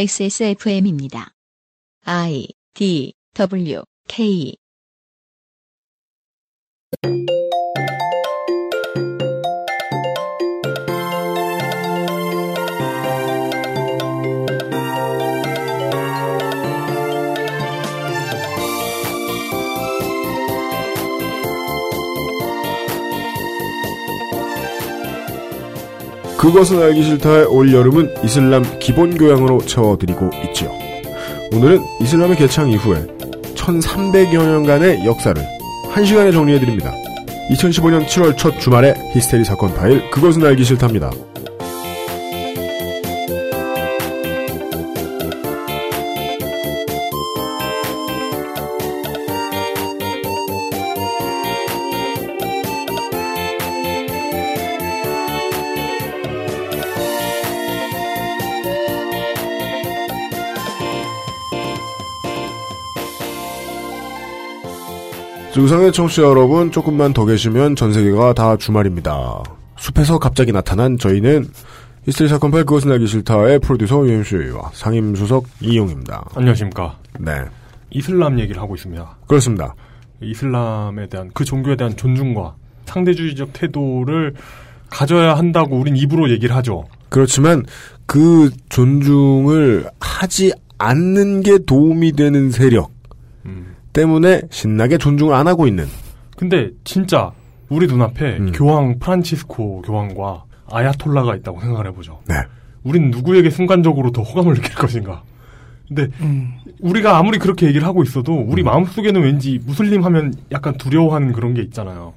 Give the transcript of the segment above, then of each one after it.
XSFM입니다. I D W K 그것은 알기 싫다의 올여름은 이슬람 기본교양으로 채워드리고 있지요. 오늘은 이슬람의 개창 이후에 1300여 년간의 역사를 1시간에 정리해드립니다. 2015년 7월 첫 주말에 히스테리 사건 파일 그것은 알기 싫답니다. 지구상의 청취자 여러분 조금만 더 계시면 전 세계가 다 주말입니다. 숲에서 갑자기 나타난 저희는 히스테리 사건 파일 그것은 알기 싫다의 프로듀서 유엠씨와 상임수석 이용입니다. 안녕하십니까. 네 이슬람 얘기를 하고 있습니다. 그렇습니다. 이슬람에 대한 그 종교에 대한 존중과 상대주의적 태도를 가져야 한다고 우린 입으로 얘기를 하죠. 그렇지만 그 존중을 하지 않는 게 도움이 되는 세력 음. 때문에 신나게 존중을 안 하고 있는 근데 진짜 우리 눈앞에 음. 교황 프란치스코 교황과 아야톨라가 있다고 생각을 해보죠. 네. 우린 누구에게 순간적으로 더 호감을 느낄 것인가. 근데 우리가 아무리 그렇게 얘기를 하고 있어도 우리 마음속에는 왠지 무슬림 하면 약간 두려워하는 그런 게 있잖아요.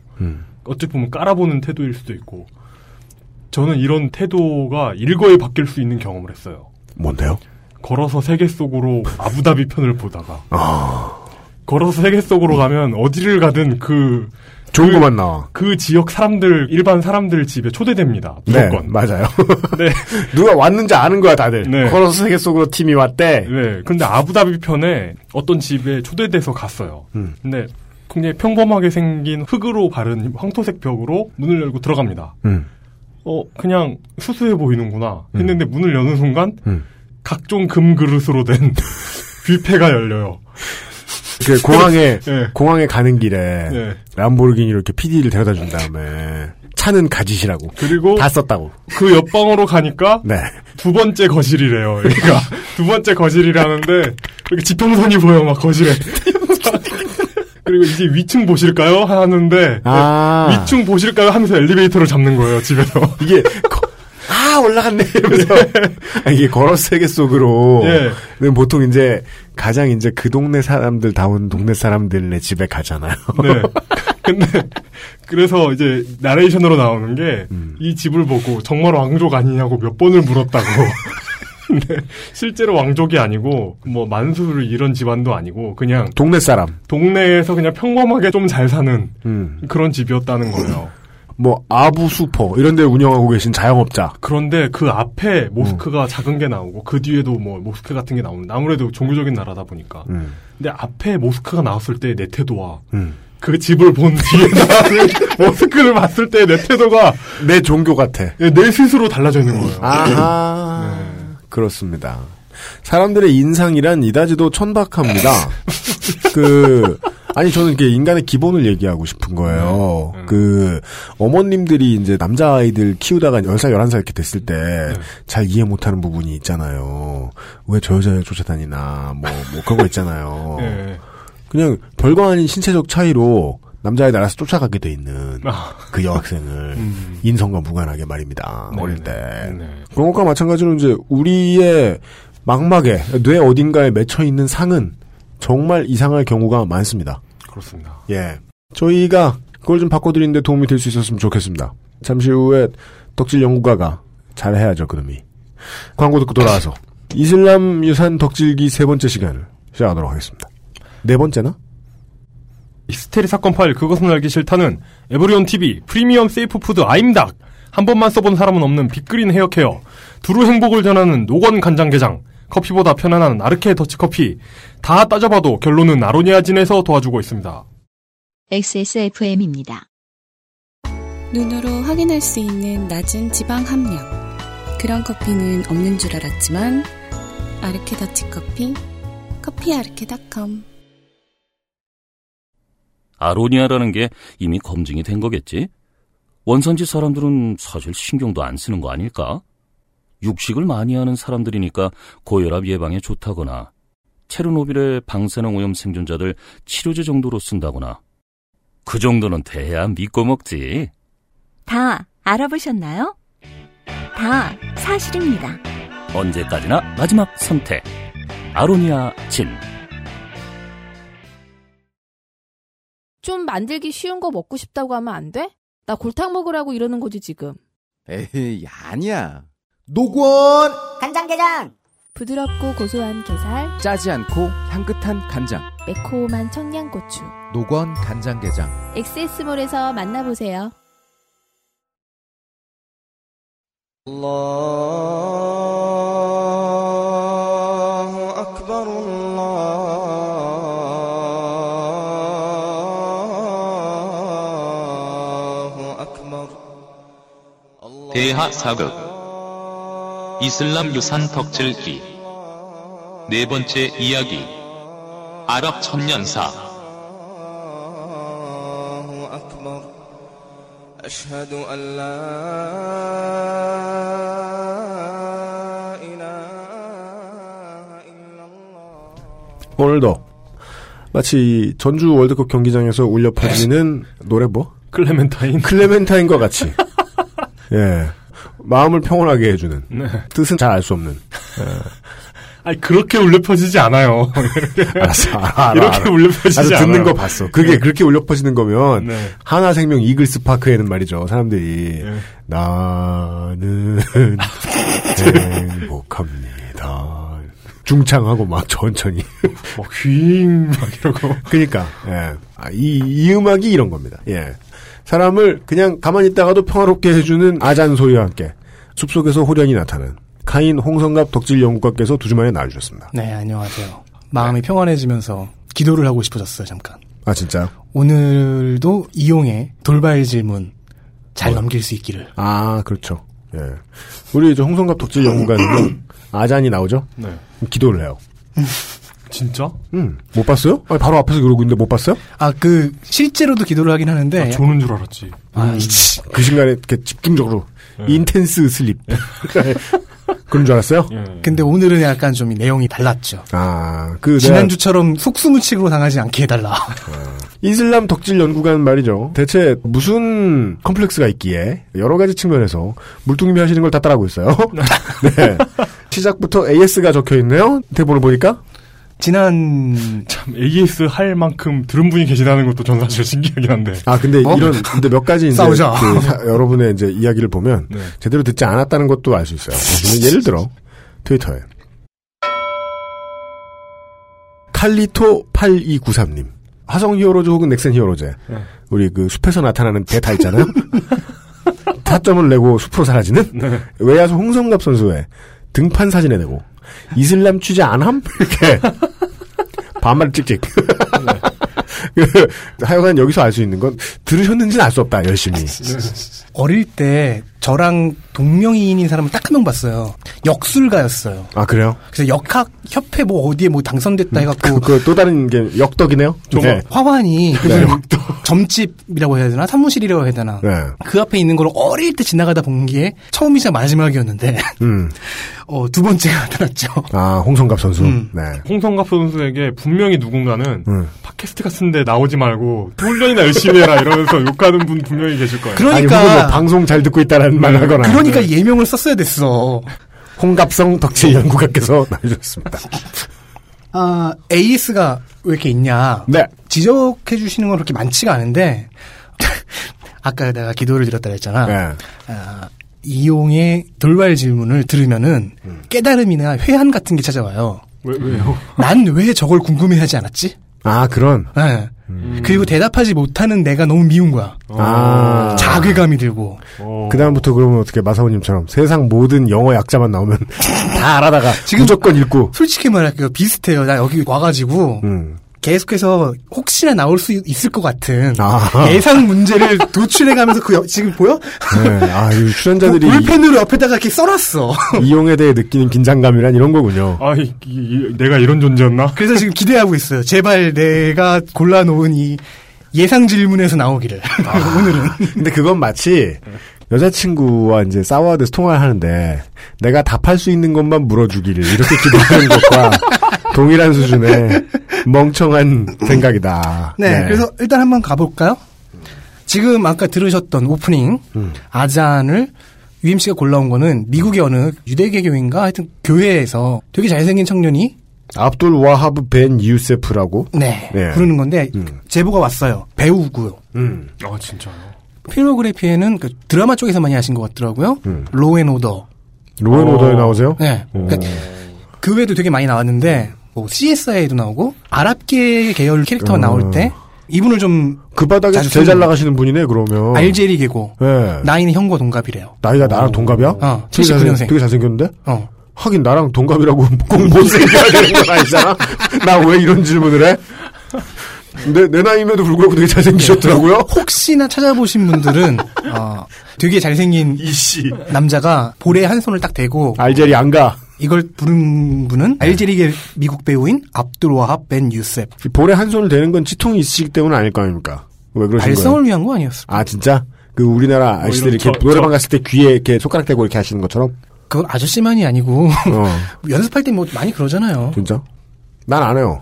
어찌 보면 깔아보는 태도일 수도 있고 저는 이런 태도가 일거에 바뀔 수 있는 경험을 했어요. 뭔데요? 걸어서 세계 속으로 아부다비 편을 보다가 아 걸어서 세계 속으로 가면 어디를 가든 그 좋은 그- 것만 나와. 그 지역 사람들 일반 사람들 집에 초대됩니다 네 무조건 맞아요. 네. 누가 왔는지 아는 거야 다들. 네. 걸어서 세계 속으로 팀이 왔대. 네 근데 아부다비 편에 어떤 집에 초대돼서 갔어요 음. 근데 굉장히 평범하게 생긴 흙으로 바른 황토색 벽으로 문을 열고 들어갑니다 음. 어 그냥 수수해 보이는구나 했는데 문을 여는 순간 음. 각종 금 그릇으로 된 뷔페가 열려요 그 공항에 예. 공항에 가는 길에 네. 람보르기니로 이렇게 PD를 데려다 준 다음에 차는 가짓이라고 그리고 다 썼다고. 그 옆방으로 가니까 네. 두 번째 거실이래요. 그러니까 두 번째 거실이라는데 이렇게 지평선이 보여 막 거실에. 그리고 이제 위층 보실까요? 하는데 아 위층 보실까요? 하면서 엘리베이터를 잡는 거예요 집에서. 이게 거- 아 올라갔네 이러면서 아, 이게 걸어 세계 속으로 예. 는 보통 이제 가장 이제 그 동네 사람들 다운 동네 사람들네 집에 가잖아요. 네. 근데 그래서 이제 나레이션으로 나오는 게 이 음. 집을 보고 정말 왕족 아니냐고 몇 번을 물었다고. 근데 실제로 왕족이 아니고 뭐 만수를 이런 집안도 아니고 그냥 동네 사람. 동네에서 그냥 평범하게 좀 잘 사는 음. 그런 집이었다는 거예요. 뭐 아부 슈퍼 이런 데 운영하고 계신 자영업자. 그런데 그 앞에 음. 모스크가 작은 게 나오고 그 뒤에도 뭐 모스크 같은 게 나오는데 아무래도 종교적인 나라다 보니까. 음. 근데 앞에 모스크가 나왔을 때 내 태도와 음. 그 집을 본 뒤에 나오는 모스크를 봤을 때 내 태도가 내 종교 같아. 내 스스로 달라져 있는 거예요. 아하. 네, 그렇습니다. 사람들의 인상이란 이다지도 천박합니다. 그, 아니, 저는 이게 인간의 기본을 얘기하고 싶은 거예요. 네. 음. 그, 어머님들이 이제 남자아이들 키우다가 10살, 11살 이렇게 됐을 때 잘 이해 못하는 부분이 있잖아요. 왜 저 여자를 쫓아다니나, 뭐, 뭐 그런 거 있잖아요. 예. 그냥 별거 아닌 신체적 차이로 남자아이들 알아서 쫓아가게 돼 있는 아, 그 여학생을 음. 인성과 무관하게 말입니다. 아, 어릴 때. 네. 그런 것과 마찬가지로 이제 우리의 망막에 뇌 어딘가에 맺혀 있는 상은 정말 이상할 경우가 많습니다. 그렇습니다. 예. 저희가 그걸 좀 바꿔드리는데 도움이 될 수 있었으면 좋겠습니다. 잠시 후에 덕질 연구가가 잘해야죠, 그놈이. 광고 듣고 돌아와서 이슬람 유산 덕질기 세 번째 시간을 시작하도록 하겠습니다. 네 번째나? 히스테리 사건 파일 그것은 알기 싫다는 에브리온 TV 프리미엄 세이프 푸드 아임닭 한 번만 써본 사람은 없는 빅그린 헤어케어 두루 행복을 전하는 노건 간장게장 커피보다 편안한 아르케 더치커피 다 따져봐도 결론은 아로니아진에서 도와주고 있습니다. XSFM입니다. 눈으로 확인할 수 있는 낮은 지방 함량. 그런 커피는 없는 줄 알았지만 아르케 더치 커피 커피 아르케닷컴 아로니아라는 게 이미 검증이 된 거겠지? 원산지 사람들은 사실 신경도 안 쓰는 거 아닐까? 육식을 많이 하는 사람들이니까 고혈압 예방에 좋다거나 체르노빌의 방사능 오염 생존자들 치료제 정도로 쓴다거나 그 정도는 돼야 믿고 먹지. 다 알아보셨나요? 다 사실입니다. 언제까지나 마지막 선택. 아로니아 진. 좀 만들기 쉬운 거 먹고 싶다고 하면 안 돼? 나 골탕 먹으라고 이러는 거지 지금. 에이, 아니야. 노건! 간장게장 부드럽고 고소한 게살, 짜지 않고 향긋한 간장. 매콤한 청양고추. 노건 간장게장. 엑세스몰에서 만나보세요. الله أكبر الله أكبر 대하 사극. 이슬람 유산 덕질기. 네 번째 이야기. 아랍 천년사. الله أكبر أشهد أن لا إله إلا الله 오늘도 마치 이 전주 월드컵 경기장에서 울려 퍼지는 노래 뭐? 클레멘타인. 클레멘타인과 같이 예 마음을 평온하게 해주는 네. 뜻은 잘 알 수 없는 아니 그렇게 울려 퍼지지 않아요. 알았어 알아 알아 네. 이렇게 알아. 울려 퍼지지 알아, 듣는 않아요. 거 봤어 그게 그렇게 울려 퍼지는 거면 네. 하나생명 이글스 파크에는 말이죠 사람들이 예. 나는 행복합니다 중창하고 막 천천히 막 휘잉 뭐 막 이러고. 그니까 예. 아, 이, 이 음악이 이런 겁니다. 예. 사람을 그냥 가만히 있다가도 평화롭게 해주는 아잔 소리와 함께 숲속에서 호련이 나타나는 카인 홍성갑 덕질 연구가께서 두 주만에 나와주셨습니다. 네, 안녕하세요. 마음이 평안해지면서 기도를 하고 싶어졌어요, 잠깐. 아 진짜요? 오늘도 이용의 돌발 질문 잘 넘길 수 있기를. 아 그렇죠. 예. 우리 저 홍성갑 덕질 연구가는 아잔이 나오죠? 네. 기도를 해요. 진짜? 음. 못 봤어요? 아니, 바로 앞에서 그러고 있는데 못 봤어요? 아, 그, 실제로도 기도를 하긴 하는데. 네. 아, 조는 줄 알았지. 아, 이씨. 그 순간에 이렇게 집중적으로 네. 인텐스 슬립 그런 줄 알았어요? 예. 근데 오늘은 약간 좀 내용이 달랐죠. 아그 지난주처럼 속수무책으로 당하지 않게 해달라. 이슬람 덕질 연구관 말이죠. 대체 무슨 컴플렉스가 있기에 여러 가지 측면에서 물뚱님이 하시는 걸 다 따라하고 있어요. 네. 시작부터 AS가 적혀 있네요. 대본을 보니까. 지난, 참 AS 할 만큼 들은 분이 계시다는 것도 전 사실 신기하긴 한데. 아 근데 어? 이런 근데 몇 가지 이제 싸우자. 그 사- 여러분의 이제 이야기를 보면 네. 제대로 듣지 않았다는 것도 알 수 있어요. 근데 예를 들어 트위터에 칼리토 8293님 화성 히어로즈 혹은 넥센 히어로즈 네. 우리 그 숲에서 나타나는 대타 있잖아요. 타점을 내고 숲으로 사라지는 네. 외야수 홍성갑 선수의 등판 사진에 대고 이슬람 취재 안함 이렇게 반말 찍찍. 그, 하여간 여기서 알 수 있는 건 들으셨는지는 알 수 없다 열심히. 어릴 때 저랑 동명이인인 사람을 딱 한 명 봤어요. 역술가였어요. 아 그래요? 그래서 역학협회 뭐 어디에 뭐 당선됐다 음. 해갖고. 그 또 다른 게 역덕이네요. 정말. 화환이 그 점집이라고 해야 되나 사무실이라고 해야 되나 네. 그 앞에 있는 걸 어릴 때 지나가다 본 게 처음이자 마지막이었는데 음. 어, 두 번째가 나타났죠. 아 홍성갑 선수. 음. 네. 홍성갑 선수에게 분명히 누군가는 음. 팟캐스트 같은데 나오지 말고 훈련이나 열심히 해라 이러면서 욕하는 분 분명히 계실 거예요. 아니 혹은 뭐 그러니까 방송 잘 듣고 있다라는 네, 말하거나. 네. 그러니까 예명을 썼어야 됐어. 홍갑성 덕질 연구가께서 나주셨습니다. 아 AS가 왜 이렇게 있냐 네. 지적해 주시는 건 그렇게 많지가 않은데 아까 내가 기도를 드렸다 했잖아. 네. 아, 이용의 돌발 질문을 들으면은 깨달음이나 회한 같은 게 찾아와요. 왜, 왜요? 난 왜 저걸 궁금해하지 않았지? 아 그런. 예. 음. 그리고 대답하지 못하는 내가 너무 미운 거야. 아. 자괴감이 들고. 어, 그 다음부터 그러면 어떻게 마사오님처럼 세상 모든 영어 약자만 나오면 다 알아다가 지금- 무조건 읽고. 솔직히 말할게요. 비슷해요. 나 여기 와가지고 음. 계속해서 혹시나 나올 수 있을 것 같은 아. 예상 문제를 도출해가면서 그 여- 지금 보여? 네. 아, 이 어, 출연자들이 볼펜으로 옆에다가 이렇게 써놨어. 이용에 대해 느끼는 긴장감이란 이런 거군요. 아, 이, 이- 이- 내가 이런 존재였나? 그래서 지금 기대하고 있어요. 제발 내가 골라놓은 이 예상 질문에서 나오기를. 오늘은. 근데 그건 마치 여자친구와 이제 싸워야 돼서 통화를 하는데 내가 답할 수 있는 것만 물어주기를 이렇게 기대하는 것과 동일한 수준의 멍청한 생각이다. 네, 그래서 일단 한번 가볼까요? 지금 아까 들으셨던 오프닝 아잔을 UMC가 골라온 거는 미국의 어느 유대계교인가 하여튼 교회에서 되게 잘생긴 청년이 압둘 와하브 벤 유세프라고 네, 음. 네. 부르는 건데 제보가 왔어요. 배우고요. 음. 아, 진짜요? 필로그래피에는 그 드라마 쪽에서 많이 하신 것 같더라고요. 로앤오더. 로엔오더에 나오세요? 네. 그러니까 음. 그 외에도 되게 많이 나왔는데 뭐 CSI에도 나오고 아랍계 계열 캐릭터가 나올 때 이분을 좀 음. 그 바닥에 자주 제일 쓰는 잘 나가시는 분이네 그러면. 알제리계고 네. 나이는 형과 동갑이래요. 나이가 나랑 동갑이야? 어, 되게 잘생- 79년생. 되게 잘생겼는데? 어. 하긴 나랑 동갑이라고 꼭 못생겨야 되는 건 아니잖아. 나 왜 이런 질문을 해? 내, 내 나이임에도 불구하고 되게 잘생기셨더라고요. 혹시나 찾아보신 분들은 어, 되게 잘생긴 남자가 볼에 한 손을 딱 대고 알제리 안 가. 이걸 부른 분은 알제리계 미국 배우인 압두로와합 벤 유셉. 이 볼에 한 손을 대는 건 치통이 있으시기 때문 아닐 거 아닙니까? 왜 그러신 거예요? 발성을 위한 거 아니었어? 아 진짜? 그 우리나라 아저씨들이 이런 이렇게 저- 노래방 저- 갔을 때 귀에 이렇게 손가락 대고 이렇게 하시는 것처럼? 그 아저씨만이 어 아니고 연습할 때 뭐 많이 그러잖아요. 진짜? 난 안 해요.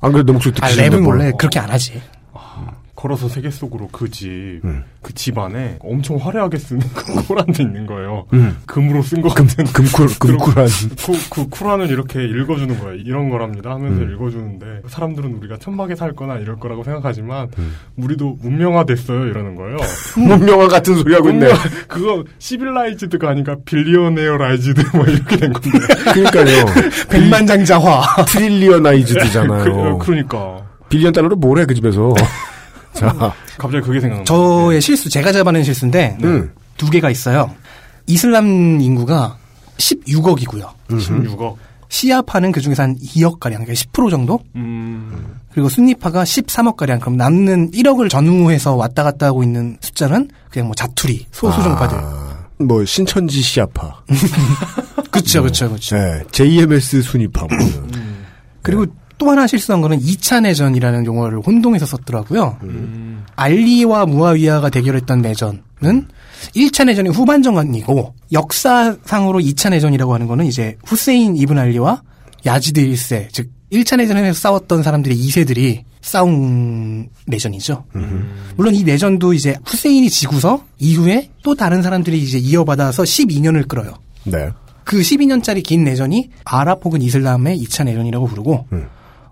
안 그래도 내 목소리 듣기 아, 싫은데 랩은 뭘. 원래 그렇게 안 하지. 걸어서 세계 속으로 그 집, 그 집안에 엄청 화려하게 쓴 코란도 있는 거예요. 음. 금으로 쓴 것 같은. 금쿨 금쿨한 그, 그 쿠란을 이렇게 읽어주는 거예요. 이런 거랍니다 하면서 읽어주는데 사람들은 우리가 천막에 살거나 이럴 거라고 생각하지만 우리도 문명화됐어요 이러는 거예요. 문명화 같은 소리 하고 있네. 문명- 그거 시빌라이즈드가 아니까 빌리어네어라이즈드 뭐 이렇게 된 건데. 그러니까요. 백만장자화. 트릴리언아이즈드잖아요. 그, 러니까 빌리언 달러로 뭘 해 그 집에서. 자, 갑자기 그게 생각나. 네. 저의 실수 제가 잡아낸 실수인데 음. 두 개가 있어요. 이슬람 인구가 16억이고요. 네, 16억. 시아파는 그 중에서 한 2억 가량, 그러니까 10% 정도? 음. 그리고 순리파가 13억 가량. 그럼 남는 1억을 전후해서 왔다 갔다 하고 있는 숫자는 그냥 뭐 자투리, 소수 종파들. 아, 뭐 신천지 시아파, 그쵸, 그쵸, 그쵸. 네, JMS 순위파. 뭐. 음. 그리고 또 하나 실수한 거는 2차 내전이라는 용어를 혼동해서 썼더라고요. 알리와 무아위아가 대결했던 내전은 1차 내전의 후반전이고 역사상으로 2차 내전이라고 하는 거는 이제 후세인 이븐 알리와 야지드 1세 즉 1차 내전에서 싸웠던 사람들의 2세들이 싸운 내전이죠. 물론 이 내전도 이제 후세인이 지고서 이후에 또 다른 사람들이 이제 이어받아서 12년을 끌어요. 네. 그 12년짜리 긴 내전이 아랍 혹은 이슬람의 2차 내전이라고 부르고 음.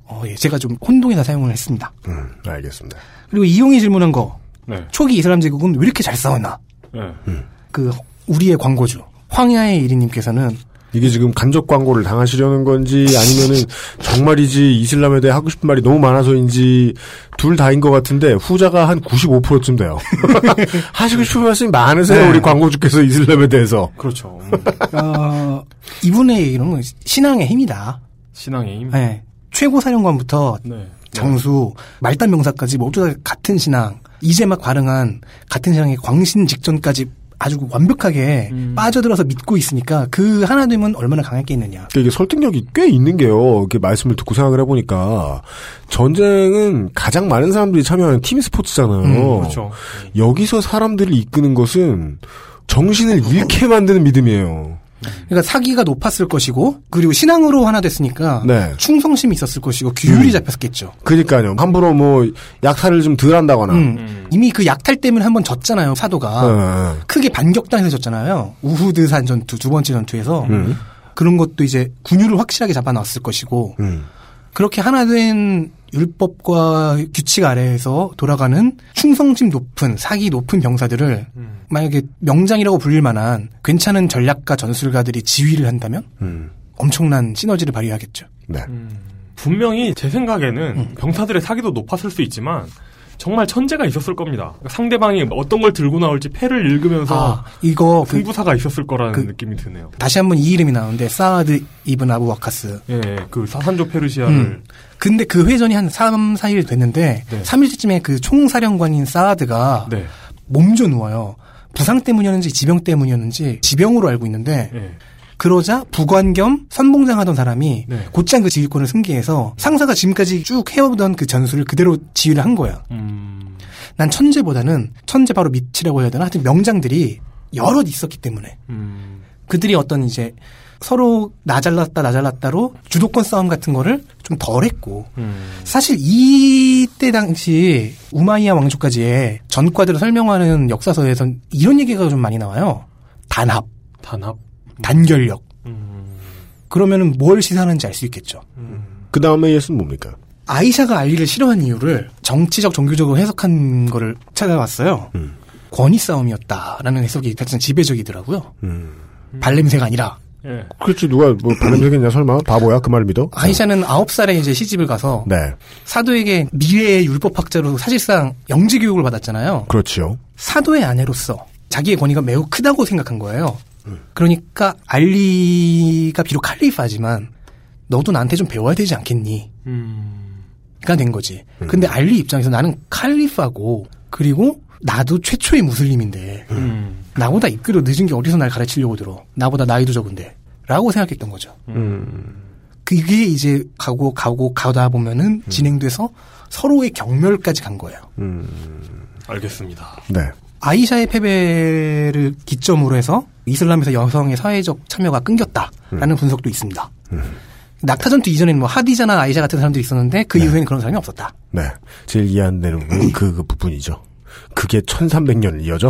어, 예, 제가 좀 혼동해서 사용을 했습니다. 음, 알겠습니다. 그리고 이용이 질문한 거 네. 초기 이슬람 제국은 왜 이렇게 잘 싸웠나? 네. 그 우리의 광고주 황야의 일인님께서는 이게 지금 간접 광고를 당하시려는 건지 아니면은 정말이지 이슬람에 대해 하고 싶은 말이 너무 많아서인지 둘 다인 것 같은데 후자가 한 95%쯤 돼요. 하시고 싶은 말씀이 많으세요 네. 우리 광고주께서 이슬람에 대해서. 그렇죠. 음. 어, 이분의 얘기는 뭐 신앙의 힘이다. 신앙의 힘. 예, 최고 사령관부터 음. 네. 장수 말단 명사까지 모두 다 같은 신앙 이제 막 발흥한 같은 신앙의 광신 직전까지 아주 완벽하게 빠져들어서 믿고 있으니까 그 하나 되면 얼마나 강했겠느냐. 그러니까 이게 설득력이 꽤 있는 게요. 이렇게 말씀을 듣고 생각을 해보니까 전쟁은 가장 많은 사람들이 참여하는 팀 스포츠잖아요. 음, 그렇죠. 여기서 사람들을 이끄는 것은 정신을 잃게 만드는 믿음이에요. 그러니까 사기가 높았을 것이고 그리고 신앙으로 하나 됐으니까 네. 음. 충성심이 있었을 것이고 규율이 잡혔겠죠. 그러니까요. 함부로 뭐 약탈을 좀 덜 한다거나. 음. 이미 그 약탈 때문에 한 번 졌잖아요. 사도가 어, 크게 반격당해서 졌잖아요. 우후드산 전투 두 번째 전투에서 음. 그런 것도 이제 군율을 확실하게 잡아놨을 것이고 음. 그렇게 하나 된 율법과 규칙 아래에서 돌아가는 충성심 높은 사기 높은 병사들을 음. 만약에 명장이라고 불릴 만한 괜찮은 전략가 전술가들이 지휘를 한다면 음. 엄청난 시너지를 발휘하겠죠. 네. 음. 분명히 제 생각에는 병사들의 사기도 높았을 수 있지만 정말 천재가 있었을 겁니다. 그러니까 상대방이 어떤 걸 들고 나올지 패를 읽으면서 아, 이거 그 승부사가 있었을 거라는 그- 느낌이 드네요. 다시 한번 이 이름이 나오는데 사아드 이븐 아부 와카스. 예, 예, 그 사산조 페르시아를 음. 근데 그 회전이 한 3, 4일 됐는데 네. 3일째쯤에 그 총사령관인 사드가 네. 몸져 누워요. 부상 때문이었는지 지병 때문이었는지 지병으로 알고 있는데 예. 그러자 부관 겸 선봉장하던 사람이 네. 곧장 그 지휘권을 승계해서 상사가 지금까지 쭉 해오던 그 전술을 그대로 지휘를 한 거야. 음. 난 천재보다는 천재 바로 밑이라고 해야 되나? 하여튼 명장들이 여럿 있었기 때문에 음. 그들이 어떤 이제 서로 나 잘났다 나 잘났다로 주도권 싸움 같은 거를 좀 덜 했고 음. 사실 이때 당시 우마이야 왕조까지의 전과들을 설명하는 역사서에선 이런 얘기가 좀 많이 나와요. 단합, 단합. 단결력. 음. 그러면은 뭘 시사하는지 알 수 있겠죠. 음. 그 다음에 예스는 뭡니까? 아이샤가 알리를 싫어한 이유를 정치적, 종교적으로 해석한 거를 찾아봤어요. 음. 권위 싸움이었다라는 해석이 사실 지배적이더라고요. 음. 발냄새가 아니라 예. 그렇지 누가 뭐 반응되겠냐 설마 바보야 그 말 믿어? 아이샤는 아홉 살에 이제 시집을 가서 네, 사도에게 미래의 율법학자로 사실상 영지 교육을 받았잖아요. 그렇지요. 사도의 아내로서 자기의 권위가 매우 크다고 생각한 거예요. 그러니까 알리가 비록 칼리파지만 너도 나한테 좀 배워야 되지 않겠니? 음. 가 된 거지. 근데 알리 입장에서 나는 칼리파고 그리고 나도 최초의 무슬림인데 음. 나보다 입교도 늦은 게 어디서 날 가르치려고 들어. 나보다 나이도 적은데. 라고 생각했던 거죠. 그게 이제 가고 가고 가다 보면은 진행돼서 서로의 경멸까지 간 거예요. 알겠습니다. 네, 아이샤의 패배를 기점으로 해서 이슬람에서 여성의 사회적 참여가 끊겼다라는 분석도 있습니다. 낙타전투 이전에는 뭐 하디자나 아이샤 같은 사람들이 있었는데 그 이후에는 그런 사람이 없었다. 네. 제일 이해 안 되는 부분이 그, 그 부분이죠. 그게 1300년을 이어져?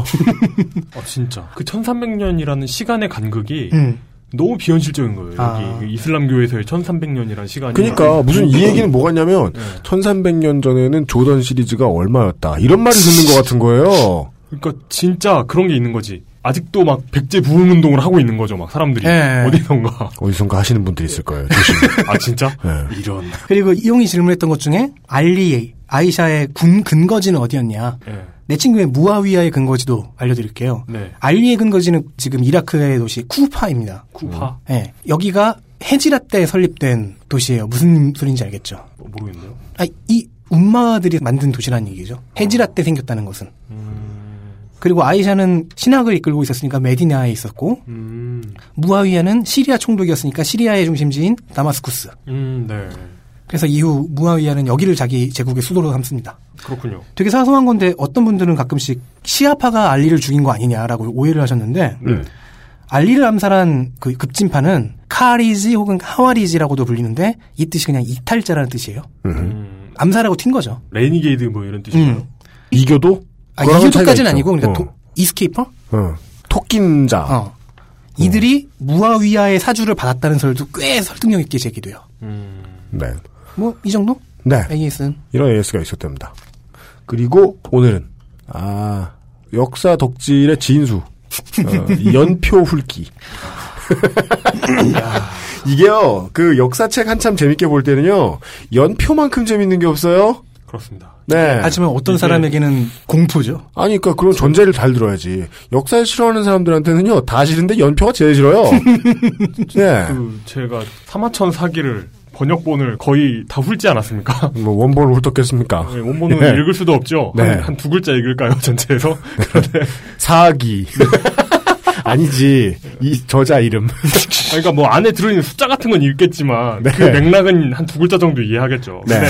어, 진짜. 그 1300년이라는 시간의 간극이 예. 음. 너무 비현실적인 거예요. 여기 아. 그 이슬람교에서의 1300년이라는 시간이. 네. 그러니까 무슨 이 얘기는 뭐같냐면 1300년 전에는 조던 시리즈가 얼마였다 이런 말을 듣는 것 같은 거예요. 그러니까 진짜 그런 게 있는 거지. 아직도 막 백제 부흥 운동을 하고 있는 거죠. 막 사람들이 예. 어디선가. 어디선가 하시는 분들이 있을 거예요. 조심. 아 진짜? 네. 이런. 그리고 이용이 질문했던 것 중에 알리의 아이샤의 군 근거지는 어디였냐? 예. 내 친구의 무아위아의 근거지도 알려드릴게요. 네. 알리의 근거지는 지금 이라크의 도시 쿠파입니다. 쿠파. 예, 여기가 헤지라 때 설립된 도시예요. 무슨 소리인지 알겠죠? 뭐 모르겠네요. 아, 이 운마들이 만든 도시라는 얘기죠. 헤지라 때 생겼다는 것은. 그리고 아이샤는 신학을 이끌고 있었으니까 메디나에 있었고 음. 무아위아는 시리아 총독이었으니까 시리아의 중심지인 다마스쿠스. 음. 네. 그래서 이후 무아위아는 여기를 자기 제국의 수도로 삼습니다. 그렇군요. 되게 사소한 건데 어떤 분들은 가끔씩 시아파가 알리를 죽인 거 아니냐라고 오해를 하셨는데 네. 알리를 암살한 그 급진파는 카리지 혹은 하와리지라고도 불리는데 이 뜻이 그냥 이탈자라는 뜻이에요. 음. 음. 암살하고 튄 거죠. 음. 레니게이드 뭐 이런 뜻인가요? 이교도? 아, 그거랑은 이교도까지는 차이가 아니고 그러니까 있죠. 도- 이스케이퍼? 어. 어. 토끼인자. 어. 이들이 무아위아의 사주를 받았다는 설도 꽤 설득력 있게 제기돼요. 음. 네. 뭐 이 정도? 네. AS는 이런 AS가 있었답니다. 그리고 오늘은 아 역사 덕질의 진수 어, 연표 훑기 이게요 그 역사책 한참 재밌게 볼 때는요 연표만큼 재밌는 게 없어요. 그렇습니다. 네. 하지만 어떤 이게- 사람에게는 공포죠. 아니, 그러니까 그니까, 그런 전제를 잘 들어야지. 역사를 싫어하는 사람들한테는요, 다 싫은데 연표가 제일 싫어요. 네. 그 제가 사마천 사기를 번역본을 거의 다 훑지 않았습니까? 뭐, 원본을 훑었겠습니까? 네, 원본은 네. 읽을 수도 없죠. 네. 한 두 글자 읽을까요 전체에서? 그런데 사기. 네. 아니지. 이 저자 이름. 아니, 그러니까 뭐 안에 들어있는 숫자 같은 건 읽겠지만 네. 그 맥락은 한 두 글자 정도 이해하겠죠. 네. 근데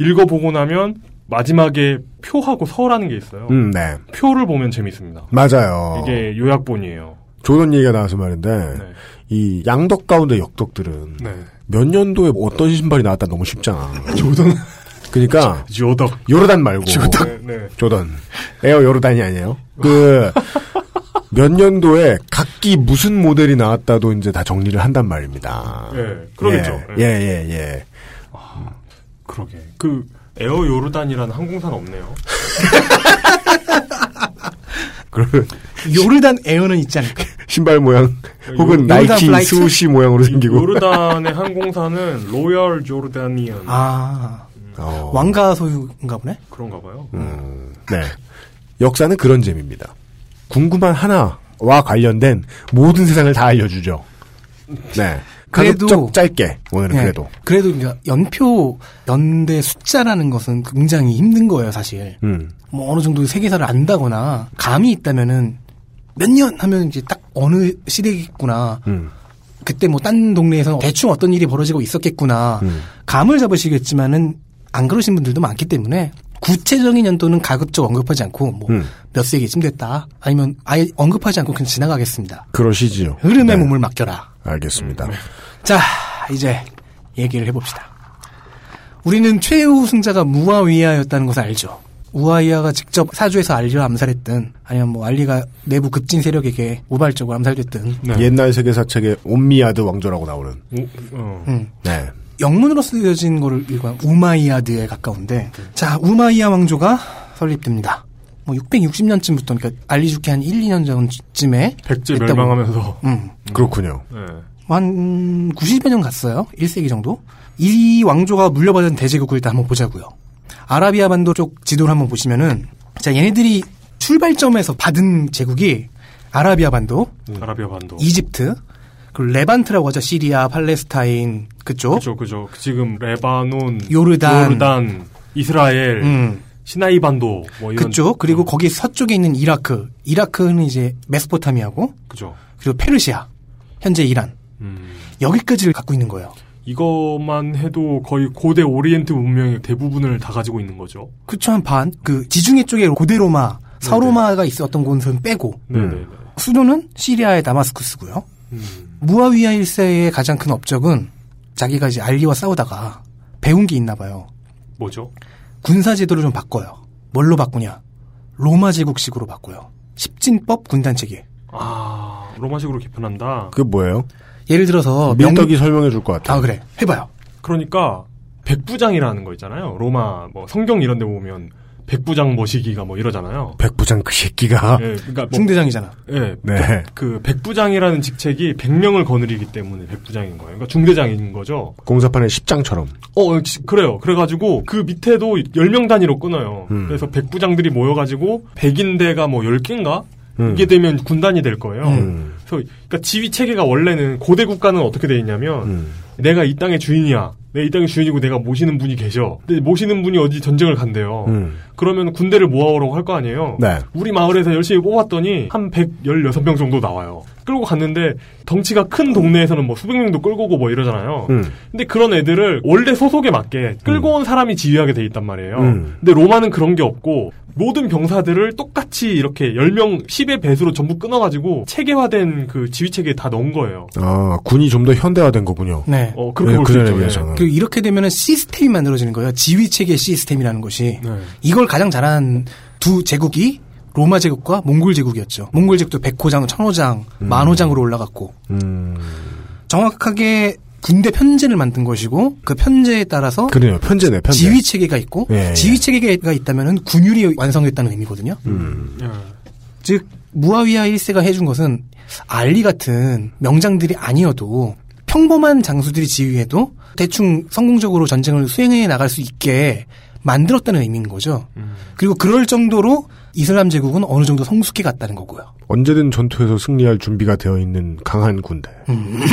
읽어보고 나면 마지막에 표하고 서라는 게 있어요. 음, 네. 표를 보면 재밌습니다. 맞아요. 이게 요약본이에요. 조던 얘기가 나와서 말인데 네. 이 양덕 가운데 역덕들은 네. 몇 년도에 어떤 신발이 나왔다 너무 쉽잖아. 조던. 그러니까 요덕. 요르단 말고 네, 네. 조던. 에어 요르단이 아니에요. 그 몇 년도에 각기 무슨 모델이 나왔다도 이제 다 정리를 한단 말입니다. 예, 그러겠죠. 예, 예. 예, 예. 예. 그러게. 그 에어 요르단이라는 항공사는 없네요. 그 요르단 에어는 있지 않을까? 신발 모양 혹은 요르단 나이키 플라이트? 스우시 모양으로 생기고. 요르단의 항공사는 로열 조르다니언 아 어. 왕가 소유인가 보네. 그런가 봐요. 네. 역사는 그런 재미입니다. 궁금한 하나와 관련된 모든 세상을 다 알려주죠. 네. 가급적 짧게 오늘은 네, 그래도. 네. 그래도 이제 연표 연대 숫자라는 것은 굉장히 힘든 거예요 사실. 음. 뭐 어느 정도 세계사를 안다거나 감이 있다면은 몇 년 하면 이제 딱 어느 시대겠구나. 음. 그때 뭐 딴 동네에서 대충 어떤 일이 벌어지고 있었겠구나. 음. 감을 잡으시겠지만은 안 그러신 분들도 많기 때문에 구체적인 연도는 가급적 언급하지 않고 뭐 몇 음. 세기쯤 됐다. 아니면 아예 언급하지 않고 그냥 지나가겠습니다. 그러시지요. 네, 흐름에 몸을 맡겨라. 알겠습니다. 자, 이제 얘기를 해봅시다. 우리는 최후 승자가 무아위아였다는 것을 알죠. 우아이아가 직접 사주에서 알리를 암살했든 아니면 뭐 알리가 내부 급진 세력에게 우발적으로 암살됐든 옛날 세계사 책에 옴미아드 왕조라고 나오는. 어. 음. 네. 영문으로 쓰여진 거를 읽으면 우마이아드에 가까운데 자 우마이아 왕조가 설립됩니다. 뭐 660년쯤부터 그러니까 알리 죽기 한 1, 2년 전쯤에 백제 됐다고. 멸망하면서. 뭐. 음. 그렇군요. 한 90여 년 갔어요. 1세기 정도. 이 왕조가 물려받은 대제국을 일단 한번 보자고요. 아라비아 반도 쪽 지도를 한번 보시면은 자 얘네들이 출발점에서 받은 제국이 아라비아 반도, 네. 아라비아 반도. 이집트, 그리고 레반트라고 하죠. 시리아, 팔레스타인 그쪽. 그죠, 그죠. 지금 레바논, 어? 요르단. 요르단, 이스라엘, 음. 시나이 반도 뭐 이런 그쪽 그리고 거기 서쪽에 있는 이라크. 이라크는 이제 메소포타미아고 그죠. 음. 그리고 페르시아. 현재 이란. 여기까지를 갖고 있는 거예요. 이것만 해도 거의 고대 오리엔트 문명의 대부분을 다 가지고 있는 거죠. 그쵸, 한 반. 그, 지중해 쪽에 고대 로마, 서로마가 있었던 곳은 빼고, 네네. 수도는 시리아의 다마스쿠스고요. 무아위아 1세의 가장 큰 업적은 자기가 이제 알리와 싸우다가 배운 게 있나 봐요. 뭐죠? 군사제도를 좀 바꿔요. 뭘로 바꾸냐? 로마 제국식으로 바꿔요. 십진법 군단체계. 아 로마식으로 개편한다. 그게 뭐예요? 예를 들어서 민덕이 설명해 줄 것 같아요. 아 그래 해봐요. 그러니까 백부장이라는 거 있잖아요. 로마 뭐 성경 이런 데 보면 백부장 모시기가 뭐 이러잖아요. 백부장 그 새끼가. 예, 그러니까 뭐- 아, 중대장이잖아. 예. 네. 그 백부장이라는 직책이 100명을 거느리기 때문에 백부장인 거예요. 그러니까 중대장인 거죠. 공사판의 10장처럼. 어, 역시 그래요. 그래가지고 그 밑에도 10명 단위로 끊어요. 음. 그래서 백부장들이 모여가지고 백인대가 뭐 10개인가? 음. 이게 되면 군단이 될 거예요. 그래서 그러니까 지휘 체계가 원래는 고대 국가는 어떻게 돼 있냐면 음. 내가 이 땅의 주인이야. 내가 이 땅의 주인이고 내가 모시는 분이 계셔. 근데 모시는 분이 어디 전쟁을 간대요. 그러면 군대를 모아오라고 할 거 아니에요. 음. 네. 우리 마을에서 열심히 뽑았더니 한 116명 정도 나와요. 끌고 갔는데 덩치가 큰 동네에서는 뭐 수백 명도 끌고 오고 뭐 이러잖아요. 음. 근데 그런 애들을 원래 소속에 맞게 끌고 온 사람이 지휘하게 돼 있단 말이에요. 음. 근데 로마는 그런 게 없고 모든 병사들을 똑같이 이렇게 10명 10의 배수로 전부 끊어 가지고 체계화된 그 지휘 체계에 다 넣은 거예요. 아, 군이 좀 더 현대화된 거군요. 네. 어, 그렇게 네, 볼 수 그전에 있죠. 비해서는. 그 이렇게 되면은 시스템이 만들어지는 거예요. 지휘 체계 시스템이라는 것이 네. 이걸 가장 잘한 두 제국이 로마 제국과 몽골 제국이었죠. 몽골 제국도 백호장, 천호장, 음. 만호장으로 올라갔고 음. 정확하게 군대 편제를 만든 것이고 그 편제에 따라서 그래요. 편제네, 편제. 지휘 체계가 있고 예, 예. 지휘 체계가 있다면은 군율이 완성됐다는 의미거든요. 음. 즉 무아위아 1세가 해준 것은 알리 같은 명장들이 아니어도 평범한 장수들이 지휘해도 대충 성공적으로 전쟁을 수행해 나갈 수 있게 만들었다는 의미인 거죠. 그리고 그럴 정도로 이슬람 제국은 어느 정도 성숙해 갔다는 거고요. 언제든 전투에서 승리할 준비가 되어 있는 강한 군대. 음.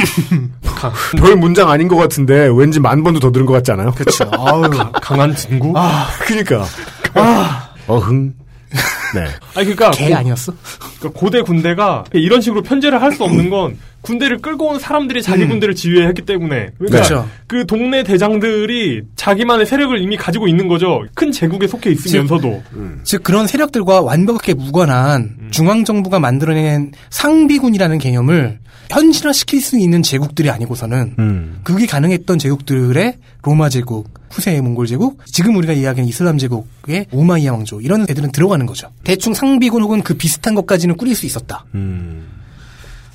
별 문장 아닌 것 같은데 왠지 만 번도 더 들은 것 같지 않아요? 그렇죠. 아우. 예. 강한 친구? 아, 그니까. 아, 어흥. 네. 아니 그러니까 개 아니었어? 그러니까 고대 군대가 이런 식으로 편제를 할 수 없는 건 군대를 끌고 온 사람들이 음. 자기 군대를 지휘해야 했기 때문에 그러니까 그렇죠. 그 동네 대장들이 자기만의 세력을 이미 가지고 있는 거죠. 큰 제국에 속해 있으면서도 즉 그런 세력들과 완벽하게 무관한 중앙 정부가 만들어낸 상비군이라는 개념을 현실화 시킬 수 있는 제국들이 아니고서는 음. 그게 가능했던 제국들의 로마 제국, 후세의 몽골 제국, 지금 우리가 이야기하는 이슬람 제국의 우마이야 왕조 이런 애들은 들어가는 거죠. 대충 상비군 혹은 그 비슷한 것까지는 꾸릴 수 있었다. 음.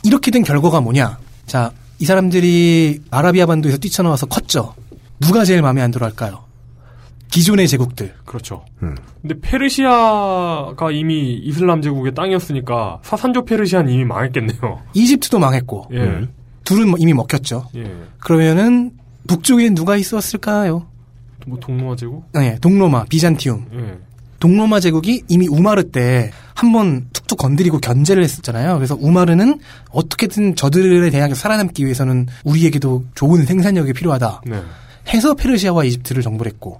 이렇게 된 결과가 뭐냐? 자, 이 사람들이 아라비아 반도에서 뛰쳐나와서 컸죠. 누가 제일 마음에 안 들어할까요? 기존의 제국들. 그렇죠. 음. 근데 페르시아가 이미 이슬람 제국의 땅이었으니까 사산조 페르시아는 이미 망했겠네요. 이집트도 망했고 예, 음. 둘은 뭐 이미 먹혔죠. 예. 그러면은 북쪽에 누가 있었을까요? 뭐 동로마 제국? 네, 동로마, 비잔티움. 예. 동로마 제국이 이미 우마르 때 한번 툭툭 건드리고 견제를 했었잖아요. 그래서 우마르는 어떻게든 저들에 대항해 살아남기 위해서는 우리에게도 좋은 생산력이 필요하다. 네. 해서 페르시아와 이집트를 정벌했고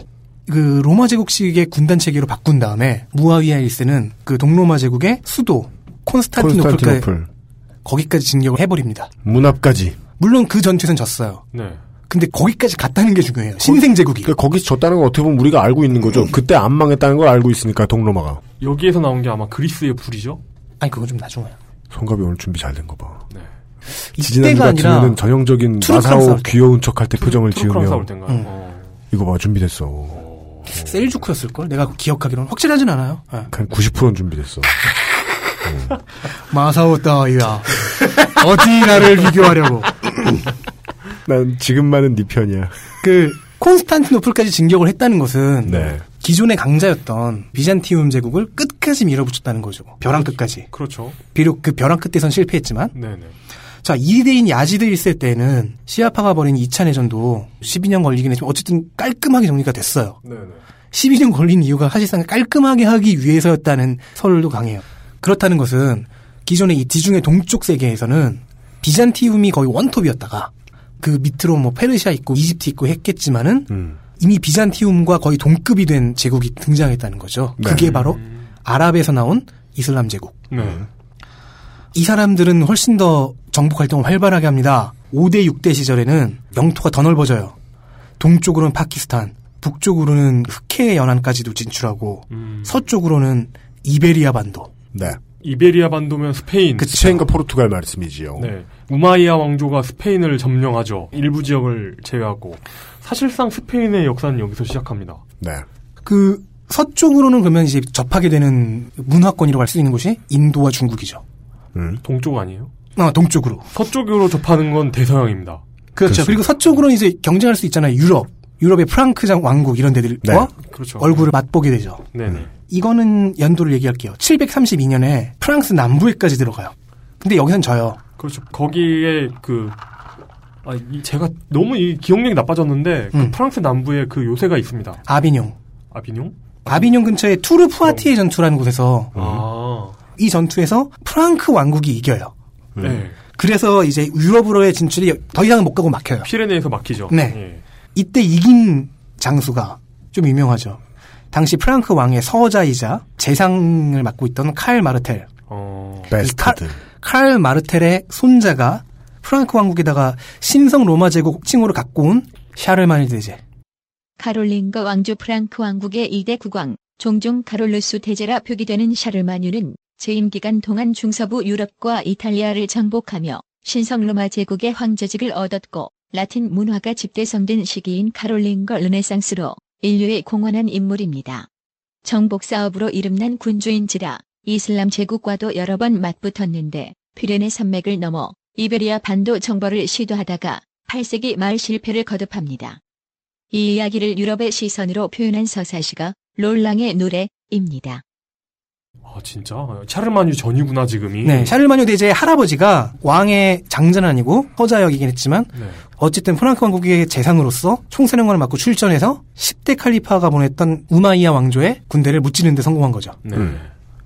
그 로마 제국식의 군단 체계로 바꾼 다음에 무아위아 1세는 그 동로마 제국의 수도 콘스탄티노플까지 콘스탄티노플 거기까지 진격을 해버립니다. 문 앞까지. 물론 그 전투에선 졌어요. 네. 근데 거기까지 갔다는 게 중요해요. 신생 제국이. 그러니까 거기서 졌다는 건 어떻게 보면 우리가 알고 있는 거죠. 음. 그때 안 망했다는 걸 알고 있으니까 동로마가. 여기에서 나온 게 아마 그리스의 불이죠. 아니 그건 좀 나중에요. 성갑이 오늘 준비 잘 된 거 봐. 네. 지지난주 이때가 아니라 같으면 전형적인 투르크랑 마사오 싸울 때. 귀여운 척 할 때 표정을 투르크랑 지으며 음. 싸울 때인가요? 응. 어. 이거 봐 준비됐어. 셀주크였을 걸. 내가 기억하기로는 확실하진 않아요. 예. 한 90%는 준비됐어. 마사오 따위야. 어디 나를 비교하려고. 난 지금만은 네 편이야. 그 콘스탄티노플까지 진격을 했다는 것은 네. 기존의 강자였던 비잔티움 제국을 끝까지 밀어붙였다는 거죠. 벼랑 끝까지. 그렇죠. 비록 그 벼랑 끝에선 실패했지만 네네. 자, 이대인 야지드 1세 때는 시아파가 벌인 2차 내전도 12년 걸리긴 했지만 어쨌든 깔끔하게 정리가 됐어요. 네네. 12년 걸린 이유가 사실상 깔끔하게 하기 위해서였다는 설도 강해요. 그렇다는 것은 기존의 이 지중해 동쪽 세계에서는 비잔티움이 거의 원톱이었다가 그 밑으로 뭐 페르시아 있고 이집트 있고 했겠지만은 음. 이미 비잔티움과 거의 동급이 된 제국이 등장했다는 거죠. 네. 그게 바로 아랍에서 나온 이슬람 제국. 네. 음. 이 사람들은 훨씬 더 정복 활동을 활발하게 합니다. 5대 6대 시절에는 영토가 더 넓어져요. 동쪽으로는 파키스탄, 북쪽으로는 흑해 연안까지도 진출하고 음. 서쪽으로는 이베리아 반도. 네. 이베리아 반도면 스페인. 그쵸. 스페인과 포르투갈 말씀이지요. 네. 우마이야 왕조가 스페인을 점령하죠. 일부 지역을 제외하고. 사실상 스페인의 역사는 여기서 시작합니다. 네. 그 서쪽으로는 그러면 이제 접하게 되는 문화권이라고 할 수 있는 곳이 인도와 중국이죠. 음. 동쪽 아니에요? 아, 동쪽으로. 서쪽으로 접하는 건 대서양입니다. 그렇죠. 그리고 서쪽으로는 이제 경쟁할 수 있잖아요. 유럽. 유럽의 프랑크 장 왕국 이런 데들과 네. 그렇죠. 얼굴을 맞보게 되죠. 네네. 이거는 연도를 얘기할게요. 732년에 프랑스 남부에까지 들어가요. 근데 여기선 져요. 그렇죠. 거기에 그, 아, 이 제가 너무 이 기억력이 나빠졌는데, 그 음. 프랑스 남부에 그 요새가 있습니다. 아비뇽. 음. 아비뇽? 아비뇽 근처의 투르푸아티의 전투라는 곳에서 아, 이 전투에서 프랑크 왕국이 이겨요. 네. 그래서 이제 유럽으로의 진출이 더 이상은 못 가고 막혀요. 피레네에서 막히죠. 네. 예. 이때 이긴 장수가 좀 유명하죠. 당시 프랑크 왕의 서자이자 재상을 맡고 있던 칼 마르텔. 어, 베스트드. 칼 마르텔의 손자가 프랑크 왕국에다가 신성 로마 제국 칭호를 갖고 온 샤를마니 대제. 카롤링거 왕조 프랑크 왕국의 2대 국왕, 종종 카롤루스 대제라 표기되는 샤르마뉴는 재임 기간 동안 중서부 유럽과 이탈리아를 정복하며 신성 로마 제국의 황제직을 얻었고 라틴 문화가 집대성된 시기인 카롤링거 르네상스로 인류에 공헌한 인물입니다. 정복 사업으로 이름난 군주인지라 이슬람 제국과도 여러 번 맞붙었는데 피레네 산맥을 넘어 이베리아 반도 정벌을 시도하다가 8세기 말 실패를 거듭합니다. 이 이야기를 유럽의 시선으로 표현한 서사시가 롤랑의 노래입니다. 아, 진짜? 샤르마뉴 전이구나, 지금이. 네, 음. 샤를마뉴 대제의 할아버지가 왕의 장자는 아니고 허자역이긴 했지만 네. 어쨌든 프랑크 왕국의 재상으로서 총사령관을 맡고 출전해서 10대 칼리파가 보냈던 우마이야 왕조의 군대를 무찌는 데 성공한 거죠. 네. 음.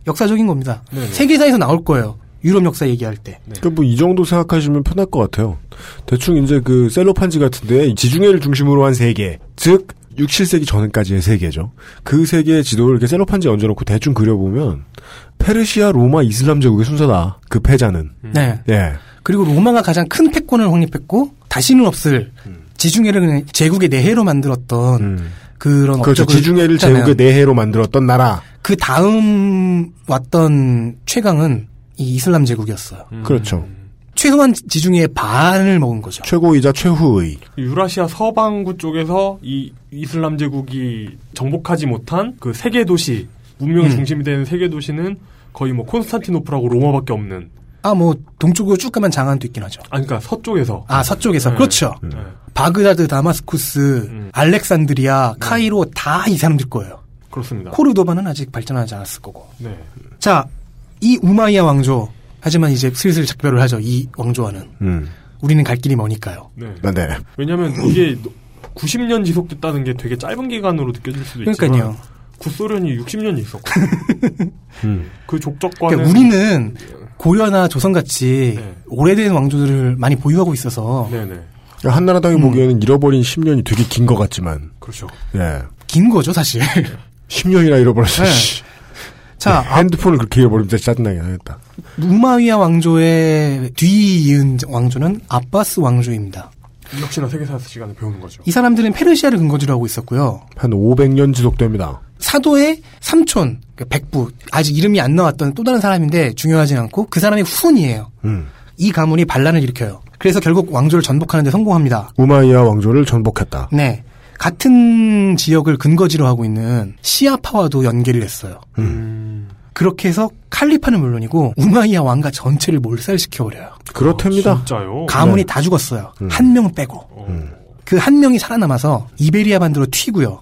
역사적인 겁니다. 네, 네. 세계사에서 나올 거예요. 유럽 역사 얘기할 때. 그러니까 뭐이 정도 생각하시면 편할 것 같아요. 대충 이제 그 셀로판지 같은데 이 지중해를 중심으로 한 세계, 즉 6, 7세기 전까지의 세계죠. 그 세계의 지도를 이렇게 셀로판지에 얹어놓고 대충 그려보면 페르시아, 로마, 이슬람 제국의 순서다. 그 패자는. 네. 예. 그리고 로마가 가장 큰 패권을 확립했고 다시는 없을 지중해를 그냥 제국의 내해로 만들었던 음. 그런 그렇죠. 업적을 지중해를 했잖아요. 제국의 내해로 만들었던 나라. 그 다음 왔던 최강은 이 이슬람 제국이었어요. 음. 그렇죠. 최소한 지중해의 반을 먹은 거죠. 최고이자 최후의. 그 유라시아 서방구 쪽에서 이 이슬람 제국이 정복하지 못한 그 세계 도시 문명의 음. 중심이 되는 세계 도시는 거의 뭐 콘스탄티노플하고 로마밖에 없는 아, 뭐, 동쪽으로 쭉 가면 장안도 있긴 하죠. 아 그러니까 서쪽에서 아, 서쪽에서. 네. 그렇죠. 네. 바그다드, 다마스쿠스, 음. 음. 알렉산드리아, 카이로 다 이 사람들 거예요. 그렇습니다. 코르도바는 아직 발전하지 않았을 거고. 네. 자, 이 우마이야 왕조. 하지만 이제 슬슬 작별을 하죠. 이 왕조와는. 음. 우리는 갈 길이 머니까요. 네. 네. 왜냐하면 이게 90년 지속됐다는 게 되게 짧은 기간으로 느껴질 수도 있지만 그러니까요. 구소련이 60년이 있었고 그 족적과는 네. 그러니까 우리는 고려나 조선같이 오래된 왕조들을 많이 보유하고 있어서 네. 그러니까 한나라당이 보기에는 잃어버린 10년이 되게 긴 것 같지만. 그렇죠. 예. 긴 거죠, 사실. 네. 10년이나 잃어버렸어. 네. 자, 핸드폰을 그렇게 잃어버리면 진짜 짜증나게 하겠다. 우마위아 왕조의 뒤이은 왕조는 아빠스 왕조입니다. 역시나 세계사 시간에 배우는 거죠. 이 사람들은 페르시아를 근거지로 하고 있었고요. 한 500년 지속됩니다. 사도의 삼촌, 그러니까 백부, 아직 이름이 안 나왔던 또 다른 사람인데 중요하진 않고 그 사람의 후손이에요. 음. 이 가문이 반란을 일으켜요. 그래서 결국 왕조를 전복하는 데 성공합니다. 우마이야 왕조를 전복했다. 네. 같은 지역을 근거지로 하고 있는 시아파와도 연계를 했어요. 그렇게 해서 칼리파는 물론이고 우마이야 왕가 전체를 몰살시켜버려요. 그렇답니다. 아, 진짜요? 네. 어. 가문이 다 죽었어요. 한 명 빼고. 그 한 명이 살아남아서 이베리아 반도로 튀고요.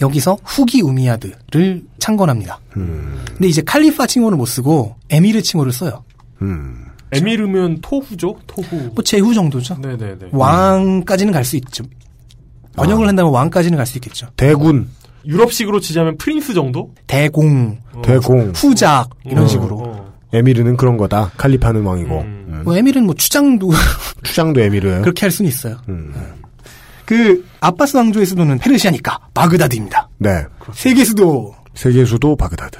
여기서 후기 우미야드를 창건합니다. 근데 이제 칼리파 칭호를 못 쓰고 에미르 칭호를 써요. 에미르면 토후죠? 토후. 뭐 제후 정도죠. 네네네. 왕까지는 갈 수 있죠. 아. 번역을 한다면 왕까지는 갈 수 있겠죠. 대군. 유럽식으로 치자면 프린스 정도? 대공, 대공. 후작 이런 어. 식으로. 에미르는 그런 거다. 칼리파는 왕이고. 음. 뭐 에미르는 뭐 추장도 추장도 에미르예요. 그렇게 할 수는 있어요. 음. 그 아빠스 왕조의 수도는 페르시아니까 바그다드입니다. 네. 세계 수도. 세계 수도 바그다드.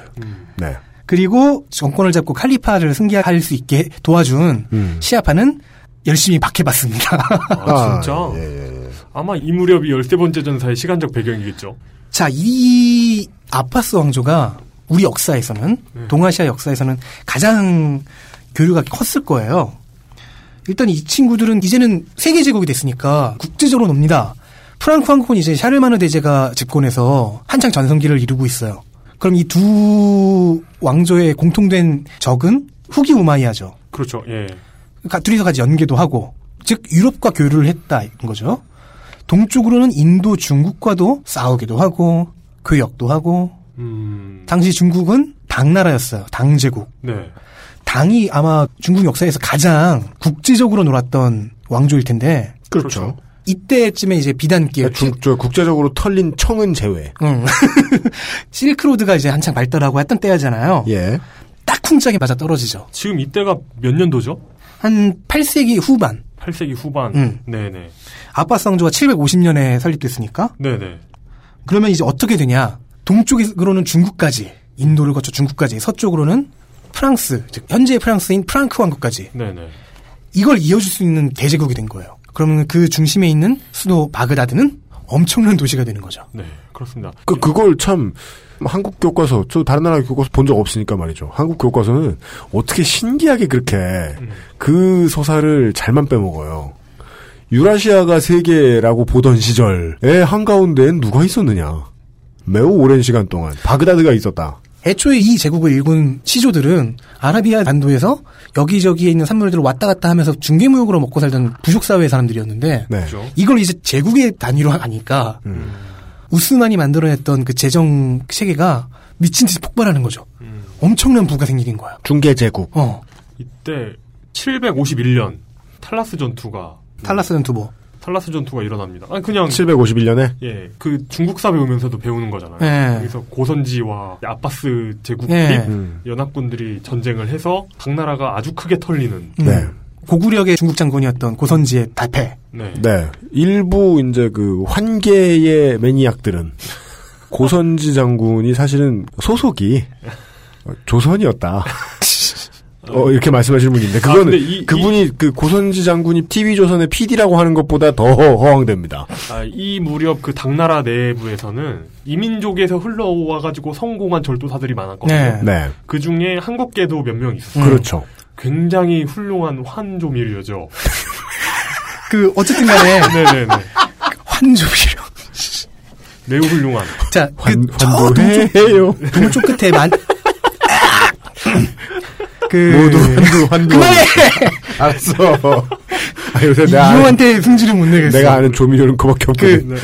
네. 그리고 정권을 잡고 칼리파를 승계할 수 있게 도와준 음. 시아파는 열심히 박해봤습니다. 아, 진짜? 예, 예. 아마 이 무렵이 13번째 전사의 시간적 배경이겠죠. 자, 이 아파스 왕조가 우리 역사에서는 동아시아 역사에서는 가장 교류가 컸을 거예요. 일단 이 친구들은 이제는 세계 제국이 됐으니까 국제적으로 놉니다. 프랑크 황콘 이제 샤르마느 대제가 집권해서 한창 전성기를 이루고 있어요. 그럼 이 두 왕조의 공통된 적은 후기 우마이아죠. 그렇죠. 예. 가- 그러니까 둘이서 같이 연계도 하고 즉 유럽과 교류를 했다 는 거죠. 동쪽으로는 인도 중국과도 싸우기도 하고 교역도 하고 음. 당시 중국은 당나라였어요. 당제국. 네. 당이 아마 중국 역사에서 가장 국제적으로 놀았던 왕조일 텐데 그렇죠. 이때쯤에 이제 비단길 그러니까 중, 저 국제적으로 털린 청은 제외. 응. 실크로드가 이제 한창 발달하고 했던 때잖아요. 예. 딱 풍짝에 맞아 떨어지죠. 지금 이때가 몇 년도죠? 한 8세기 후반 8세기 후반. 음. 네네. 아빠스 왕조가 750년에 설립됐으니까 네네. 그러면 이제 어떻게 되냐? 동쪽으로는 중국까지, 인도를 거쳐 중국까지, 서쪽으로는 프랑스, 즉 현재의 프랑스인 프랑크 왕국까지 네네. 이걸 이어줄 수 있는 대제국이 된 거예요. 그러면 그 중심에 있는 수도 바그다드는 엄청난 도시가 되는 거죠. 네. 그렇습니다. 그, 그걸 참, 한국 교과서, 저 다른 나라 교과서 본 적 없으니까 말이죠. 한국 교과서는 어떻게 신기하게 그렇게 그 서사를 잘만 빼먹어요. 유라시아가 세계라고 보던 시절에 한가운데엔 누가 있었느냐. 매우 오랜 시간 동안 바그다드가 있었다. 애초에 이 제국을 일군 시조들은 아라비아 반도에서 여기저기에 있는 산물들을 왔다 갔다 하면서 중개무역으로 먹고 살던 부족사회의 사람들이었는데 네. 음. 이걸 이제 제국의 단위로 하니까 우스만이 만들어냈던 그 재정 체계가 미친 듯이 폭발하는 거죠. 음. 엄청난 부가 생긴 거야. 중계 제국. 어, 이때 751년 탈라스 전투가 탈라스 전투보. 탈라스 전투가 일어납니다. 아 그냥 751년에 예, 그 중국사 배우면서도 배우는 거잖아요. 예. 그래서 고선지와 아빠스 제국 예. 및 음. 연합군들이 전쟁을 해서 각 나라가 아주 크게 털리는 음. 네. 고구려의 중국 장군이었던 고선지의 달패. 네. 네. 일부 이제 그 환계의 매니악들은 고선지 장군이 사실은 소속이 어, 조선이었다. 어, 이렇게 말씀하시는 분인데, 아, 그거는, 근데 이- 그분이, 그, 고선지 장군이 TV조선의 PD라고 하는 것보다 더 허황됩니다. 아, 이 무렵 그 당나라 내부에서는 이민족에서 흘러와가지고 성공한 절도사들이 많았거든요. 네. 네. 그 중에 한국계도 몇 명 음. 있었어요. 그렇죠. 굉장히 훌륭한 환조밀이죠. 그 어쨌든 간에 네네네. 환조비로. 매우 훌륭한. 자, 환- 그저 환도해요. 동쪽 동쪽 끝에 만. 그 모두 환도, 환도. 그만해. 알았어. 아, 요새 내가, 아는, 이호한테 승질을 못 내겠어. 내가 아는 조미료는 그밖에 네, 없거든.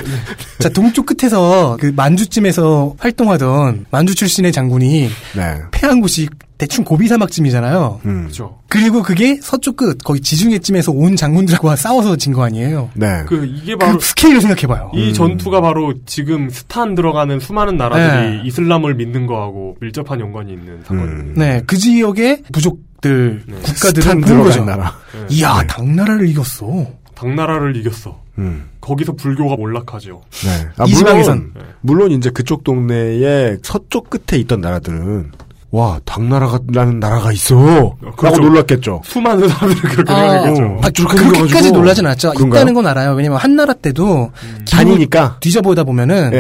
자 동쪽 끝에서 그 만주쯤에서 활동하던 만주 출신의 장군이 네. 음. 패한 곳이 대충 고비 사막쯤이잖아요. 그렇죠. 그리고 그게 서쪽 끝 거의 지중해쯤에서 온 장군들하고 싸워서 진 거 아니에요. 네. 그 이게 바로 스케일을 생각해봐요. 이 전투가 바로 지금 스탄 들어가는 수많은 나라들이 네. 이슬람을 믿는 거하고 밀접한 연관이 있는 사건입니다. 네, 그 지역의 부족들 국가들은 스탄 보는 거죠. 들어간 나라. 네. 이야, 당나라를 이겼어. 당나라를 이겼어. 음. 거기서 불교가 몰락하죠. 네. 아, 이지방에선. 물론, 물론 이제 그쪽 동네의 서쪽 끝에 있던 나라들은 와 당나라라는 나라가 있어 라고 그렇죠. 놀랐겠죠. 수많은 사람들이 그렇게 생각했죠. 아, 그렇게까지 놀라진 않았죠. 있다는 건 알아요. 왜냐면 한나라 때도 다니니까 네. 예. 뒤져보다 보면은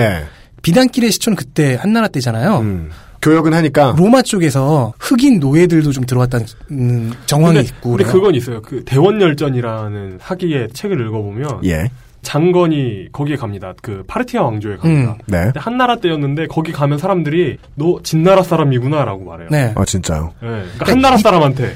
비단길의 시초는 그때 한나라 때잖아요. 음. 교역은 하니까 로마 쪽에서 흑인 노예들도 좀 들어왔다는 정황이 근데, 있고 근데 그래요. 그건 있어요. 그 대원열전이라는 사기의 책을 읽어보면 예. 장건이 거기에 갑니다. 그 파르티아 왕조에 갑니다. 음. 네. 근데 한나라 때였는데 거기 가면 사람들이 너 진나라 사람이구나라고 말해요. 네. 아 진짜요. 음. 예, 그러니까 한나라 사람한테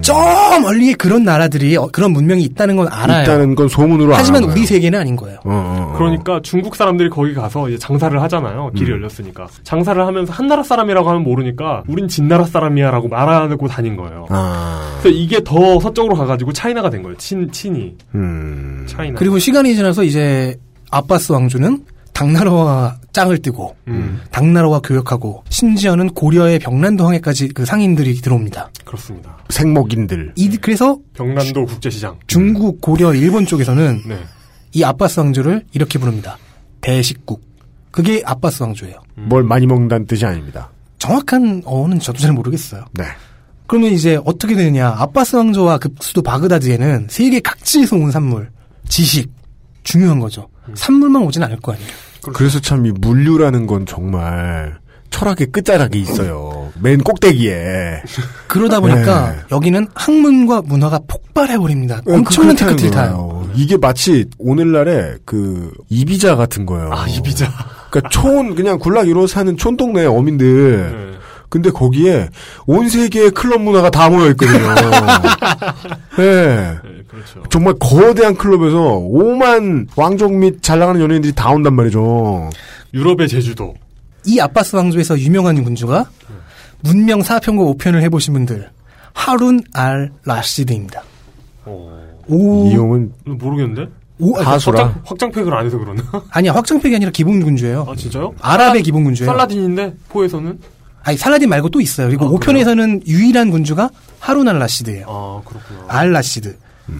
저 멀리에 그런 나라들이 어, 그런 문명이 있다는 건 알아요. 있다는 건 소문으로 하지만 알아요. 우리 세계는 아닌 거예요. 어, 어, 어. 그러니까 중국 사람들이 거기 가서 이제 장사를 하잖아요. 길이 음. 열렸으니까. 장사를 하면서 한나라 사람이라고 하면 모르니까 우린 진나라 사람이야라고 말하고 다닌 거예요. 아. 그래서 이게 더 서쪽으로 가가지고 차이나가 된 거예요. 친 친이 음. 차이나. 그리고 시간이 지나서 이제 아빠스 왕조는 당나라와 짱을 뜨고 음. 당나라와 교역하고 심지어는 고려의 병란도 항해까지 그 상인들이 들어옵니다. 그렇습니다. 생목인들 이 그래서 병란도 국제시장. 중국, 고려, 일본 쪽에서는 네. 이 아빠스 왕조를 이렇게 부릅니다. 대식국. 그게 아빠스 왕조예요. 뭘 많이 먹는다는 뜻이 아닙니다. 정확한 어원은 저도 잘 모르겠어요. 네. 그러면 이제 어떻게 되느냐. 아빠스 왕조와 그 수도 바그다드에는 세계 각지에서 온 산물, 지식, 중요한 거죠. 산물만 오진 않을 거 아니에요. 그래서 참 이 물류라는 건 정말 철학의 끝자락이 있어요. 맨 꼭대기에. 그러다 보니까 여기는 학문과 문화가 폭발해버립니다. 예, 엄청난 네. 그- 그렇다는 테크트를 타요. 거예요. 이게 마치 오늘날의 그 이비자 같은 거예요. 아 이비자. 그러니까 촌 그냥 군락이로 사는 촌동네 어민들. 네. 근데 거기에 온 세계의 클럽 문화가 다 모여 있거든요. 예. 네, 그렇죠. 정말 거대한 클럽에서 오만 왕족 및 잘 나가는 연예인들이 다 온단 말이죠. 유럽의 제주도. 이 아빠스 왕조에서 유명한 군주가 문명 4편과 5편을 해보신 분들 하룬 알 라시드입니다. 어. 오, 이 형은 모르겠는데. 오 아, 하수라. 확장, 확장팩을 안 해서 그러나? 아니야 확정팩이 아니라 기본 군주예요. 아 진짜요? 아랍의 기본 군주예요. 살라딘인데 포에서는? 아니 살라딘 말고 또 있어요. 그리고 아, 5편에서는 유일한 군주가 하룬 알 라시드예요. 아 그렇구나. 알 라시드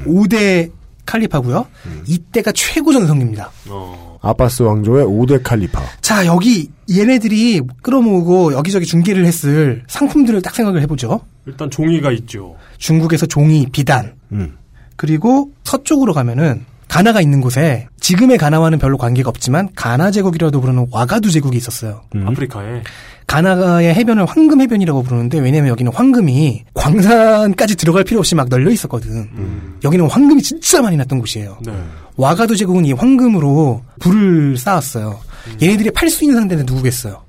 5대 칼리파고요. 이때가 최고 전성기입니다. 어. 아빠스 왕조의 5대 칼리파. 자, 여기 얘네들이 끌어모으고 여기저기 중계를 했을 상품들을 딱 생각을 해보죠. 일단 종이가 있죠. 중국에서 종이, 비단. 음. 그리고 서쪽으로 가면은 가나가 있는 곳에 지금의 가나와는 별로 관계가 없지만 가나 제국이라도 부르는 와가두 제국이 있었어요. 아프리카에. 가나가의 해변을 황금 해변이라고 부르는데 왜냐면 여기는 황금이 광산까지 들어갈 필요 없이 막 널려 있었거든. 여기는 황금이 진짜 많이 났던 곳이에요. 네. 와가두 제국은 이 황금으로 불을 쌓았어요. 음. 얘네들이 팔 수 있는 상대는 누구겠어요?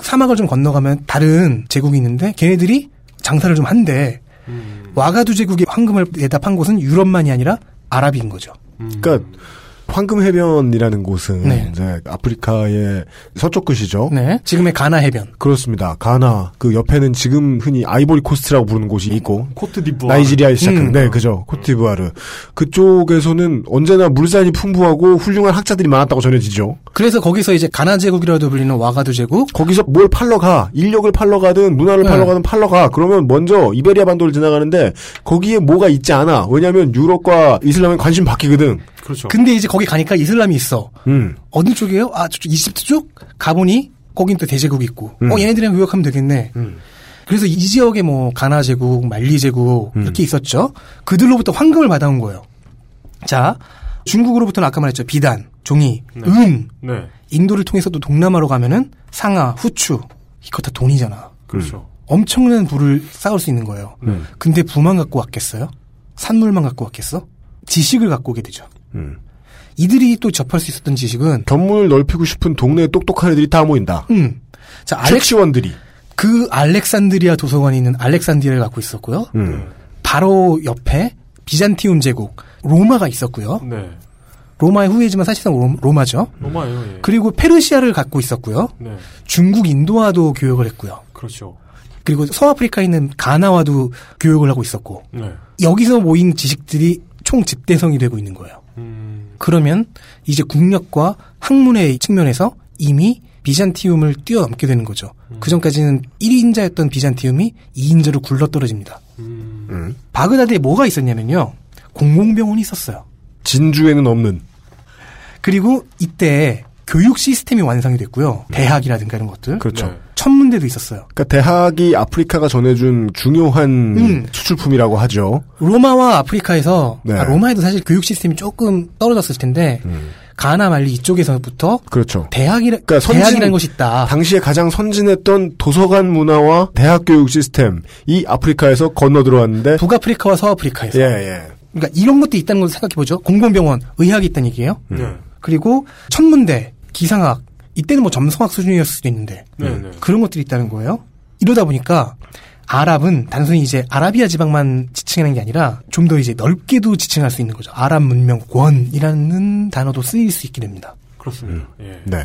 사막을 좀 건너가면 다른 제국이 있는데 걔네들이 장사를 좀 한대. 음. 와가두 제국이 황금을 대답한 곳은 유럽만이 아니라 아랍인 거죠. 그러니까 황금 해변이라는 곳은 네. 이제 아프리카의 서쪽 끝이죠. 네. 지금의 가나 해변. 그렇습니다. 가나 그 옆에는 지금 흔히 아이보리 코스트라고 부르는 곳이 있고 코트 디부아. 나이지리아에 시작한 음. 네 그죠 코트디부아르 그쪽에서는 언제나 물산이 풍부하고 훌륭한 학자들이 많았다고 전해지죠. 그래서 거기서 이제 가나 제국이라도 불리는 와가두 제국. 거기서 뭘 팔러 가 인력을 팔러 가든 문화를 팔러 네. 가든 팔러 가 그러면 먼저 이베리아 반도를 지나가는데 거기에 뭐가 있지 않아 왜냐하면 유럽과 이슬람에 관심 바뀌거든. 그렇죠. 근데 이제 거기 가니까 이슬람이 있어. 음. 어느 쪽이에요? 아, 저쪽 이집트 쪽? 가보니 거긴 또 대제국이 있고. 음. 어, 얘네들이랑 교역하면 되겠네. 음. 그래서 이 지역에 뭐 가나 제국, 말리 제국 음. 이렇게 있었죠. 그들로부터 황금을 받아온 거예요. 자, 중국으로부터는 아까 말했죠. 비단, 종이, 은. 네. 인도를 통해서 또 동남아로 가면은 상아, 후추. 이거 다 돈이잖아. 그렇죠. 엄청난 부를 쌓을 수 있는 거예요. 네. 근데 부만 갖고 왔겠어요? 산물만 갖고 왔겠어? 지식을 갖고 오게 되죠. 음. 이들이 또 접할 수 있었던 지식은 견문을 넓히고 싶은 동네에 똑똑한 애들이 다 모인다. 음. 자, 알렉 색시원들이. 그 알렉산드리아 도서관이 있는 알렉산드리아를 갖고 있었고요. 음. 바로 옆에 비잔티움 제국 로마가 있었고요. 음. 네. 로마의 후예지만 사실상 로- 로마죠. 그 로마예요. 예. 그리고 페르시아를 갖고 있었고요. 네. 중국 인도와도 교역을 했고요. 그렇죠. 그리고 서아프리카에 있는 가나와도 교육을 하고 있었고 네. 여기서 모인 지식들이 총 집대성이 되고 있는 거예요. 음, 그러면 이제 국력과 학문의 측면에서 이미 비잔티움을 뛰어넘게 되는 거죠. 그 전까지는 1인자였던 비잔티움이 2인자로 굴러떨어집니다. 음, 음. 바그다드에 뭐가 있었냐면요. 공공병원이 있었어요. 진주에는 없는. 그리고 이때 교육 시스템이 완성이 됐고요. 대학이라든가 이런 것들. 네. 그렇죠. 천문대도 있었어요. 그러니까 대학이 아프리카가 전해준 중요한 음. 수출품이라고 하죠. 로마와 아프리카에서 네. 음. 아, 로마에도 사실 교육 시스템이 조금 떨어졌을 텐데 가나 말리 이쪽에서부터 그렇죠. 대학이라 그러니까 선진- 대학이라는 것이 있다. 당시에 가장 선진했던 도서관 문화와 대학 교육 시스템 이 아프리카에서 건너 들어왔는데 북아프리카와 서아프리카에서 예, 예. 그러니까 이런 것도 있다는 걸 생각해 보죠. 공공병원, 의학이 있다는 얘기예요. 음. 네, 그리고 천문대, 기상학 이때는 뭐 점성학 수준이었을 수도 있는데 음. 그런 것들이 있다는 거예요. 이러다 보니까 아랍은 단순히 이제 아라비아 지방만 지칭하는 게 아니라 좀 더 이제 넓게도 지칭할 수 있는 거죠. 아랍 문명권이라는 단어도 쓰일 수 있게 됩니다. 그렇습니다. 예. 네.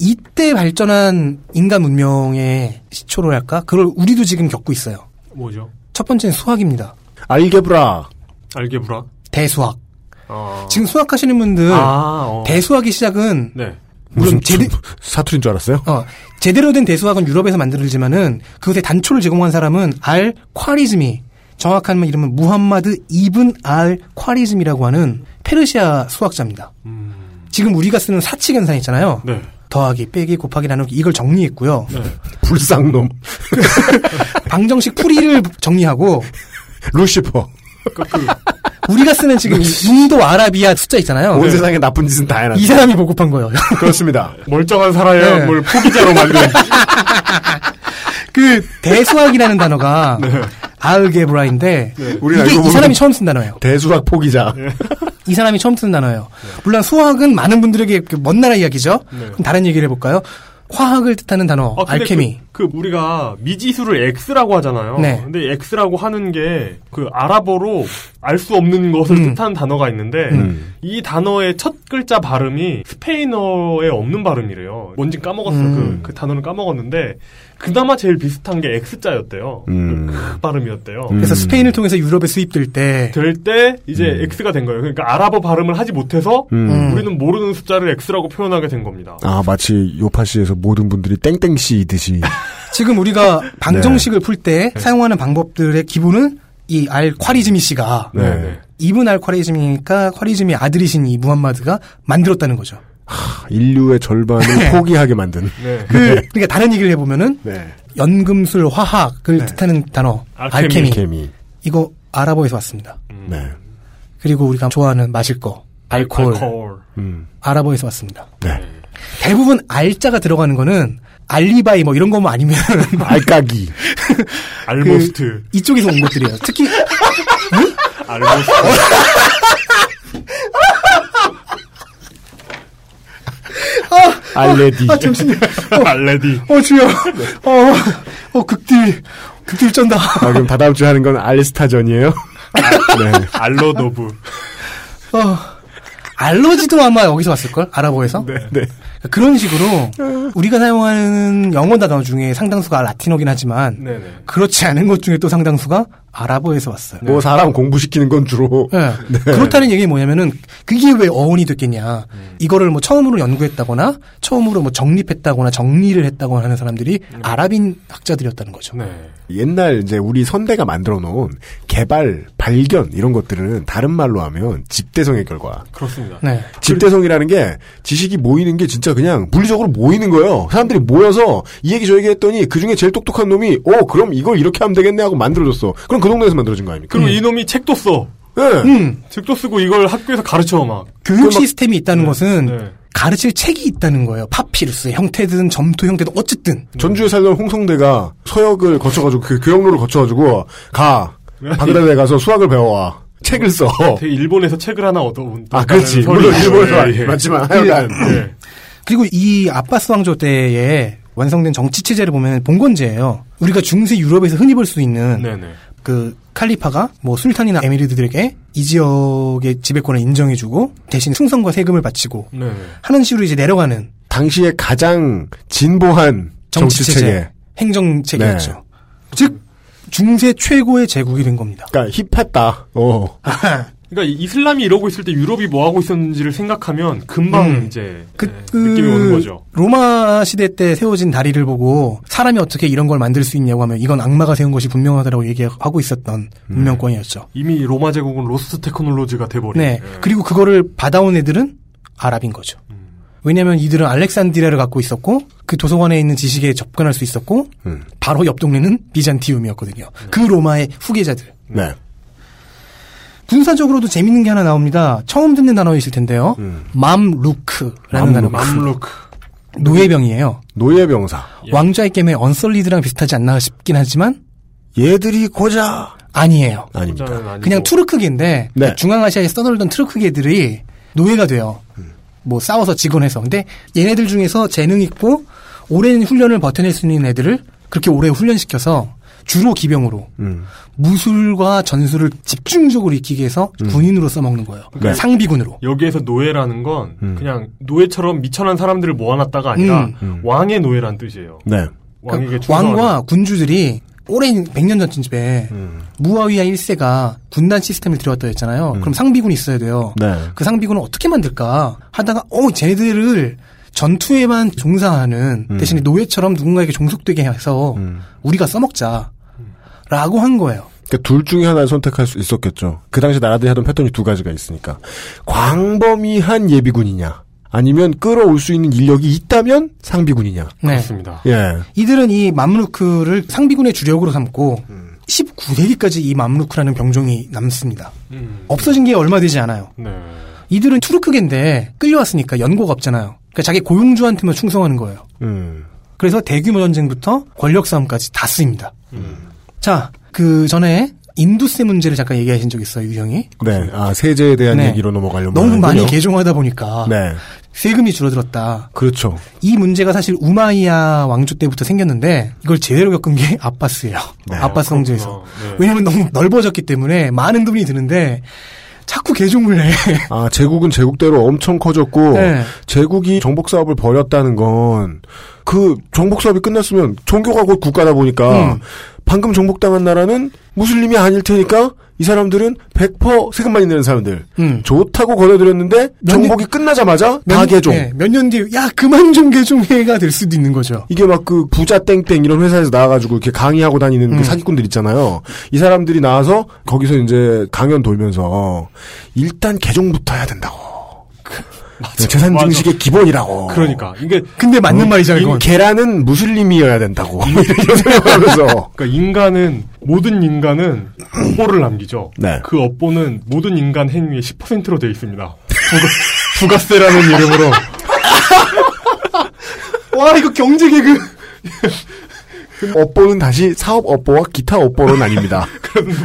이때 발전한 인간 문명의 시초로랄까? 그걸 우리도 지금 겪고 있어요. 뭐죠? 첫 번째는 수학입니다. 알게브라. 알게브라. 대수학. 아. 지금 수학하시는 분들 아, 어. 대수학의 시작은 네. 물론 제대, 사투리인 줄 알았어요? 어, 제대로 된 대수학은 유럽에서 만들어지만은 그것의 단초를 제공한 사람은 알 콰리즘이 정확한 이름은 무함마드 이븐 알 콰리즘이라고 하는 페르시아 수학자입니다. 지금 우리가 쓰는 사칙 연산 있잖아요. 네. 더하기, 빼기, 곱하기, 나누기 이걸 정리했고요. 불쌍놈. 방정식 풀이를 정리하고 루시퍼. 우리가 쓰는 지금 이 인도 아라비아 숫자 있잖아요. 네. 온 세상에 나쁜 짓은 다 해놨다. 이 사람이 보급한 거예요. 그렇습니다. 멀쩡한 사람이야 네. 뭘 포기자로 만든. 그 대수학이라는 단어가 알게브라인데 우리 이게 알고 이 보면 사람이 처음 쓴 단어예요. 대수학 포기자. 네. 이 사람이 처음 쓴 단어예요. 물론 수학은 많은 분들에게 그먼 나라 이야기죠. 그럼 다른 얘기를 해볼까요? 화학을 뜻하는 단어 네. 아, 근데 알케미. 그, 그 우리가 미지수를 x라고 하잖아요. 네. 근데 x라고 하는 게 그 아랍어로 알 수 없는 것을 뜻하는 단어가 있는데 음. 이 단어의 첫 글자 발음이 스페인어에 없는 발음이래요. 뭔지 까먹었어. 음. 그, 그 단어는 까먹었는데 그나마 제일 비슷한 게 x자였대요. 그 발음이었대요. 그래서 스페인을 통해서 유럽에 수입될 때 될 때 이제 x가 된 거예요. 그러니까 아랍어 발음을 하지 못해서 음. 우리는 모르는 숫자를 x라고 표현하게 된 겁니다. 아 마치 요파시에서 모든 분들이 땡땡씨이듯이. 지금 우리가 방정식을 풀 때 사용하는 방법들의 기본은 이 알 콰리즈미 씨가 네. 이분 알 콰리즘이니까 콰리즘의 아들이신 이 무함마드가 만들었다는 거죠. 인류의 절반을 포기하게 만든. 네. 그 그러니까 다른 얘기를 해보면은 네. 연금술 화학을 뜻하는 단어 알케미. 알케미. 케미. 이거 아랍어에서 왔습니다. 음. 네. 그리고 우리가 좋아하는 마실 거 알코올 알코올. 음. 아랍어에서 왔습니다. 네. 대부분 알자가 들어가는 거는 알리바이 뭐 이런 거만 아니면 알까기. 알모스트. 이쪽에서 온 것들이에요. 특히 알모스트. 알레디. 아 정신이 알레디. 어 주여 어, 어 극딜 극딜 쩐다. 아, 그럼 다다음 주에 하는 건 알스타전이에요? 네. 알로노브. 어, 알러지도 아마 여기서 왔을걸 아랍어에서 그러니까 네. 그런 식으로 우리가 사용하는 영어 단어 중에 상당수가 라틴어긴 하지만 네네. 그렇지 않은 것 중에 또 상당수가 아랍어에서 왔어요. 네. 뭐 사람 공부시키는 건 주로. 네. 예. 그렇다는 얘기 뭐냐면은 그게 왜 어원이 됐겠냐. 이거를 뭐 처음으로 연구했다거나 처음으로 뭐 정립했다거나 정리를 했다거나 하는 사람들이 아랍인 학자들이었다는 거죠. 네. 옛날 이제 우리 선대가 만들어 놓은 개발, 발견 이런 것들은 다른 말로 하면 집대성의 결과. 그렇습니다. 네. 집대성이라는 게 지식이 모이는 게 진짜 그냥 물리적으로 모이는 거예요. 사람들이 모여서 이 얘기 저 얘기 했더니 그 중에 제일 똑똑한 놈이 어 그럼 이걸 이렇게 하면 되겠네 하고 만들어줬어. 그럼 그 동네에서 만들어진 거 아닙니까? 그리고 이놈이 책도 써. 예. 음, 책도 쓰고 이걸 학교에서 가르쳐 그 막. 교육 시스템이 있다는 것은 네. 가르칠 책이 있다는 거예요. 파피루스의 형태든 점토 형태든 어쨌든. 전주에 살던 홍성대가 서역을 거쳐가지고 그 교역로를 거쳐가지고 가 바그다드에 가서 수학을 배워와 책을 써. 네. 되게 일본에서 책을 하나 얻어온. 아 그렇지 소리. 물론 일본에서 예, 예. 맞지만 하여간 예. 그리고 이 아바스 왕조 때에 완성된 정치 체제를 보면 봉건제예요. 우리가 중세 유럽에서 흔히 볼 수 있는 네네. 그 칼리파가 뭐 술탄이나 에미리드들에게 이 지역의 지배권을 인정해주고 대신 충성과 세금을 바치고 네네. 하는 식으로 이제 내려가는 당시에 가장 진보한 정치 정치체제, 체계. 네. 행정체계였죠. 즉 중세 최고의 제국이 된 겁니다. 그러니까 힙했다. 어. 그러니까 이 이슬람이 이러고 있을 때 유럽이 뭐 하고 있었는지를 생각하면 금방 음. 이제 그, 예, 느낌이 오는 거죠. 로마 시대 때 세워진 다리를 보고 사람이 어떻게 이런 걸 만들 수 있냐고 하면 이건 악마가 세운 것이 분명하다라고 얘기하고 있었던 네. 문명권이었죠. 이미 로마 제국은 로스트 테크놀로지가 돼버린. 네. 그리고 그거를 받아온 애들은 아랍인 거죠. 왜냐면 하 이들은 알렉산드리아를 갖고 있었고 그 도서관에 있는 지식에 접근할 수 있었고 음. 바로 옆 동네는 비잔티움이었거든요. 그 로마의 후계자들. 네. 군사적으로도 재밌는 게 하나 나옵니다. 처음 듣는 단어이실 텐데요. 음. 맘루크라는 단어. 맘루크. 노예병이에요. 노예병사. 왕좌의 게임의 언설리드랑 비슷하지 않나 싶긴 하지만 얘들이 고자 아니에요. 아닙니다. 그냥 투르크계인데 네. 중앙아시아에 써돌던 투르크계들이 노예가 돼요. 뭐 싸워서 직원해서. 근데 얘네들 중에서 재능 있고 오랜 훈련을 버텨낼 수 있는 애들을 그렇게 오래 훈련시켜서 주로 기병으로 음. 무술과 전술을 집중적으로 익히게 해서 군인으로 써먹는 거예요. 네. 상비군으로. 여기에서 노예라는 건 음. 그냥 노예처럼 미천한 사람들을 모아놨다가 아니라 음. 왕의 노예란 뜻이에요. 네. 왕에게 그러니까 왕과 군주들이 오랜 100년 전쯤에 음. 무아위야 1세가 군단 시스템을 들여왔다 했잖아요. 그럼 상비군이 있어야 돼요. 네. 그 상비군을 어떻게 만들까 하다가 어 쟤네들을 전투에만 종사하는 음. 대신에 노예처럼 누군가에게 종속되게 해서 우리가 써먹자라고 한 거예요. 그러니까 둘 중에 하나를 선택할 수 있었겠죠. 그 당시 나라들이 하던 패턴이 두 가지가 있으니까 광범위한 예비군이냐 아니면 끌어올 수 있는 인력이 있다면 상비군이냐. 네. 그렇습니다. 예. 이들은 이 맘루크를 상비군의 주력으로 삼고 음. 19세기까지 이 맘루크라는 병종이 남습니다. 음. 없어진 게 얼마 되지 않아요. 네. 이들은 투르크계인데 끌려왔으니까 연고가 없잖아요. 그러니까 자기 고용주한테만 충성하는 거예요. 음. 그래서 대규모 전쟁부터 권력 싸움까지 다 쓰입니다. 음. 자, 그 전에 인두세 문제를 잠깐 얘기하신 적 있어요, 유 형이. 네. 아 세제에 대한 네. 얘기로 넘어가려면 너무 많이 아. 하는군요. 개종하다 보니까 네. 세금이 줄어들었다. 그렇죠. 이 문제가 사실 우마이야 왕조 때부터 생겼는데 이걸 제대로 겪은 게 아빠스예요. 네. 아빠스 어, 성제에서. 네. 왜냐면 너무 넓어졌기 때문에 많은 돈이 드는데 자꾸 개종을 해. 아 제국은 제국대로 엄청 커졌고 네. 제국이 정복 사업을 벌였다는 건 그 정복 사업이 끝났으면 종교가 곧 국가다 보니까 음. 방금 정복당한 나라는 무슬림이 아닐 테니까 이 사람들은 100% 세금 많이 내는 사람들 음. 좋다고 거둬들였는데 몇 정복이 끝나자마자 몇 다 년- 개종 예, 몇년 뒤에 야 그만 좀 개종해가 될 수도 있는 거죠. 이게 막 그 부자 땡땡 이런 회사에서 나와가지고 이렇게 강의하고 다니는 음. 그 사기꾼들 있잖아요. 이 사람들이 나와서 거기서 이제 강연 돌면서 일단 개종부터 해야 된다고. 네, 재산 그, 맞아. 증식의 기본이라고. 음, 그러니까 이게 근데 맞는 말이잖아요. 인- 이건. 계란은 무슬림이어야 된다고. 이런 생각하면서. 그러니까 인간은 모든 인간은 업보를 남기죠. 네. 그 업보는 모든 인간 행위의 10%로 되어 있습니다. 부가- 부가세라는 이름으로 와 이거 경제 개그. 업보는 다시 사업 업보와 기타 업보로 나뉩니다.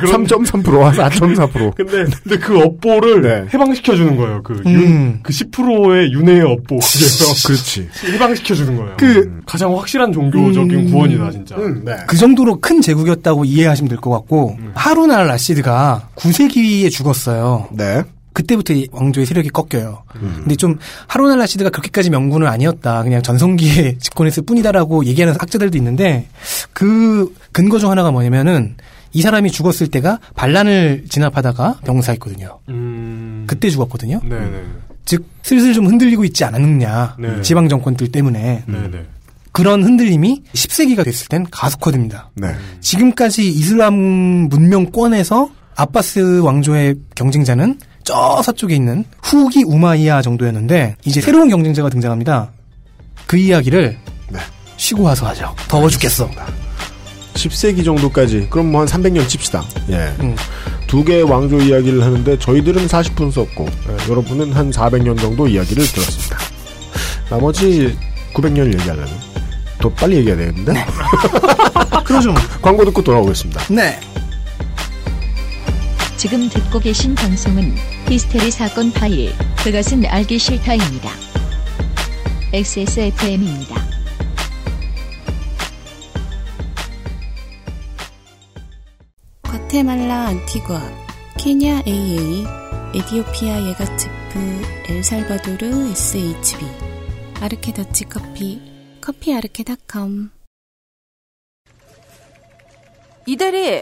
3.3%와 4.4%. 근데 근데 그 업보를 네. 해방시켜 주는 거예요. 그 윤- 음. 그 10%의 윤회의 업보 그래서 그렇지. 해방시켜 주는 거예요. 그- 가장 확실한 종교적인 구원이다 진짜. 음, 네. 그 정도로 큰 제국이었다고 이해하시면 될 것 같고 하룬 알 라시드가 9세기에 죽었어요. 네. 그때부터 이 왕조의 세력이 꺾여요. 근데 좀 하룬 알 라시드가 그렇게까지 명군은 아니었다. 그냥 전성기에 집권했을 뿐이다라고 얘기하는 학자들도 있는데 그 근거 중 하나가 뭐냐면은 이 사람이 죽었을 때가 반란을 진압하다가 병사했거든요. 음. 그때 죽었거든요. 네네. 즉 슬슬 좀 흔들리고 있지 않았느냐. 네. 지방 정권들 때문에 음. 네네. 그런 흔들림이 10세기가 됐을 땐 가속화됩니다. 네. 지금까지 이슬람 문명권에서 아빠스 왕조의 경쟁자는 저 서쪽에 있는 후기 우마이야 정도였는데 네. 이제 새로운 경쟁자가 등장합니다. 그 이야기를 네. 쉬고 와서 하죠. 더워 죽겠어. 10세기 정도까지 그럼 뭐 한 300년 칩시다. 예. 음. 두 개의 왕조 이야기를 하는데 저희들은 40분 썼고 예, 여러분은 한 400년 정도 이야기를 들었습니다. 나머지 900년을 얘기하려면 더 빨리 얘기해야 되는데 네. 그러죠. 광고 듣고 돌아오겠습니다. 네. 지금 듣고 계신 방송은 히스테리 사건 파일 그것은 알기 싫다입니다. XSFM입니다. 과테말라 안티과, 케냐 AA, 에디오피아 예가체프, 엘살바도르 SHB, 아르케 더치 커피, 커피아르케닷컴. 이 대리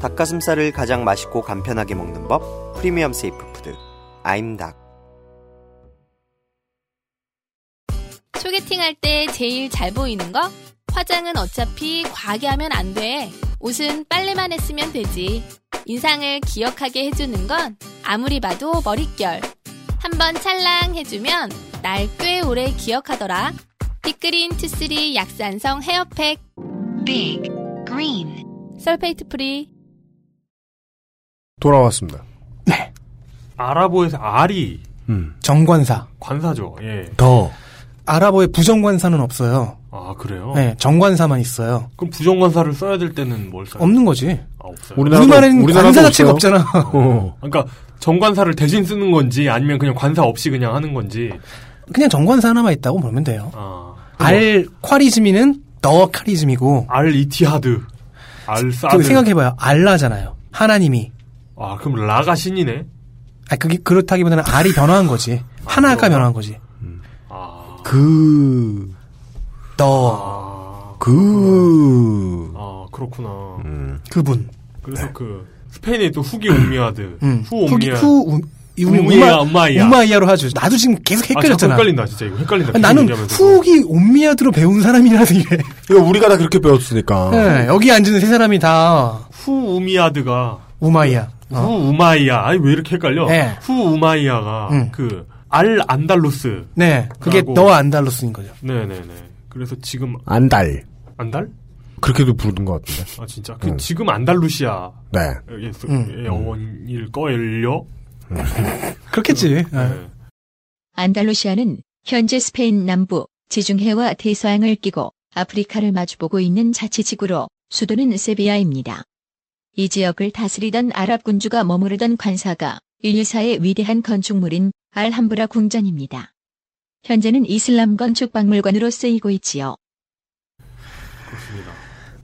닭가슴살을 가장 맛있고 간편하게 먹는 법 프리미엄 세이프 푸드 아임닭 소개팅할 때 제일 잘 보이는 거? 화장은 어차피 과하게 하면 안 돼. 옷은 빨래만 했으면 되지. 인상을 기억하게 해주는 건 아무리 봐도 머릿결. 한번 찰랑 해주면 날 꽤 오래 기억하더라. 빅그린 투쓰리 약산성 헤어팩. 빅 그린. 설페이트 프리. 돌아왔습니다. 아랍어에서 알이 네, 정관사. 관사죠. 예. 더. 아랍어에 부정관사는 없어요. 아 그래요? 네, 정관사만 있어요. 그럼 부정관사를 써야 될 때는 뭘 써요? 없는 거지. 아, 없어요. 우리나라는 관사 자체가 없잖아. 어. 그러니까 정관사를 대신 쓰는 건지 아니면 그냥 관사 없이 그냥 하는 건지. 그냥 정관사 하나만 있다고 보면 돼요. 아. 알 콰리즘이는 더 카리즘이고. 알 이티하드. 알 아, 사드. 네. 그 생각해봐요. 알라잖아요. 하나님이. 아 그럼 라가 신이네. 아 그게 그렇다기보다는 알이 변화한 거지. 하나가 변화한 거지. 아. 그, 더, 그, 아 그렇구나. 음. 그분. 그래서 네. 그 스페인에 또 후기 옴미아드. 음. 후 옴미아. 후 우- 우- 우미야, 우마- 우마이야. 우마이야로 하죠. 나도 지금 계속 헷갈렸잖아. 아, 자꾸 헷갈린다 진짜 이거 헷갈린다. 계속 나는 얘기하면서. 후기 옴미아드로 배운 사람이라서 이래. 이거 우리가 다 그렇게 아. 배웠으니까. 네, 여기 앉은 세 사람이 다 후 우미아드가 우마이야. 어. 후 우마이야. 아니 왜 이렇게 헷갈려? 네. 후 우마이야가 음. 그 알 안달루스. 네, 그게 라고. 너 안달로스인 거죠. 네네네. 그래서 지금 안달. 안달? 그렇게도 부르는 것 같은데. 아 진짜 그 음. 지금 안달루시아 네. 의 소- 음. 의 어원일 거예요. 네. 그렇겠지. 아. 네. 안달루시아는 현재 스페인 남부 지중해와 대서양을 끼고 아프리카를 마주보고 있는 자치지구로 수도는 세비야입니다. 이 지역을 다스리던 아랍 군주가 머무르던 관사가 114의 위대한 건축물인 알함브라 궁전입니다. 현재는 이슬람 건축 박물관으로 쓰이고 있지요.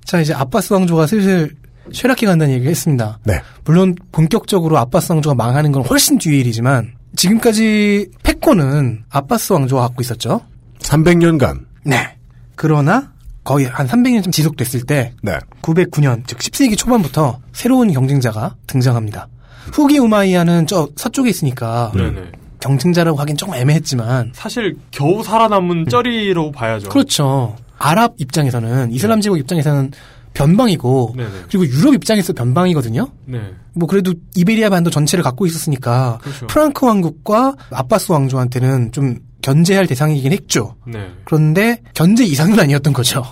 자, 이제 아빠스 왕조가 슬슬 쇠락해 간다는 얘기를 했습니다. 네. 물론 본격적으로 아빠스 왕조가 망하는 건 훨씬 뒤의 일이지만 지금까지 패권은 아빠스 왕조가 갖고 있었죠. 300년간. 네. 그러나 거의 한 300년쯤 지속됐을 때 네. 909년 즉 10세기 초반부터 새로운 경쟁자가 등장합니다. 후기 우마이야는 저 서쪽에 있으니까 네네. 경쟁자라고 하긴 조금 애매했지만 사실 겨우 살아남은 쩌리로 봐야죠. 음. 그렇죠. 아랍 입장에서는 이슬람 제국 입장에서는 변방이고 네. 네네. 그리고 유럽 입장에서 변방이거든요. 네. 뭐 그래도 이베리아 반도 전체를 갖고 있었으니까 그렇죠. 프랑크 왕국과 아빠스 왕조한테는 좀 견제할 대상이긴 했죠. 네. 그런데 견제 이상은 아니었던 거죠.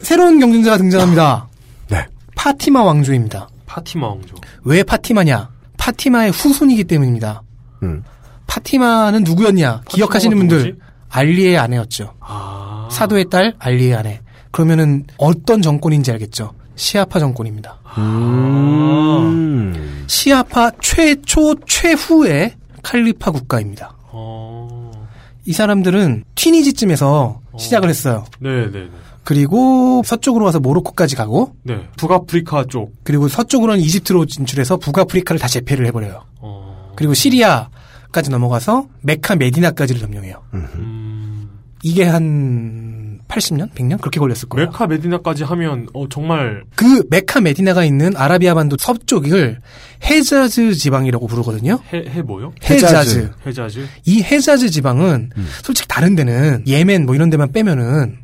새로운 경쟁자가 등장합니다. 네. 파티마 왕조입니다. 파티마 왕조. 왜 파티마냐? 파티마의 후손이기 때문입니다. 음. 파티마는 누구였냐? 기억하시는 분들 알리의 아내였죠. 사도의 딸 알리의 아내. 그러면은 어떤 정권인지 알겠죠. 시아파 정권입니다. 아. 음. 시아파 최초 최후의 칼리파 국가입니다. 어. 이 사람들은 튀니지쯤에서 시작을 했어요. 네네네. 그리고 서쪽으로 와서 모로코까지 가고 네. 북아프리카 쪽. 그리고 서쪽으로는 이집트로 진출해서 북아프리카를 다 재패를 해버려요. 어. 그리고 시리아까지 넘어가서 메카 메디나까지를 점령해요. 음. 이게 한 80년, 100년 그렇게 걸렸을 거예요. 메카 메디나까지 하면 어 정말 그 메카 메디나가 있는 아라비아 반도 서쪽을 헤자즈 지방이라고 부르거든요. 해해 뭐요? 헤자즈. 음. 해자즈. 이 헤자즈 지방은 솔직히 다른 데는 예멘 뭐 이런 데만 빼면은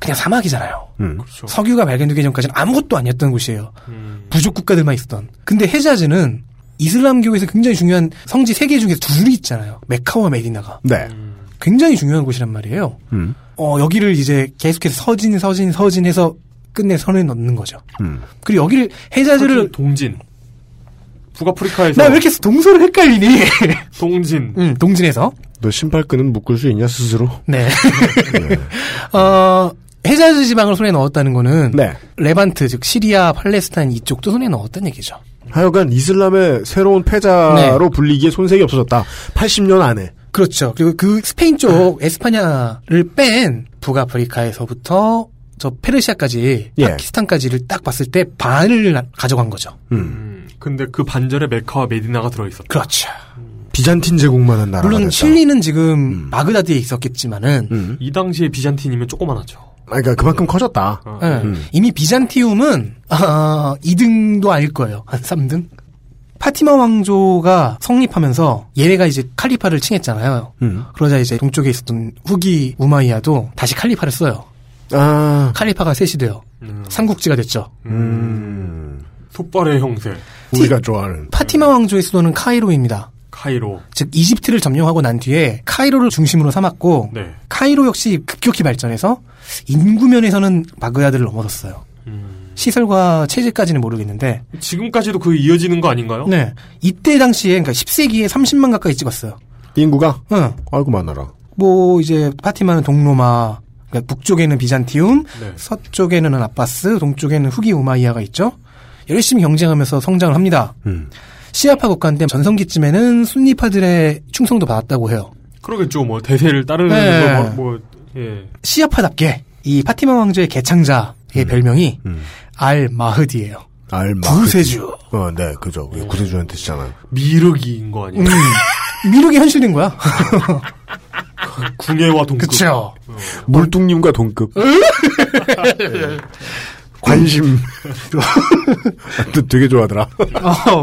그냥 사막이잖아요. 그렇죠. 석유가 발견되기 전까지는 아무것도 아니었던 곳이에요. 음. 부족 국가들만 있었던. 근데 헤자즈는 이슬람교에서 굉장히 중요한 성지 세 개 중에서 둘이 있잖아요. 메카와 메디나가. 네. 굉장히 중요한 곳이란 말이에요. 음. 어, 여기를 이제 계속해서 서진, 서진, 서진 해서 끝내 선에 넣는 거죠. 음. 그리고 여기를 헤자즈를 동진. 북아프리카에서 나 왜 이렇게 동서를 헷갈리니? 동진. 음, 동진에서 너 신발끈은 묶을 수 있냐 스스로? 네. 어, 해자즈 지방을 손에 넣었다는 거는 레반트 즉 시리아, 팔레스타인 이쪽도 손에 넣었다는 얘기죠. 하여간 이슬람의 새로운 패자로 네. 불리기에 손색이 없어졌다. 80년 안에. 그렇죠. 그리고 그 스페인 쪽 에스파냐를 뺀 북아프리카에서부터 저 페르시아까지 예. 파키스탄까지를 딱 봤을 때 반을 가져간 거죠. 음, 근데 그 반절에 메카와 메디나가 들어있었다. 그렇죠. 비잔틴 제국만 한 나라가 물론 됐다. 음. 칠리는 지금 마그다드에 있었겠지만은 이 당시에 비잔틴이면 조그만하죠. 아, 그러니까 그만큼 커졌다. 예. 이미 비잔티움은 아, 2등도 아닐 거예요. 한 3등? 파티마 왕조가 성립하면서 얘네가 이제 칼리파를 칭했잖아요. 그러자 이제 동쪽에 있었던 후기 우마이야도 다시 칼리파를 써요. 아, 칼리파가 셋이 돼요. 삼국지가 됐죠. 속발의 형세. 음. 우리가 좋아하는 파티마 왕조의 수도는 카이로입니다. 카이로. 즉 이집트를 점령하고 난 뒤에 카이로를 중심으로 삼았고 네. 카이로 역시 급격히 발전해서 인구면에서는 마그다드를 넘어섰어요. 음. 시설과 체제까지는 모르겠는데 지금까지도 그 이어지는 거 아닌가요? 네. 이때 당시에 그러니까 10세기에 30만 가까이 찍었어요. 인구가? 응. 아이고 많아라. 뭐 이제 파티마는 동로마, 그러니까 북쪽에는 비잔티움, 네. 서쪽에는 아빠스, 동쪽에는 후기 우마이야가 있죠. 열심히 경쟁하면서 성장을 합니다. 음. 시아파 국가인데 전성기쯤에는 순니파들의 충성도 받았다고 해요. 그러겠죠. 뭐 대세를 따르는 네. 거 뭐, 뭐 예. 시아파답게 이 파티마 왕조의 개창자의 음. 별명이 알 마흐디예요. 알 구세주. 음. 어, 네, 그죠. 구세주한테 쓰잖아요. 미륵이인 거 아니에요? 미륵이 현실인 거야. 궁예와 동급. 그쵸. 음. 물뚱님과 동급. 음? 네. 관심. 너 되게 좋아하더라. 어,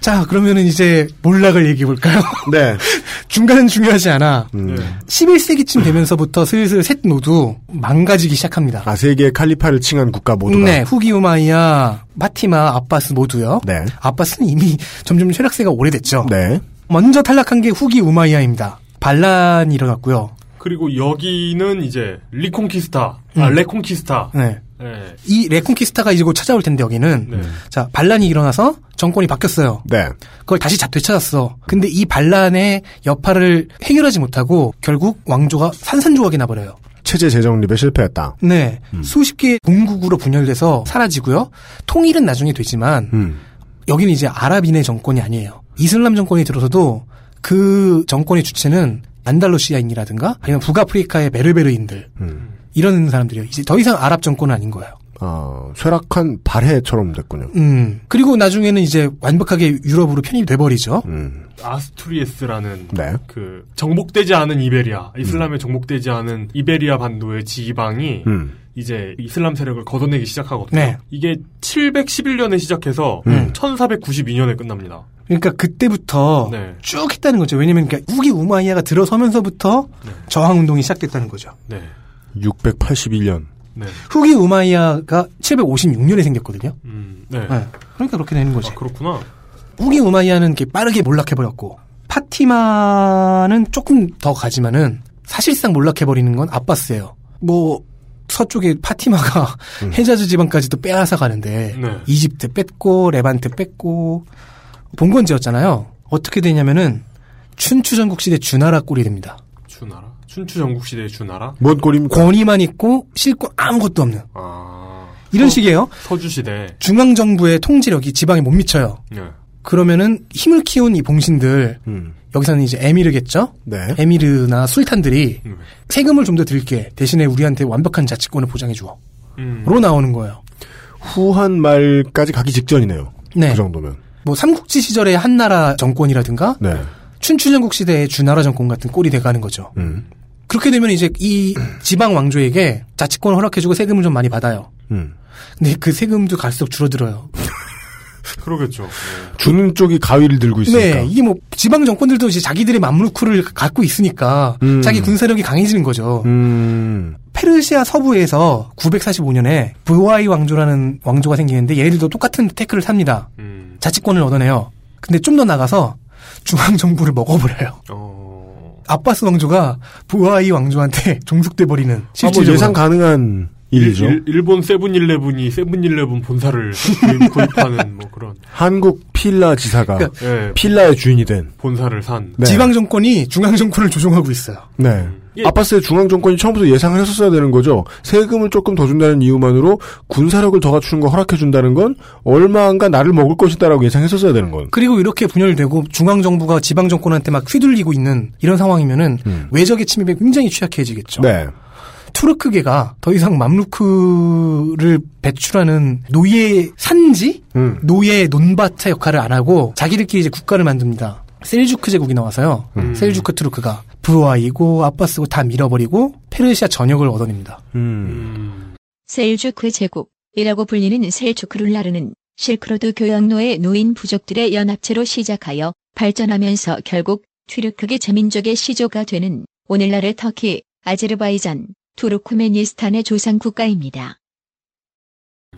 자, 그러면은 이제 몰락을 얘기해 볼까요? 네. 중간은 중요하지 않아. 예. 음. 11세기쯤 되면서부터 슬슬 셋 모두 망가지기 시작합니다. 아, 세계의 칼리파를 칭한 국가 모두가. 네, 후기 우마이야, 파티마, 아빠스 모두요. 네. 아빠스는 이미 점점 쇠락세가 오래됐죠. 먼저 탈락한 게 후기 우마이야입니다. 반란이 일어났고요. 그리고 여기는 이제 리콘키스타, 아, 음. 레콘키스타. 네. 예. 이 레콘키스타가 이제 곧 찾아올 텐데 여기는 자 반란이 일어나서 정권이 바뀌었어요. 네. 그걸 다시 자- 되찾았어. 근데 이 반란의 여파를 해결하지 못하고 결국 왕조가 산산조각이 나버려요. 체제 재정립에 실패했다. 네. 수십 개의 공국으로 분열돼서 사라지고요. 통일은 나중에 되지만 음. 여기는 이제 아랍인의 정권이 아니에요. 이슬람 정권이 들어서도 그 정권의 주체는 안달루시아인이라든가 아니면 북아프리카의 베르베르인들 이런 사람들이에요. 이제 더 이상 아랍 정권은 아닌 거예요. 아, 쇠락한 발해처럼 됐군요. 음. 그리고 나중에는 이제 완벽하게 유럽으로 편입이 돼버리죠. 아스투리에스라는 네. 그 정복되지 않은 이베리아, 이슬람에 정복되지 않은 이베리아 반도의 지방이 음. 이제 이슬람 세력을 걷어내기 시작하거든요. 네. 이게 711년에 시작해서 음. 1492년에 끝납니다. 그러니까 그때부터 네. 쭉 했다는 거죠. 왜냐면 그러니까 후기 우마이야가 들어서면서부터 저항 운동이 시작됐다는 거죠. 네. 681년. 후기 우마이야가 756년에 생겼거든요. 네. 아, 네. 그러니까 그렇게 되는 거지. 그렇구나. 후기 우마이야는 이렇게 빠르게 몰락해버렸고 파티마는 조금 더 가지만은 사실상 몰락해버리는 건 아빠스예요. 뭐 서쪽에 파티마가 헤자즈 지방까지도 빼앗아 가는데 네. 이집트 뺐고 레반트 뺐고 봉건제였잖아요. 어떻게 되냐면은 춘추전국 시대 주나라 꼴이 됩니다. 주나라. 춘추 전국 시대의 주나라. 뭔 꼴입니까? 권위만 있고 실권 아무것도 없는 어. 이런 식이에요. 서주 시대. 중앙 정부의 통제력이 지방에 못 미쳐요. 네. 그러면은 힘을 키운 이 봉신들 여기서는 이제 에미르겠죠. 음. 네. 음. 에미르나 술탄들이 세금을 좀 더 들게 대신에 우리한테 완벽한 자치권을 보장해 주어. 음. 음. 로 나오는 거예요. 후한 말까지 가기 직전이네요. 네. 그 정도면. 뭐 삼국지 시절의 한나라 정권이라든가 네. 춘추전국 시대의 주나라 정권 같은 꼴이 돼가는 거죠. 음. 그렇게 되면 이제 이 지방 왕조에게 자치권을 허락해주고 세금을 좀 많이 받아요. 음. 근데 그 세금도 갈수록 줄어들어요. 그러겠죠. 네. 주는 쪽이 가위를 들고 있으니까. 네, 이게 뭐 지방 정권들도 이제 자기들의 맘루크를 갖고 있으니까 음. 자기 군사력이 강해지는 거죠. 음. 페르시아 서부에서 945년에 부하이 왕조라는 왕조가 생기는데 얘네들도 똑같은 태클을 탑니다. 음. 자치권을 얻어내요. 근데 좀 더 나가서 중앙 정부를 먹어버려요. 아빠스 왕조가 부하이 왕조한테 종속돼 버리는 실질적으로 아, 뭐 예상 가능한 일이죠. 일, 일본 세븐일레븐이 세븐일레븐 본사를 구입- 구입하는 뭐 그런 한국 필라 지사가 그러니까- 예. 필라의 주인이 된. 본사를 산 네. 지방 정권이 중앙 정권을 조종하고 있어요. 네. 아파스의 중앙 정권이 처음부터 예상을 했었어야 되는 거죠. 세금을 조금 더 준다는 이유만으로 군사력을 더 갖추는 거 허락해 준다는 건 얼마인가 나를 먹을 것이다라고 예상했었어야 되는 건. 그리고 이렇게 분열되고 중앙 정부가 지방 정권한테 막 휘둘리고 있는 이런 상황이면은 외적의 침입에 굉장히 음. 취약해지겠죠. 네. 투르크계가 더 이상 맘루크를 배출하는 노예 산지, 음. 노예 논밭의 역할을 안 하고 자기들끼리 이제 국가를 만듭니다. 셀주크 제국이 나와서요. 음. 셀주크 투르크가 부하이고 아빠스고 다 밀어버리고 페르시아 전역을 얻어냅니다. 음. 음, 셀주크 제국이라고 불리는 셀주크를 나르는 실크로드 교양로의 노인 부족들의 연합체로 시작하여 발전하면서 결국 튀르크계 제민족의 시조가 되는 오늘날의 터키, 아제르바이잔, 투르크메니스탄의 조상 국가입니다.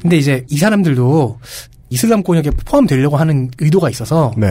근데 이제 이 사람들도 이슬람 권역에 포함되려고 하는 의도가 있어서 네.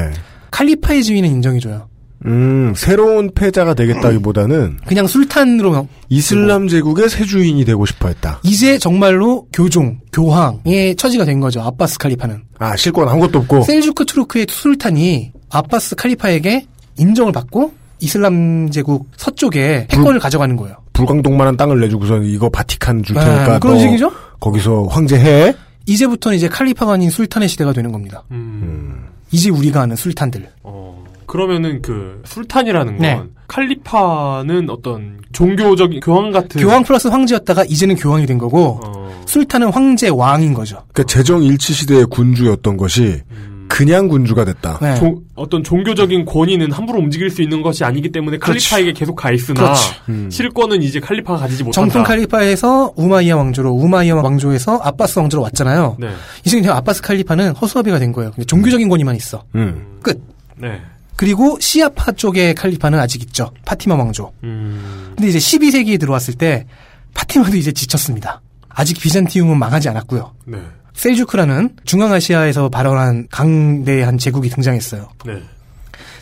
칼리파의 지위는 인정해줘요. 음, 새로운 패자가 되겠다기보다는 그냥 술탄으로 이슬람 제국의 새 주인이 되고 싶어 했다. 이제 정말로 교종, 교황의 처지가 된 거죠. 아빠스 칼리파는. 아, 실권 아무것도 없고. 셀주크 투르크의 술탄이 아빠스 칼리파에게 인정을 받고 이슬람 제국 서쪽에 패권을 가져가는 거예요. 불광동만한 땅을 내주고선 이거 바티칸 줄 테니까 네, 그런 너 식이죠? 거기서 황제해. 이제부터는 이제 칼리파가 아닌 술탄의 시대가 되는 음. 겁니다. 음. 이제 우리가 아는 술탄들. 어, 그러면은 그 술탄이라는 건 네. 칼리파는 어떤 종교적인 교황 같은 교황 플러스 황제였다가 이제는 교황이 된 거고 어. 술탄은 황제 왕인 거죠. 그러니까 재정 일치 시대의 군주였던 것이 그냥 군주가 됐다. 네. 조- 음. 어떤 종교적인 권위는 함부로 움직일 수 있는 것이 아니기 때문에 칼리파에게 계속 가 있으나 그렇죠. 그렇지. 음. 실권은 이제 칼리파가 가지지 못한다. 그렇죠. 정통 칼리파에서 우마이야 왕조로 우마이야 왕조에서 아빠스 왕조로 왔잖아요. 네. 이제 그냥 아빠스 칼리파는 허수아비가 된 거예요. 근데 종교적인 권위만 있어. 음. 끝. 네. 그리고 시아파 쪽의 칼리파는 아직 있죠. 파티마 왕조. 음, 근데 이제 12세기에 들어왔을 때 파티마도 이제 지쳤습니다. 아직 비잔티움은 망하지 않았고요. 네. 셀주크라는 중앙아시아에서 발원한 강대한 제국이 등장했어요. 네.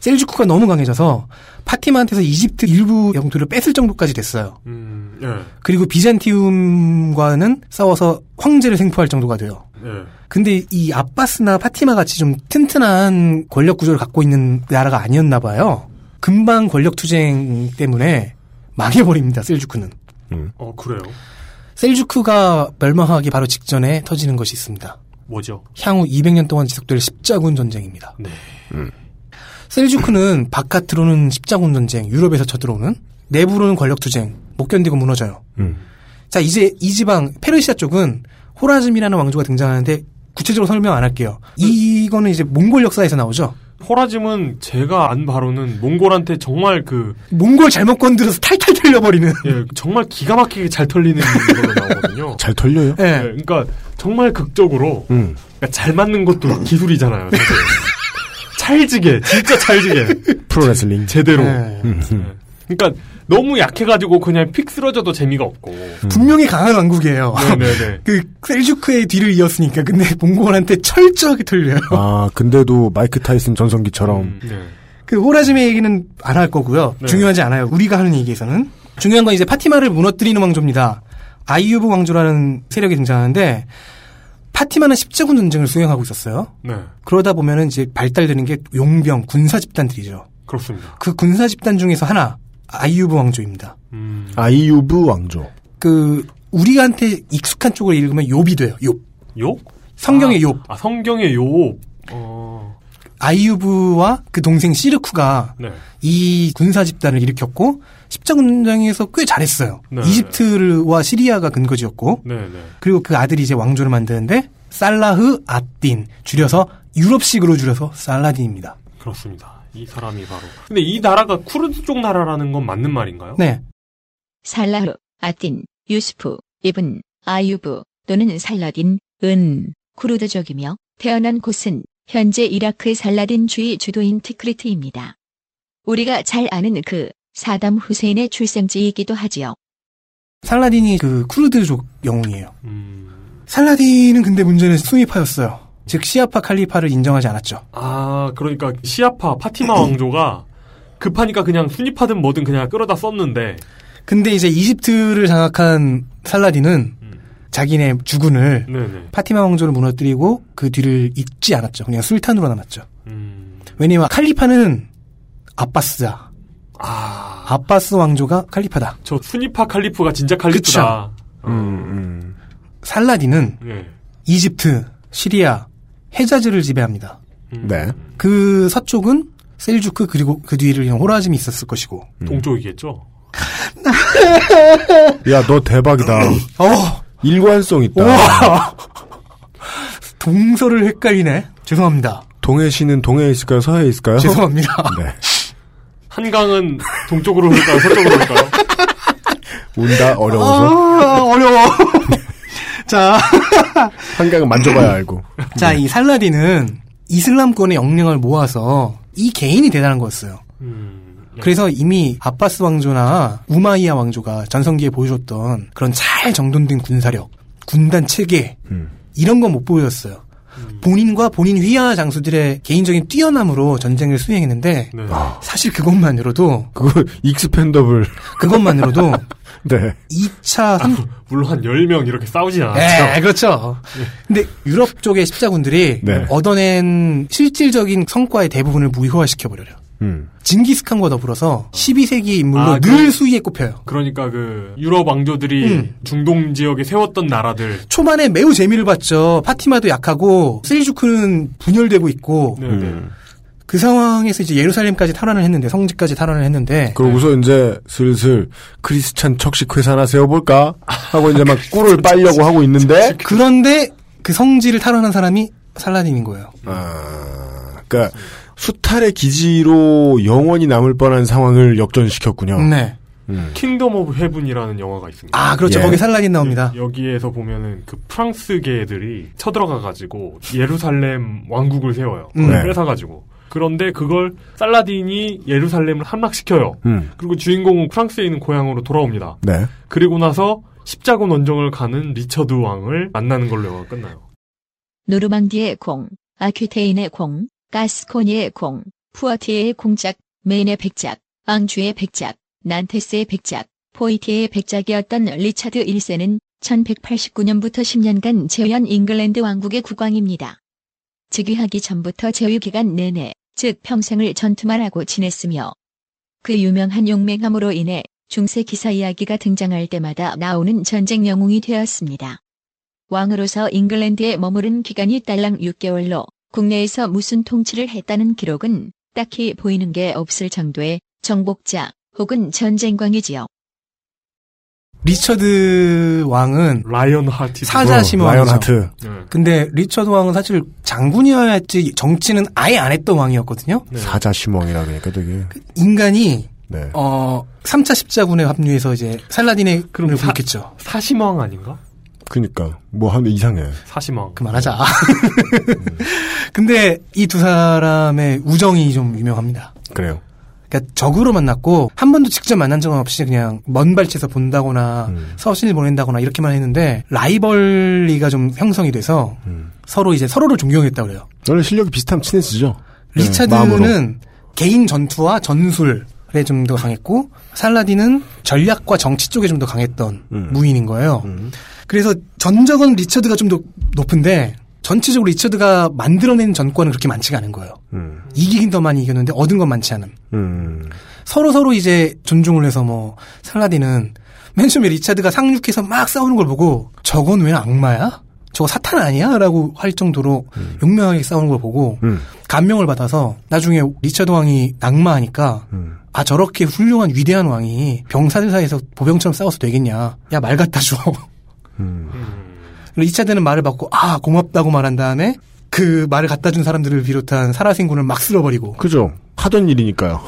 셀주크가 너무 강해져서 파티마한테서 이집트 일부 영토를 뺏을 정도까지 됐어요. 음, 예. 그리고 비잔티움과는 싸워서 황제를 생포할 정도가 돼요. 예. 근데 이 아빠스나 파티마 같이 좀 튼튼한 권력 구조를 갖고 있는 나라가 아니었나 봐요. 금방 권력 투쟁 때문에 망해버립니다. 셀주크는. 음. 어 그래요. 셀주크가 멸망하기 바로 직전에 터지는 것이 있습니다. 뭐죠? 향후 200년 동안 지속될 십자군 전쟁입니다. 네. 셀주크는 바깥으로는 십자군 전쟁, 유럽에서 쳐들어오는, 내부로는 권력 투쟁, 못 견디고 무너져요. 음. 자, 이제 이 지방, 페르시아 쪽은 호라즘이라는 왕조가 등장하는데 구체적으로 설명 안 할게요. 이거는 이제 몽골 역사에서 나오죠. 호라즘은 제가 안 바로는 몽골한테 정말 그 몽골 잘못 건드려서 탈탈 털려버리는. 예, 정말 기가 막히게 잘 털리는 걸로 나오거든요. 잘 털려요? 예. 그러니까 정말 극적으로 음. 그러니까 잘 맞는 것도 기술이잖아요. 사실. 찰지게 진짜 찰지게 프로레슬링 예, 제대로. 네. 그러니까 너무 약해가지고 그냥 픽 쓰러져도 재미가 없고. 분명히 강한 왕국이에요. 네네네. 그 셀주크의 뒤를 이었으니까 근데 몽골한테 철저하게 털려요. 아, 근데도 마이크 타이슨 전성기처럼 음, 네. 그 호라즘의 얘기는 안 할 거고요. 중요하지 않아요. 우리가 하는 얘기에서는 중요한 건 이제 파티마를 무너뜨리는 왕조입니다. 아이유브 왕조라는 세력이 등장하는데 파티마는 십자군 전쟁을 수행하고 있었어요. 네. 그러다 보면은 이제 발달되는 게 용병 군사 집단들이죠. 그렇습니다. 그 군사 집단 중에서 하나 아이유브 왕조입니다. 음. 아이유브 왕조. 그 우리한테 익숙한 쪽을 읽으면 욥이 돼요. 욥. 욥? 성경의 욥. 아 성경의 욥. 아이유브와 그 동생 시르쿠가 네. 이 군사 집단을 일으켰고 십자군장에서 꽤 잘했어요. 네. 이집트와 시리아가 근거지였고 네네. 그리고 그 아들이 이제 왕조를 만드는데 살라흐 아딘 줄여서 유럽식으로 줄여서 살라딘입니다. 그렇습니다. 이 사람이 바로. 근데 이 나라가 쿠르드 쪽 나라라는 건 맞는 말인가요? 네. 살라흐, 아딘, 유스프, 이븐, 아유브 또는 살라딘, 은, 쿠르드족이며 태어난 곳은 현재 이라크의 살라딘 주의 주도인 티크리트입니다. 우리가 잘 아는 그 사담 후세인의 출생지이기도 하지요. 살라딘이 그 쿠르드족 영웅이에요. 음. 살라딘은 근데 문제는 수입파였어요. 즉 시아파 칼리파를 인정하지 않았죠. 아 그러니까 시아파 파티마 왕조가 급하니까 그냥 순위파든 뭐든 그냥 끌어다 썼는데 근데 이제 이집트를 장악한 살라딘은 자기네 주군을 음. 네네. 파티마 왕조를 무너뜨리고 그 뒤를 잇지 않았죠. 음. 그냥 술탄으로 남았죠. 왜냐면 칼리파는 아빠스자. 아, 아빠스 왕조가 칼리파다. 저 수니파 칼리프가 진짜 칼리프다. 살라딘은 예. 이집트, 시리아, 해자즈를 지배합니다. 네. 그 서쪽은 셀주크 그리고 그 뒤를 이은 호라짐이 있었을 것이고. 동쪽이겠죠. 야, 너 대박이다. 어, 일관성 있다. 동서를 헷갈리네. 죄송합니다. 동해시는 동해에 있을까요? 서해에 있을까요? 죄송합니다. 네. 한강은 동쪽으로 흘까요? 서쪽으로 흘까요? 운다 어려워서. 아, 어려워. 자, 한강은 만져봐야 알고. 자, 이 살라딘은 이슬람권의 영향을 모아서 이 개인이 대단한 거였어요. 음. 네. 그래서 이미 아빠스 왕조나 우마이야 왕조가 전성기에 보여줬던 그런 잘 정돈된 군사력, 군단 체계 음. 이런 건 못 보여줬어요. 본인과 본인 휘하 장수들의 개인적인 뛰어남으로 전쟁을 수행했는데 네. 사실 그것만으로도 그거 익스펜더블 그것만으로도 네. 아, 2차 삼- 물론 한 10명 이렇게 싸우진 않았죠. 예, 그렇죠. 근데 유럽 쪽의 십자군들이 네. 얻어낸 실질적인 성과의 대부분을 무효화시켜버려요. 음. 징기스칸과 더불어서 12세기 인물로 아, 늘 그- 수위에 꼽혀요. 그러니까 그 유럽 왕조들이 중동 지역에 세웠던 나라들 초반에 매우 재미를 봤죠. 파티마도 약하고 셀주크는 분열되고 있고 네. 그 상황에서 이제 예루살렘까지 탈환을 했는데 성지까지 탈환을 했는데 그러고서 이제 슬슬 크리스찬 척식 회사나 세워볼까 하고 이제 막 꿀을 빨려고 하고 있는데 그런데 그 성지를 탈환한 사람이 살라딘인 거예요. 그러니까 수탈의 기지로 영원히 남을 뻔한 상황을 역전시켰군요. 네. 킹덤 오브 헤븐이라는 영화가 있습니다. 네, 아 그렇죠. 예. 거기 살라딘 나옵니다. 여기에서 보면은 그 프랑스계 애들이 쳐들어가 가지고 예루살렘 왕국을 세워요. 음. 그걸 네. 뺏어 가지고. 그런데 그걸 살라딘이 예루살렘을 함락시켜요. 음. 그리고 주인공은 프랑스에 있는 고향으로 돌아옵니다. 네. 그리고 나서 십자군 원정을 가는 리처드 왕을 만나는 걸로 영화가 끝나요. 노르망디의 공, 아퀴테인의 공, 가스코니의 공, 푸어티의 공작, 메인의 백작, 앙주의 백작, 난테스의 백작, 포이티의 백작이었던 리차드 1세는 1189년부터 10년간 재현 잉글랜드 왕국의 국왕입니다. 즉위하기 전부터 재위 기간 내내, 즉 평생을 전투만 하고 지냈으며 그 유명한 용맹함으로 인해 중세 기사 이야기가 등장할 때마다 나오는 전쟁 영웅이 되었습니다. 왕으로서 잉글랜드에 머무른 기간이 딸랑 6개월로 국내에서 무슨 통치를 했다는 기록은 딱히 보이는 게 없을 정도의 정복자 혹은 전쟁광이지요. 리처드 왕은 라이언 하트 사자 심어 라이언 왕이죠. 하트. 네. 근데 리처드 왕은 사실 장군이어야지 정치는 아예 안 했던 왕이었거든요. 사자 시몽이라 그러니까 되게. 인간이 네. 네. 어 3차 십자군에 합류해서 이제 살라딘의 그런 사- 부르겠죠. 사심왕 아닌가? 그러니까 뭐 하면 이상해. 사심왕. 그만하자. 근데 이 두 사람의 우정이 좀 유명합니다. 그래요. 그러니까 적으로 만났고 한 번도 직접 만난 적은 없이 그냥 먼 발치에서 본다거나 서신을 보낸다거나 이렇게만 했는데 라이벌리가 좀 형성이 돼서 서로 이제 서로를 존경했다 그래요. 원래 실력이 비슷하면 친해지죠. 네, 마음으로. 리차드는 개인 전투와 전술에 좀 더 강했고 살라딘은 전략과 정치 쪽에 좀 더 강했던 음. 무인인 거예요. 그래서 전적은 리처드가 좀 더 높은데 전체적으로 리처드가 만들어낸 전권은 그렇게 많지가 않은 거예요. 음. 이기긴 더 많이 이겼는데 얻은 건 많지 않은. 음. 서로 서로 이제 존중을 해서 뭐 살라딘은 맨 처음에 리차드가 상륙해서 막 싸우는 걸 보고 저건 왜 악마야? 저거 사탄 아니야?라고 할 정도로 용맹하게 싸우는 걸 보고 음. 감명을 받아서 나중에 리차드 왕이 낙마하니까 아 저렇게 훌륭한 위대한 왕이 병사들 사이에서 보병처럼 싸워서 되겠냐? 야 말 갖다 줘. 음. 리차드는 말을 받고 아 고맙다고 말한 다음에 그 말을 갖다 준 사람들을 비롯한 사라생군을 막 쓸어버리고 그죠. 하던 일이니까요.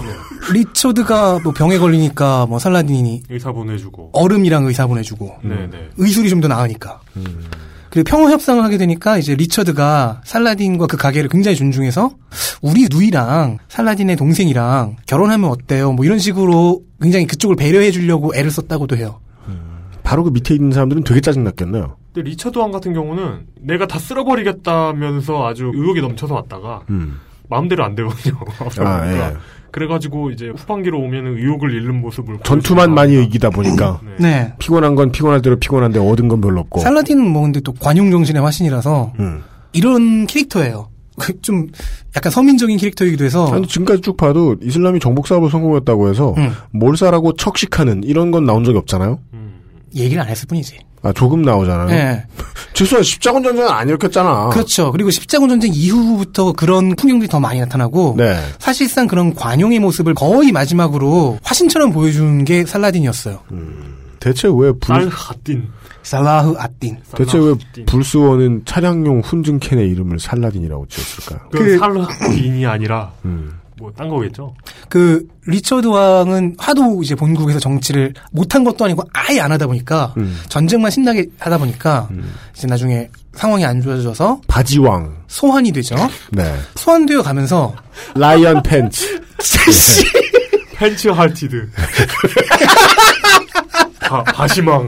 리처드가 뭐 병에 걸리니까 뭐 살라딘이 의사 어? 보내주고. 얼음이랑 의사 보내주고 네네. 의술이 좀 더 나으니까 음. 그리고 평화 협상을 하게 되니까 이제 리처드가 살라딘과 그 가게를 굉장히 존중해서 우리 누이랑 살라딘의 동생이랑 결혼하면 어때요 뭐 이런 식으로 굉장히 그쪽을 배려해 주려고 애를 썼다고도 해요 바로 그 밑에 있는 사람들은 되게 짜증났겠네요. 근데 리처드 왕 같은 경우는 내가 다 쓸어버리겠다면서 아주 의욕이 넘쳐서 왔다가 음. 마음대로 안 되거든요. 아, 예. 그러니까 그래가지고 이제 후반기로 오면 의욕을 잃는 모습을 전투만 많이 이기다 보니까 네. 피곤한 건 피곤할 대로 피곤한데 얻은 건 별로 없고. 살라딘은 뭐 근데 또 관용 정신의 화신이라서 음. 이런 캐릭터예요 그 좀 약간 서민적인 캐릭터이기도 해서 아니, 지금까지 쭉 봐도 이슬람이 정복 사업을 성공했다고 해서 음. 몰살하고 척식하는 이런 건 나온 적이 없잖아요. 얘기를 안 했을 뿐이지. 아 조금 나오잖아요. 네. 최소한 십자군 전쟁은 안 일으켰잖아. 그렇죠. 그리고 십자군 전쟁 이후부터 그런 풍경들이 더 많이 나타나고 네. 사실상 그런 관용의 모습을 거의 마지막으로 화신처럼 보여준 게 살라딘이었어요. 대체 왜 불, 하딘. 살라흐 아딘. 대체 왜 불스원은 차량용 훈증 캔의 이름을 살라딘이라고 지었을까요? 그 살라딘이 아니라 음. 뭐 딴 거겠죠. 그 리처드 왕은 하도 이제 본국에서 정치를 못한 것도 아니고 아예 안 하다 보니까 전쟁만 신나게 하다 보니까 이제 나중에 상황이 안 좋아져서 바지왕. 소환이 되죠. 네. 소환되어 가면서 라이언 팬츠. 씨. 팬츠 할티드. 바, 바시망.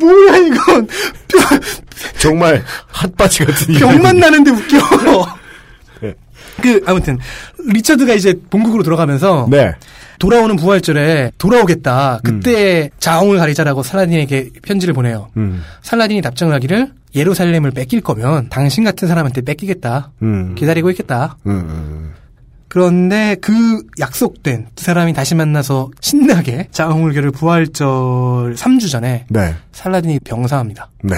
뭐야 이건 정말 핫바지 같은 병만 나는데 웃겨. 네. 그 아무튼 리처드가 이제 본국으로 돌아가면서 네. 돌아오는 부활절에 돌아오겠다. 그때 자웅을 가리자라고 살라딘에게 편지를 보내요. 음. 살라딘이 답장을 하기를 예루살렘을 뺏길 거면 당신 같은 사람한테 뺏기겠다. 음. 기다리고 있겠다. 음, 음. 그런데 그 약속된 두 사람이 다시 만나서 신나게 자웅을교를 부활절 3주 전에 네. 살라딘이 병사합니다. 네.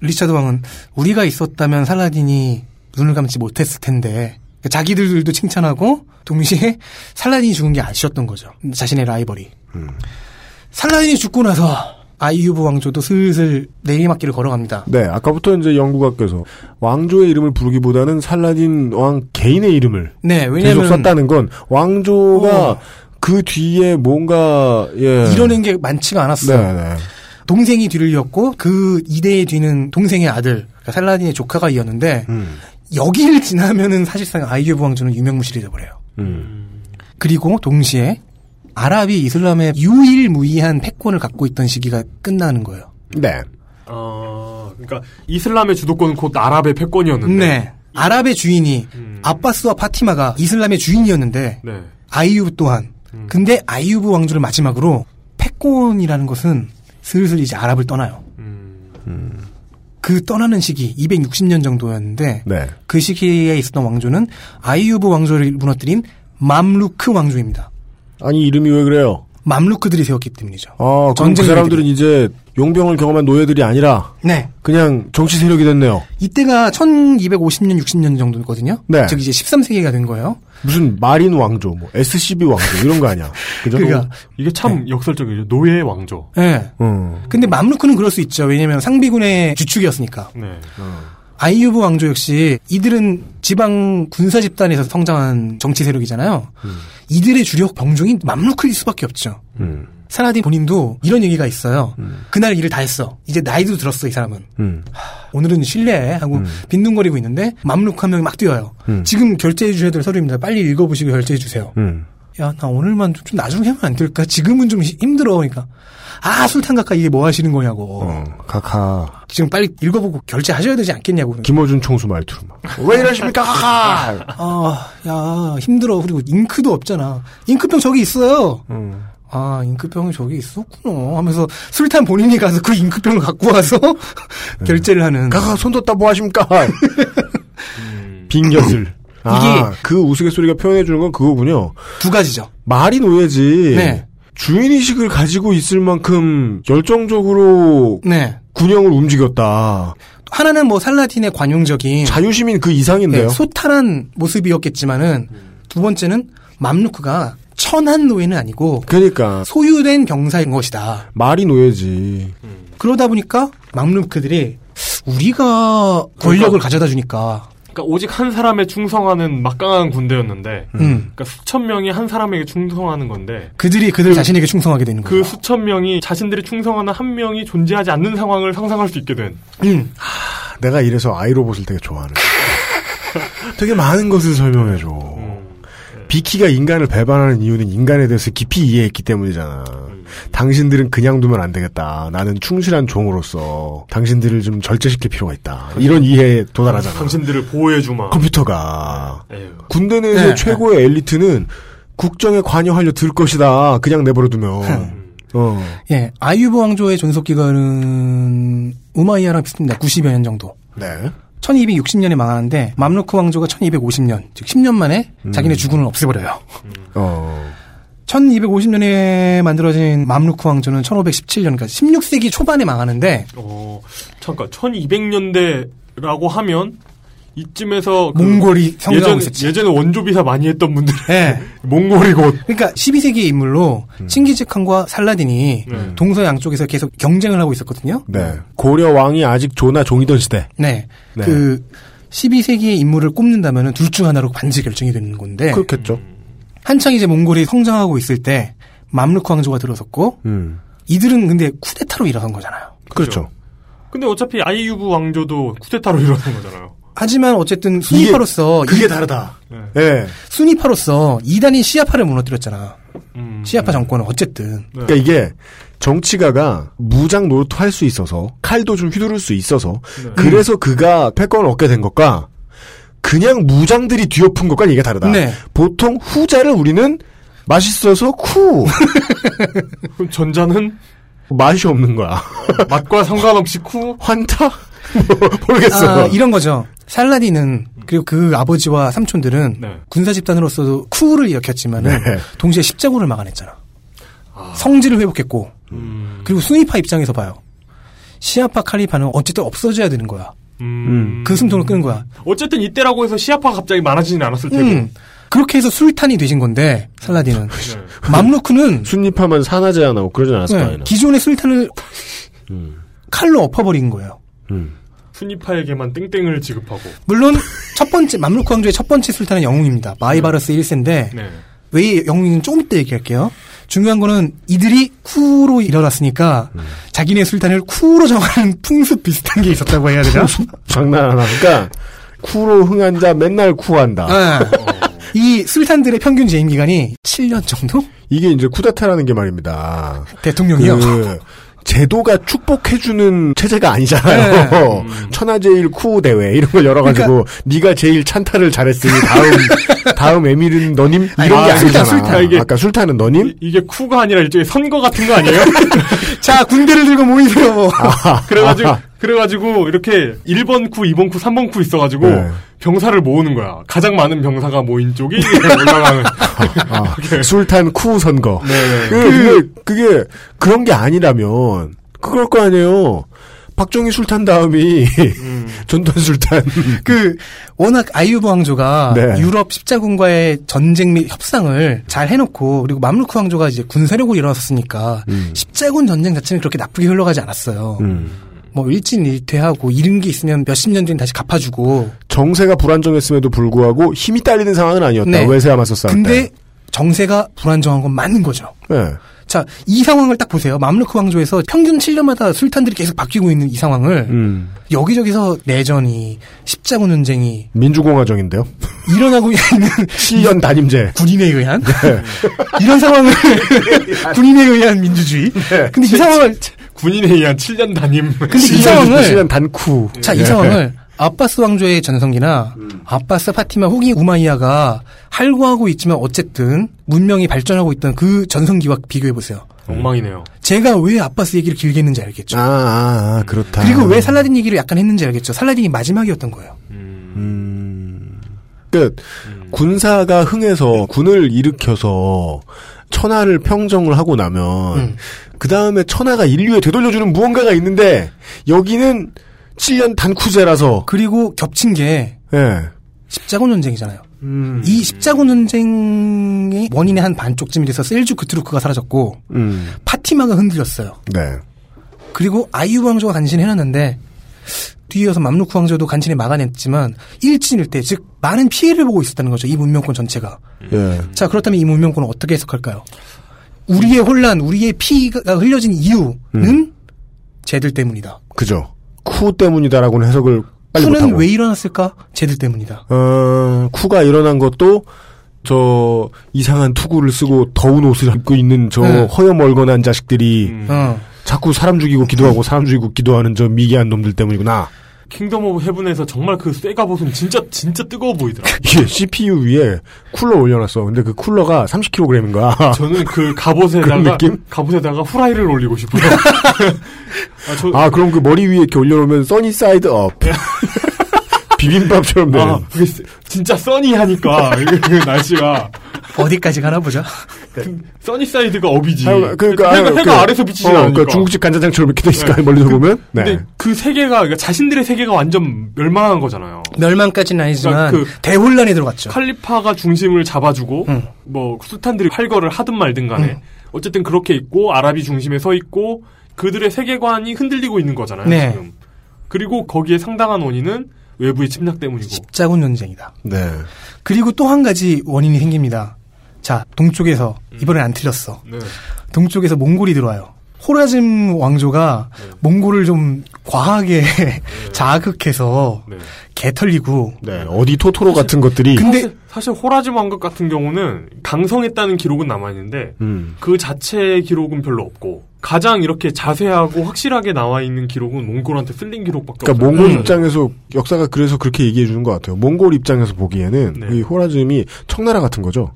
리차드 왕은 우리가 있었다면 살라딘이 눈을 감지 못했을 텐데 그러니까 자기들도 칭찬하고 동시에 살라딘이 죽은 게 아쉬웠던 거죠. 자신의 라이벌이. 음. 살라딘이 죽고 나서 아이유브 왕조도 슬슬 내리막길을 걸어갑니다. 네, 아까부터 이제 연구가께서 왕조의 이름을 부르기보다는 살라딘 왕 개인의 이름을 네, 계속 왜냐면 썼다는 건 왕조가 어. 그 뒤에 뭔가 예. 이뤄낸 게 많지가 않았어요. 네, 네. 동생이 뒤를 이었고 그 이대의 뒤는 동생의 아들 그러니까 살라딘의 조카가 이었는데 음. 여기를 지나면은 사실상 아이유브 왕조는 유명무실이 돼버려요. 음. 그리고 동시에 아랍이 이슬람의 유일무이한 패권을 갖고 있던 시기가 끝나는 거예요. 네. 어, 그러니까 이슬람의 주도권은 곧 아랍의 패권이었는데. 네. 아랍의 주인이 아빠스와 파티마가 이슬람의 주인이었는데 네. 아이유브 또한. 근데 아이유브 왕조를 마지막으로 패권이라는 것은 슬슬 이제 아랍을 떠나요. 음. 그 떠나는 시기 260년 정도였는데 네. 그 시기에 있었던 왕조는 아이유브 왕조를 무너뜨린 맘루크 왕조입니다. 아니 이름이 왜 그래요? 맘루크들이 세웠기 때문이죠. 아, 그럼 그 전쟁 사람들은 이제 용병을 경험한 노예들이 아니라 네. 그냥 정치 세력이 됐네요. 이때가 1250년 60년 정도거든요. 네. 즉 이제 13세기가 된 거예요. 무슨 마린 왕조, 뭐 SCB 왕조 이런 거 아니야? 그죠? 그러니까 이게 참 역설적이죠. 노예 왕조. 예. 근데 맘루크는 그럴 수 있죠. 왜냐면 하 상비군의 주축이었으니까. 네. 아이유브 왕조 역시 이들은 지방 군사 집단에서 성장한 정치 세력이잖아요. 음. 이들의 주력 병종이 맘루크일 수밖에 없죠. 음. 사나디 본인도 이런 얘기가 있어요. 그날 일을 다 했어. 이제 나이도 들었어, 이 사람은. 오늘은 쉴래 하고 빈둥거리고 있는데 맘루크 한 명이 막 뛰어요. 음. 지금 결제해 주셔야 될 서류입니다. 빨리 읽어보시고 결제해 주세요. 음. 야, 나 오늘만 좀, 좀 나중에 하면 안 될까? 지금은 좀 시- 힘들어. 그러니까, 아, 술탄 가까 이게 뭐 하시는 거냐고. 어. 가카. 지금 빨리 읽어보고 결제하셔야 되지 않겠냐고. 그러니까. 김어준 총수 말투로 막. 왜 이러십니까? 하하! 아, 야, 힘들어. 그리고 잉크도 없잖아. 잉크병 저기 있어요. 음. 아, 잉크병이 저기 있었구나. 하면서 술탄 본인이 가서 그 잉크병을 갖고 와서 결제를 하는. 네. 가가 손뒀다 뭐 하십니까? 빙겼을. 아, 그 우스갯소리가 표현해주는 건 그거군요. 두 가지죠. 말이 노예지. 네. 주인의식을 가지고 있을 만큼 열정적으로 네. 군영을 움직였다. 하나는 뭐 살라딘의 관용적인 자유시민 그 이상인데요. 음. 네, 소탈한 모습이었겠지만은 두 번째는 맘루크가 천한 노예는 아니고 그러니까 소유된 병사인 것이다. 말이 노예지. 그러다 보니까 맘루크들이 우리가 권력을 가져다 주니까 그러니까 오직 한 사람에 충성하는 막강한 군대였는데, 음. 그러니까 수천 명이 한 사람에게 충성하는 건데, 그들이 그들 자신에게 충성하게 되는 거예요. 그 수천 명이 자신들이 충성하는 한 명이 존재하지 않는 상황을 상상할 수 있게 된. 음. 내가 이래서 아이로봇을 되게 좋아하는. 되게 많은 것을 설명해줘. 음. 비키가 인간을 배반하는 이유는 인간에 대해서 깊이 이해했기 때문이잖아. 당신들은 그냥 두면 안 되겠다. 나는 충실한 종으로서 당신들을 좀 절제시킬 필요가 있다. 이런 이해에 도달하잖아. 당신들을 보호해주마. 컴퓨터가 에휴. 군대 내에서 네. 최고의 엘리트는 국정에 관여하려 들 것이다. 그냥 음. 내버려두면. 어. 예, 아이유브 왕조의 존속 기간은 우마이야랑 비슷합니다. 90여 년 정도. 네. 1260년에 망하는데 맘루크 왕조가 1250년, 즉 10년 만에 음. 자기네 주군을 없애버려요. 어. 1250년에 만들어진 맘루크 왕조는 1517년까지 16세기 초반에 망하는데 어, 잠깐 1200년대라고 하면 이쯤에서 그 몽골이 성장하고 예전, 예- 있었지. 예. 예전에 원조비사 많이 했던 분들 몽골이 곧. 그러니까 12세기 인물로 음. 칭기즈칸과 살라딘이 동서 양쪽에서 계속 경쟁을 하고 있었거든요. 네. 고려 왕이 아직 조나 종이던 시대. 네. 네. 그 12세기의 인물을 꼽는다면 둘 중 하나로 반드시 결정이 되는 건데. 그렇겠죠. 한창 이제 몽골이 성장하고 있을 때 맘루크 왕조가 들어섰고 음. 이들은 근데 쿠데타로 일어선 거잖아요. 그렇죠. 근데 어차피 아이유브 왕조도 쿠데타로 일어난 거잖아요. 하지만 어쨌든 순위파로서 그렇죠. 그게 다르다. 네. 예. 순위파로서 이단이 시아파를 무너뜨렸잖아. 음. 시아파 정권은 어쨌든 그러니까 이게 정치가가 무장 노릇 할수 있어서 칼도 좀 휘두를 수 있어서 네. 그래서 그가 패권을 얻게 된 것과 그냥 무장들이 뒤엎은 것과 이게 다르다. 네. 보통 후자를 우리는 맛있어서 쿠. 그럼 전자는 맛이 없는 거야. 맛과 상관없이 쿠. 환타? 모르겠어. 아, 이런 거죠. 살라딘은 그리고 그 아버지와 삼촌들은 군사 집단으로서도 쿠를 일으켰지만 은 네. 동시에 십자군을 막아냈잖아. 성질을 회복했고 음. 그리고 순위파 입장에서 봐요. 시아파 칼리파는 어쨌든 없어져야 되는 거야. 음. 음. 그 숨통을 끄는 거야. 어쨌든 이때라고 해서 시아파가 갑자기 많아지진 않았을 테고. 음. 그렇게 해서 술탄이 되신 건데 살라딘은 네. 맘루크는 순립하면 산하제 하나고 음. 그러진 않았을 거 네, 아니에요. 기존의 술탄을 칼로 엎어버린 거예요. 순위파에게만 땡땡을 지급하고. 물론 첫 번째 맘루크 왕조의 첫 번째 술탄은 영웅입니다. 마이바르스 음. 1세인데 네. 왜 영웅인지는 조금 이따 얘기할게요. 중요한 거는 이들이 쿠로 일어났으니까 자기네 술탄을 쿠로 정하는 풍습 비슷한 게 있었다고 해야 되나? 장난 안 하니까 쿠로 흥한 자 맨날 쿠한다. 아. 네. 이 술탄들의 평균 재임 기간이 7년 정도? 이게 이제 쿠데타라는 게 말입니다. 대통령이요? 그 제도가 축복해주는 체제가 아니잖아요. 네. 음. 천하제일 쿠 대회 이런 걸 열어가지고 네가 제일 찬타를 잘했으니 다음 다음 에밀은 너님 이런 아니, 게 아, 술탄, 아니잖아. 술탄. 이게- 아까 술탄은 너님? 이게 쿠가 아니라 일종의 선거 같은 거 아니에요? 자, 군대를 들고 뭐. 모이세요. 아, 그래가지고, 그래가지고, 이렇게 1번 쿠, 2번 쿠, 3번 쿠 있어가지고, 병사를 모으는 거야. 가장 많은 병사가 모인 쪽이 올라가는. 아, 술탄 쿠 선거. 네. 그, 그게, 그게 그런 게 아니라면 그럴 거 아니에요. 박정희 술탄 다음이 음. 전두환 술탄. 그 워낙 아이유브 왕조가 네. 유럽 십자군과의 전쟁 및 협상을 잘 해놓고 그리고 맘루크 왕조가 이제 군사력으로 일어났으니까 음. 십자군 전쟁 자체는 그렇게 나쁘게 흘러가지 않았어요. 뭐 일진일퇴하고 잃은 게 있으면 몇십 년 뒤에 다시 갚아주고 정세가 불안정했음에도 불구하고 힘이 딸리는 상황은 아니었다. 네. 외세와 맞서 싸울 근데 정세가 불안정한 건 맞는 거죠. 때. 네. 자, 이 상황을 딱 보세요. 맘루크 왕조에서 평균 7년마다 술탄들이 계속 바뀌고 있는 이 상황을 음. 여기저기서 내전이 십자군 전쟁이 민주공화정인데요. 일어나고 있는 시연 단임제. 군인에 의한 네. 이런 상황을 군인에 의한 민주주의. 네. 근데 이 상황을 군인에 의한 7년 단임. 근데 이 상황을 단쿠. 자, 이 상황을 아빠스 왕조의 전성기나 음. 아빠스 파티마 후기 우마이야가 할구하고 있지만 어쨌든 문명이 발전하고 있던 그 전성기와 비교해 보세요. 엉망이네요. 제가 왜 아빠스 얘기를 길게 했는지 알겠죠. 아, 아, 아, 그렇다. 그리고 왜 살라딘 얘기를 약간 했는지 알겠죠. 살라딘이 마지막이었던 거예요. 그 군사가 흥해서 군을 일으켜서 천하를 평정을 하고 나면 음. 그 다음에 천하가 인류에 되돌려주는 무언가가 있는데 여기는 7년 단쿠제라서 그리고 겹친 게 예. 십자군 전쟁이잖아요. 이 십자군 전쟁의 원인의 한 반쪽쯤이 돼서 셀주크 트루크가 사라졌고 음. 파티마가 흔들렸어요. 네. 그리고 아이유 왕조가 간신히 해놨는데 뒤이어서 맘루크 왕조도 간신히 막아냈지만 일진일 때 즉 많은 피해를 보고 있었다는 거죠. 이 문명권 전체가. 예. 자 그렇다면 이 문명권을 어떻게 해석할까요? 우리의 혼란, 우리의 피가 흘려진 이유는 음. 쟤들 때문이다. 그죠. 쿠 때문이다라고는 해석을 빨리 쿠는 못하고. 왜 일어났을까? 쟤들 때문이다. 어, 쿠가 일어난 것도 저 이상한 투구를 쓰고 더운 옷을 입고 있는 저 네. 허여멀건한 자식들이 음. 어. 자꾸 사람 죽이고 기도하고 사람 죽이고 기도하는 저 미개한 놈들 때문이구나. 킹덤 오브 헤븐에서 정말 그 쇠가 보은 진짜, 진짜 뜨거워 보이더라. 이게 CPU 위에 쿨러 올려놨어. 근데 그 쿨러가 30kg인 거야. 저는 그 그런 갑옷에다가, 느낌? 갑옷에다가 후라이를 올리고 싶어요. 아, 저, 아 그럼 그 머리 위에 이렇게 올려놓으면 써니 사이드 업. 비빔밥처럼 되는. 아, 그게 세- 진짜 써니하니까 이게 그 날씨가 그 어디까지 가나 보자. 써니 사이드가 업이지. 하여간 그러니까 해가, 네. 아유, 해가 그, 아래서 비치지 어, 않으니까. 그러니까 중국집 간장장처럼 이렇게 돼 있으니까 네. 멀리서 보면. 네. 근데 그 세계가 그러니까 자신들의 세계가 완전 멸망한 거잖아요. 멸망까지는 아니지만 그러니까 그- 대혼란이 들어갔죠. 칼리파가 중심을 잡아주고 뭐 수탄들이 활거를 하든 말든 간에 음. 어쨌든 그렇게 있고 아랍이 중심에 서 있고 그들의 세계관이 흔들리고 있는 거잖아요 네. 지금 그리고 거기에 상당한 원인은 외부의 침략 때문이고 짜군 논쟁이다. 네. 그리고 또 한 가지 원인이 생깁니다. 자, 동쪽에서 음. 이번엔 안 틀렸어. 네. 동쪽에서 몽골이 들어와요. 호라즘 왕조가 네. 몽골을 좀 과하게 자극해서 개 털리고 네, 어디 토토로 같은 것들이. 사실, 사실 호라즘 왕국 같은 경우는 강성했다는 기록은 남아 있는데 음. 그 자체의 기록은 별로 없고 가장 이렇게 자세하고 확실하게 나와 있는 기록은 몽골한테 쓸린 기록밖에 그러니까 없어요. 네. 몽골 네. 입장에서 역사가 그래서 그렇게 얘기해 주는 것 같아요. 몽골 입장에서 보기에는 네. 이 호라즘이 청나라 같은 거죠.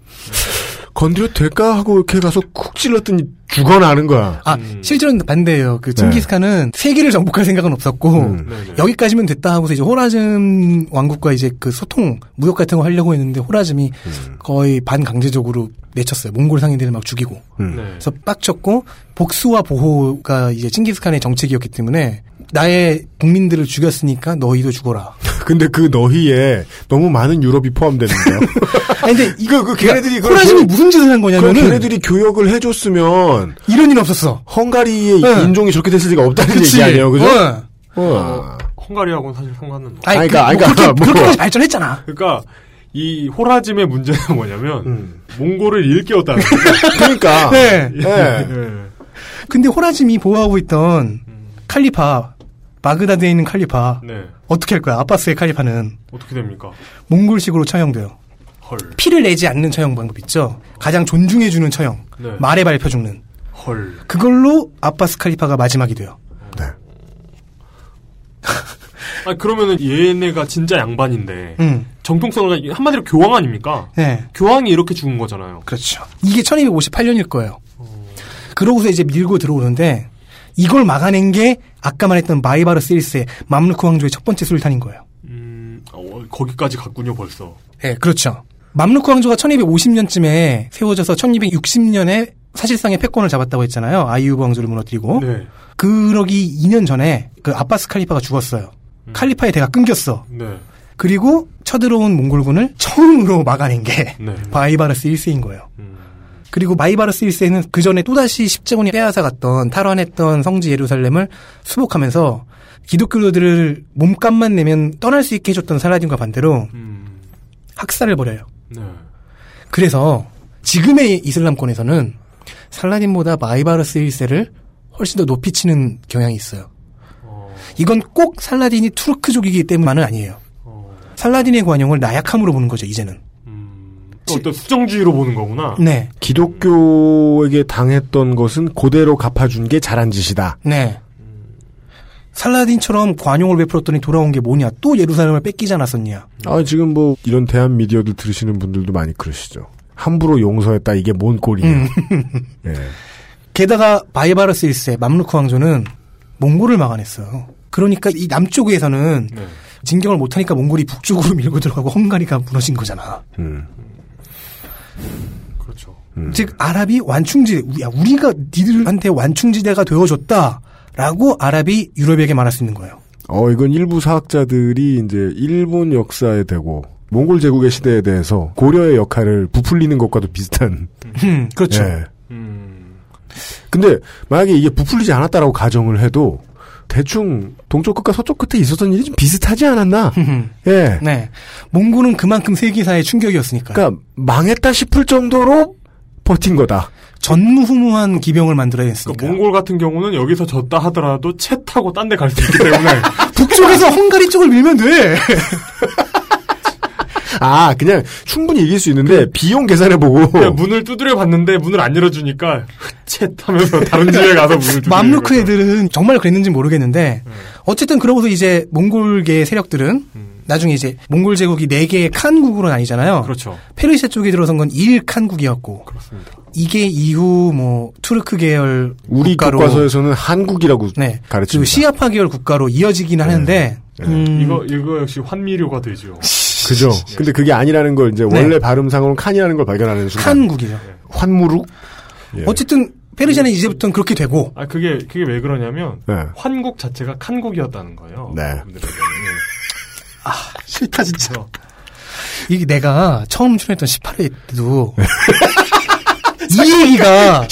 건드려 될까 하고 이렇게 가서 쿡 찔렀더니 죽어나는 거야. 아 실제로는 반대예요. 그 음. 네. 음. 칭기스칸은 세계를 정복할 생각은 없었고 여기까지면 됐다 하고서 이제 호라즘 왕국과 이제 그 소통 무역 같은 거 하려고 했는데 호라즘이 음. 거의 반강제적으로 내쳤어요. 몽골 상인들을 막 죽이고 네. 음. 네. 그래서 빡쳤고 복수와 보호가 이제 칭기스칸의 정책이었기 때문에 나의 국민들을 죽였으니까 너희도 죽어라. 근데 그 너희에 너무 많은 유럽이 포함되는데요. 근데 이거 그 걔네들이 그걸 그러니까 호라즘이 교- 무슨 짓을 한 그걸 거냐면은 걔네들이 교역을 해줬으면 이런 일 없었어. 헝가리의 네. 인종이 저렇게 됐을 리가 없다는 그치. 얘기 아니에요, 그죠? 어. 어. 헝가리하고는 사실 상관은 없 아니, 아니, 그러니까, 뭐 그러니까, 그렇게- 뭐. 그렇게까지 발전했잖아. 그러니까 이 호라즘의 문제는 뭐냐면 음. 몽골을 일깨웠다는 거죠. 그러니까. 네. 예. 근데 호라즘이 보호하고 있던 칼리파 바그다드에 있는 칼리파 네. 어떻게 할 거야? 아빠스의 칼리파는 어떻게 됩니까? 몽골식으로 처형돼요. 헐. 피를 내지 않는 처형 방법 있죠. 가장 존중해주는 처형. 네. 말에 밟혀 죽는. 헐. 그걸로 아빠스 칼리파가 마지막이 돼요. 아 그러면은 얘네가 진짜 양반인데 음. 정통성을 한마디로 교황 아닙니까? 네. 교황이 이렇게 죽은 거잖아요. 그렇죠. 이게 1258년일 거예요. 그러고서 이제 밀고 들어오는데 이걸 막아낸 게 아까 말했던 마이바르 시리스의 맘루크 왕조의 첫 번째 술탄인 거예요. 어, 거기까지 갔군요 벌써. 예, 그렇죠. 맘루크 왕조가 1250년쯤에 세워져서 1260년에 사실상의 패권을 잡았다고 했잖아요. 아이유브 왕조를 어? 무너뜨리고. 네. 그러기 2년 전에 그 아빠스 칼리파가 죽었어요. 칼리파의 대가 끊겼어. 네. 그리고 쳐들어온 몽골군을 처음으로 막아낸 게 바이바르스 1세인 거예요. 음, 그리고 마이바르스 1세는 그 전에 또다시 십자군이 빼앗아갔던 탈환했던 성지 예루살렘을 수복하면서 기독교들을 몸값만 내면 떠날 수 있게 해줬던 살라딘과 반대로 음. 학살을 벌여요. 네. 그래서 지금의 이슬람권에서는 살라딘보다 마이바르스 1세를 훨씬 더 높이 치는 경향이 있어요. 이건 꼭 살라딘이 투르크족이기 때문만은 아니에요. 어, 살라딘의 관용을 나약함으로 보는 거죠, 이제는. 음, 또 어떤 수정주의로 보는 거구나. 네. 기독교에게 당했던 것은 그대로 갚아준 게 잘한 짓이다. 네. 살라딘처럼 관용을 베풀었더니 돌아온 게 뭐냐? 또 예루살렘을 뺏기지 않았었냐? 아, 지금 뭐, 이런 대한 미디어들 들으시는 분들도 많이 그러시죠. 함부로 용서했다, 이게 뭔 꼴이냐. 음. 예. 게다가 바이바르스 1세 맘루크 왕조는 몽골을 막아냈어요. 그러니까 이 남쪽에서는 진경을 못하니까 몽골이 북쪽으로 밀고 들어가고 헝가리가 무너진 거잖아. 음. 그렇죠. 즉 아랍이 완충지대, 우리- 야, 우리가 니들한테 완충지대가 되어줬다라고 아랍이 유럽에게 말할 수 있는 거예요. 어, 이건 일부 사학자들이 이제 일본 역사에 대고, 몽골 제국의 시대에 대해서 고려의 역할을 부풀리는 것과도 비슷한. 음, 그렇죠. 예. 근데 만약에 이게 부풀리지 않았다라고 가정을 해도 대충 동쪽 끝과 서쪽 끝에 있었던 일이 좀 비슷하지 않았나? 예. 네. 몽골은 그만큼 세계사의 충격이었으니까. 그러니까 망했다 싶을 정도로 버틴 거다. 전무후무한 기병을 만들어냈으니까. 그러니까 몽골 같은 경우는 여기서 졌다 하더라도 채 타고 딴 데 갈 수 있기 때문에 어. 아, 북쪽에서 헝가리 쪽을 밀면 돼. 아, 그냥 충분히 이길 수 있는데 그 비용 계산해 보고 그러니까 그냥 문을 두드려 봤는데 문을 안 열어주니까 채 타면서 다른 집에 가서 문을 두드려. 맘루크 애들은 정말 그랬는지 모르겠는데 어쨌든 그러고서 이제 몽골계 세력들은 나중에 이제 몽골 제국이 4개의 칸국으로 나뉘잖아요. 그렇죠. 페르시아 쪽이 들어선 건 1칸국이었고. 이게 이후 뭐 투르크 계열 우리 국가로 네, 교과서에서는 한국이라고 네. 가르칩니다. 그리고 시아파 계열 국가로 이어지긴 하는데 음, 이거 이거 역시 환미료가 되죠. 그죠. 근데 그게 아니라는 걸 이제 원래 발음상으로 칸이라는 걸 발견하는 순간. 네. 칸국이죠. 환무룩. 예. 어쨌든 페르시아는 이제부터는 그렇게 되고 아 그게 그게 왜 그러냐면 네. 환국 자체가 칸국이었다는 거예요. 네. 아 싫다 진짜. 이게 내가 처음 출연했던 18회 때도 이 얘기가 1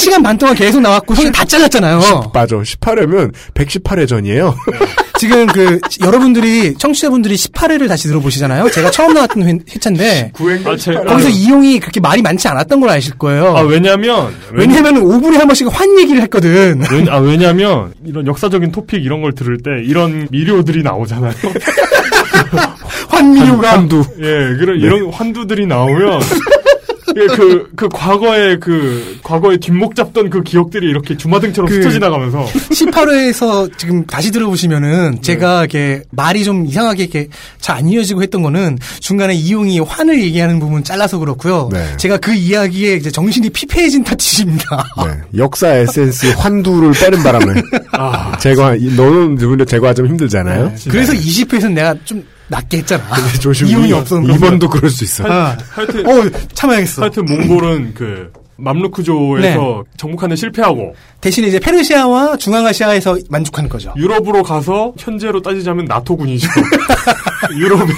시간반 동안 계속 나왔고 손이 다 잘랐잖아요. 맞아. 18회면 118회 전이에요. 지금 그 여러분들이 청취자분들이 18회를 다시 들어보시잖아요. 제가 처음 나왔던 회, 회차인데 아, 제, 거기서 이용이 그렇게 말이 많지 않았던 걸 아실 거예요. 아, 왜냐면 왜냐면 5분에 한 번씩 환 얘기를 했거든. 왜, 아, 왜냐면, 이런 역사적인 토픽 이런 걸 들을 때, 이런 미료들이 나오잖아요. 환미료가. 네. 환두. 예, 그런, 이런 환두들이 나오면, 예, 그, 그 과거에 그, 과거에 뒷목 잡던 그 기억들이 이렇게 주마등처럼 그- 스쳐 지나가면서. 18회에서 지금 다시 들어보시면은 네. 제가 이렇게 말이 좀 이상하게 이렇게 잘 안 이어지고 했던 거는 중간에 이용이 환을 얘기하는 부분 잘라서 그렇고요. 네. 제가 그 이야기에 이제 정신이 피폐해진 탓입니다. 네. 역사 에센스 환두를 빼는 바람에. 아, 제거, 너는 오히려 제거하자면 힘들잖아요. 그래서 20회에서는 내가 좀 낮게 했잖아. 네. 조심히 네. 이용이 없었는데. 이번도 그럴 수 있어. 아. 하여튼. 어, 참아야겠어. 하여튼 몽골은 그, 네. 맘루크조에서 정복하는 실패하고. 대신에 이제 페르시아와 중앙아시아에서 만족하는 거죠. 유럽으로 가서 현재로 따지자면 나토군이죠. 유럽의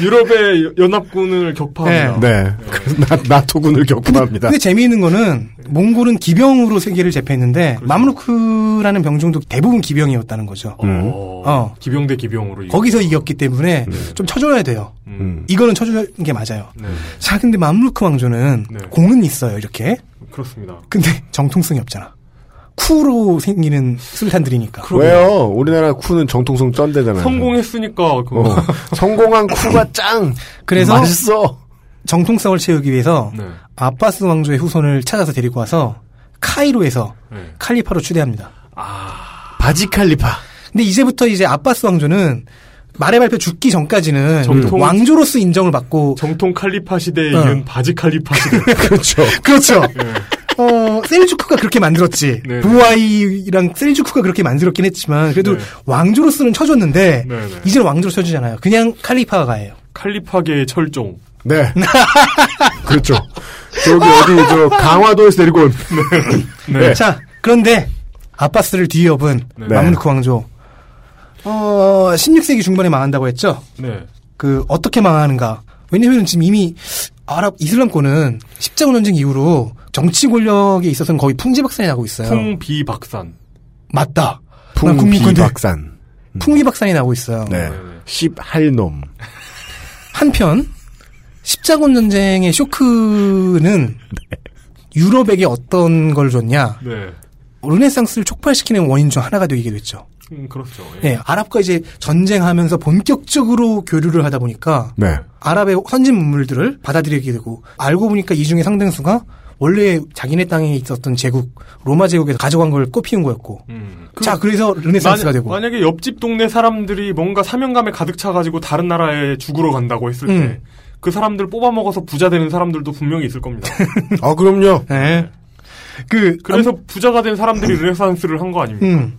유럽의 연합군을 격파합니다. 네. 그래서 나, 나토군을 그러니까 격분합니다. 근데 재미있는 거는 몽골은 기병으로 세계를 제패했는데 그렇죠. 마무르크라는 병종도 대부분 기병이었다는 거죠. 음. 어. 기병 대 기병으로 이거. 거기서 이겼기 때문에 좀 쳐줘야 돼요. 네. 음. 이거는 쳐주는 게 맞아요. 네. 자, 근데 맘루크 왕조는 네. 공은 있어요, 이렇게. 그렇습니다. 근데 정통성이 없잖아. 쿠로 생기는 술탄들이니까. 왜요? 우리나라 쿠는 정통성 쩐대잖아요. 성공했으니까 그 어. 성공한 쿠가 짱! 그래서 맛있어! 정통성을 채우기 위해서 네. 아빠스 왕조의 후손을 찾아서 데리고 와서 카이로에서 네. 칼리파로 추대합니다. 바지 칼리파. 근데 이제부터 이제 아빠스 왕조는 말의 발표 죽기 전까지는 정통- 왕조로서 인정을 받고 정통 칼리파 시대에 어. 이은 바지 칼리파 시대. 그렇죠. 그렇죠. 어, 셀주크가 그렇게 만들었지. 네. 부하이랑 셀주크가 그렇게 만들었긴 했지만 그래도 네. 왕조로서는 쳐줬는데 네, 네. 이제는 왕조로 쳐주잖아요. 그냥 칼리파가 가요. 칼리파계의 철종. 네. 그렇죠. 저기 어디 저 강화도에서 데리고 온. 네. 자, 그런데 아빠스를 뒤엎은 네. 마무르크 왕조. 어, 16세기 중반에 망한다고 했죠. 네. 그 어떻게 망하는가? 왜냐면 지금 이미 아랍 이슬람권은 십자군 전쟁 이후로 정치 권력에 있어서는 거의 풍지박산이 나고 있어요. 풍비박산. 맞다. 난 국민권대. 풍비박산. 풍비박산이 나고 있어요. 음. 네. 십할놈. 한편 십자군 전쟁의 쇼크는 유럽에게 어떤 걸 줬냐? 네. 르네상스를 촉발시키는 원인 중 하나가 되게 됐죠. 음, 그렇죠. 예. 예, 아랍과 이제 전쟁하면서 본격적으로 교류를 하다 보니까 네. 아랍의 선진 문물들을 받아들이게 되고 알고 보니까 이 중에 상당수가 원래 자기네 땅에 있었던 제국 로마 제국에서 가져간 걸 꽃피운 거였고 음. 자 그래서 르네상스가 만약- 되고 만약에 옆집 동네 사람들이 뭔가 사명감에 가득 차가지고 다른 나라에 죽으러 간다고 했을 음. 때 그 사람들 뽑아 먹어서 부자 되는 사람들도 분명히 있을 겁니다. 음. 아, 그럼요. 예. 그 네. 그래서 부자가 된 사람들이 르네상스를 한 거 아닙니까? 음.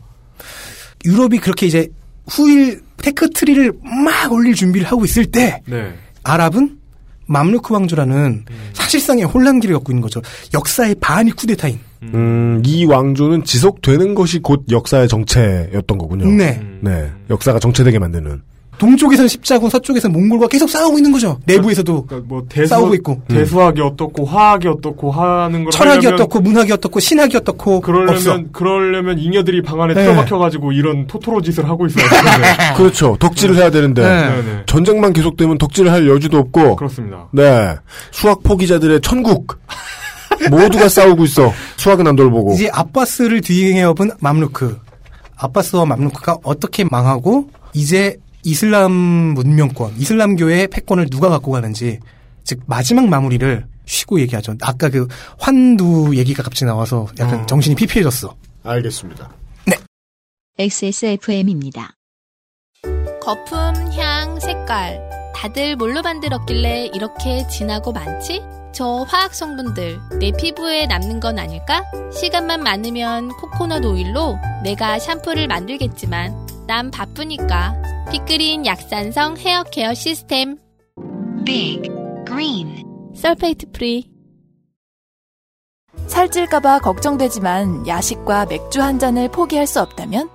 유럽이 그렇게 이제 후일 테크트리를 막 올릴 준비를 하고 있을 때 네. 아랍은 맘루크 왕조라는 음. 사실상의 혼란기를 겪고 있는 거죠. 역사의 반이 쿠데타인. 음, 이 왕조는 지속되는 것이 곧 역사의 정체였던 거군요. 네. 네. 역사가 정체되게 만드는. 동쪽에서는 십자군, 서쪽에서는 몽골과 계속 싸우고 있는 거죠. 내부에서도 뭐 대수, 싸우고 있고. 대수학이 어떻고 화학이 어떻고 하는 걸 철학이 하려면 어떻고 문학이 어떻고 신학이 어떻고 그러려면 없어. 그러려면 잉여들이 방 안에 네. 틀어박혀가지고 이런 토토로 짓을 하고 있어요. 그렇죠. 덕질을 해야 되는데. 네. 네, 네. 전쟁만 계속되면 덕질을 할 여지도 없고. 그렇습니다. 네. 수학 포기자들의 천국. 모두가 싸우고 있어. 수학은 안 뭐. 돌보고. 이제 아빠스를 뒤에엎은 맘루크. 아빠스와 맘루크가 어떻게 망하고 이제 이슬람 문명권, 이슬람교의 패권을 누가 갖고 가는지 즉 마지막 마무리를 쉬고 얘기하죠. 아까 그 환두 얘기가 갑자기 나와서 음. 약간 정신이 피폐해졌어. 알겠습니다. XSFM입니다. 거품, 향, 색깔. 다들 뭘로 만들었길래 이렇게 진하고 많지? 저 화학 성분들 내 피부에 남는 건 아닐까? 시간만 많으면 코코넛 오일로 내가 샴푸를 만들겠지만 난 바쁘니까 피크린 약산성 헤어 케어 시스템 Big Green 설페이트 프리 살찔까봐 걱정되지만 야식과 맥주 한 잔을 포기할 수 없다면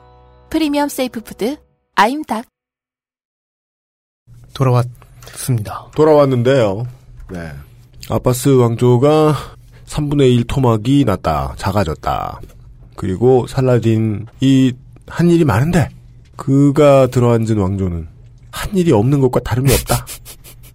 프리미엄 세이프 푸드 아임닭 돌아왔습니다. 돌아왔는데요. 네. 아바스 왕조가 3분의 1 토막이 났다. 작아졌다. 그리고 살라딘이 한 일이 많은데 그가 들어앉은 왕조는 한 일이 없는 것과 다름이 없다.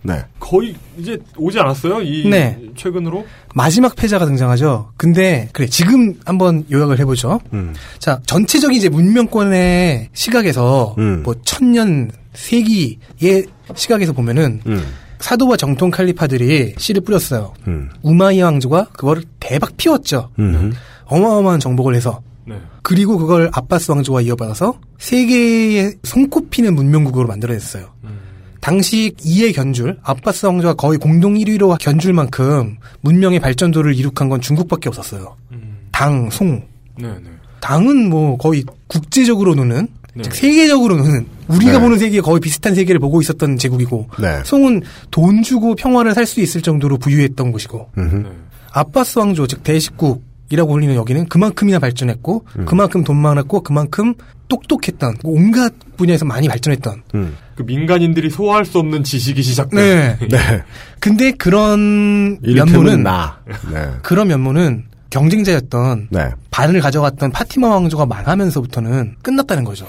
네. 거의 이제 오지 않았어요? 이 네. 최근으로? 마지막 패자가 등장하죠. 근데 그래 지금 한번 요약을 해보죠. 음, 자 전체적인 이제 문명권의 시각에서 뭐 천년 세기의 시각에서 보면은 사도와 정통 칼리파들이 씨를 뿌렸어요. 음. 우마이야 왕조가 그거를 대박 피웠죠. 어마어마한 정복을 해서 네. 그리고 그걸 아빠스 왕조와 이어받아서 세계의 손꼽히는 문명국으로 만들어냈어요. 당시 이에 견줄 아빠스 왕조가 거의 공동 1위로 견줄 만큼 문명의 발전도를 이룩한 건 중국밖에 없었어요. 당, 송. 네, 네. 당은 뭐 거의 국제적으로 노는 네. 즉 세계적으로 노는 우리가 네. 보는 세계에 거의 비슷한 세계를 보고 있었던 제국이고 네. 송은 돈 주고 평화를 살 수 있을 정도로 부유했던 곳이고 음. 네. 아빠스 왕조 즉 대식국이라고 불리는 여기는 그만큼이나 발전했고 그만큼 돈 많았고 그만큼 똑똑했던 그 온갖 분야에서 많이 발전했던 음. 그 민간인들이 소화할 수 없는 지식이 시작된. 네. 근데 그런 면모는 네. 그런 면모는 경쟁자였던 반을 가져갔던 파티마 왕조가 망하면서부터는 끝났다는 거죠.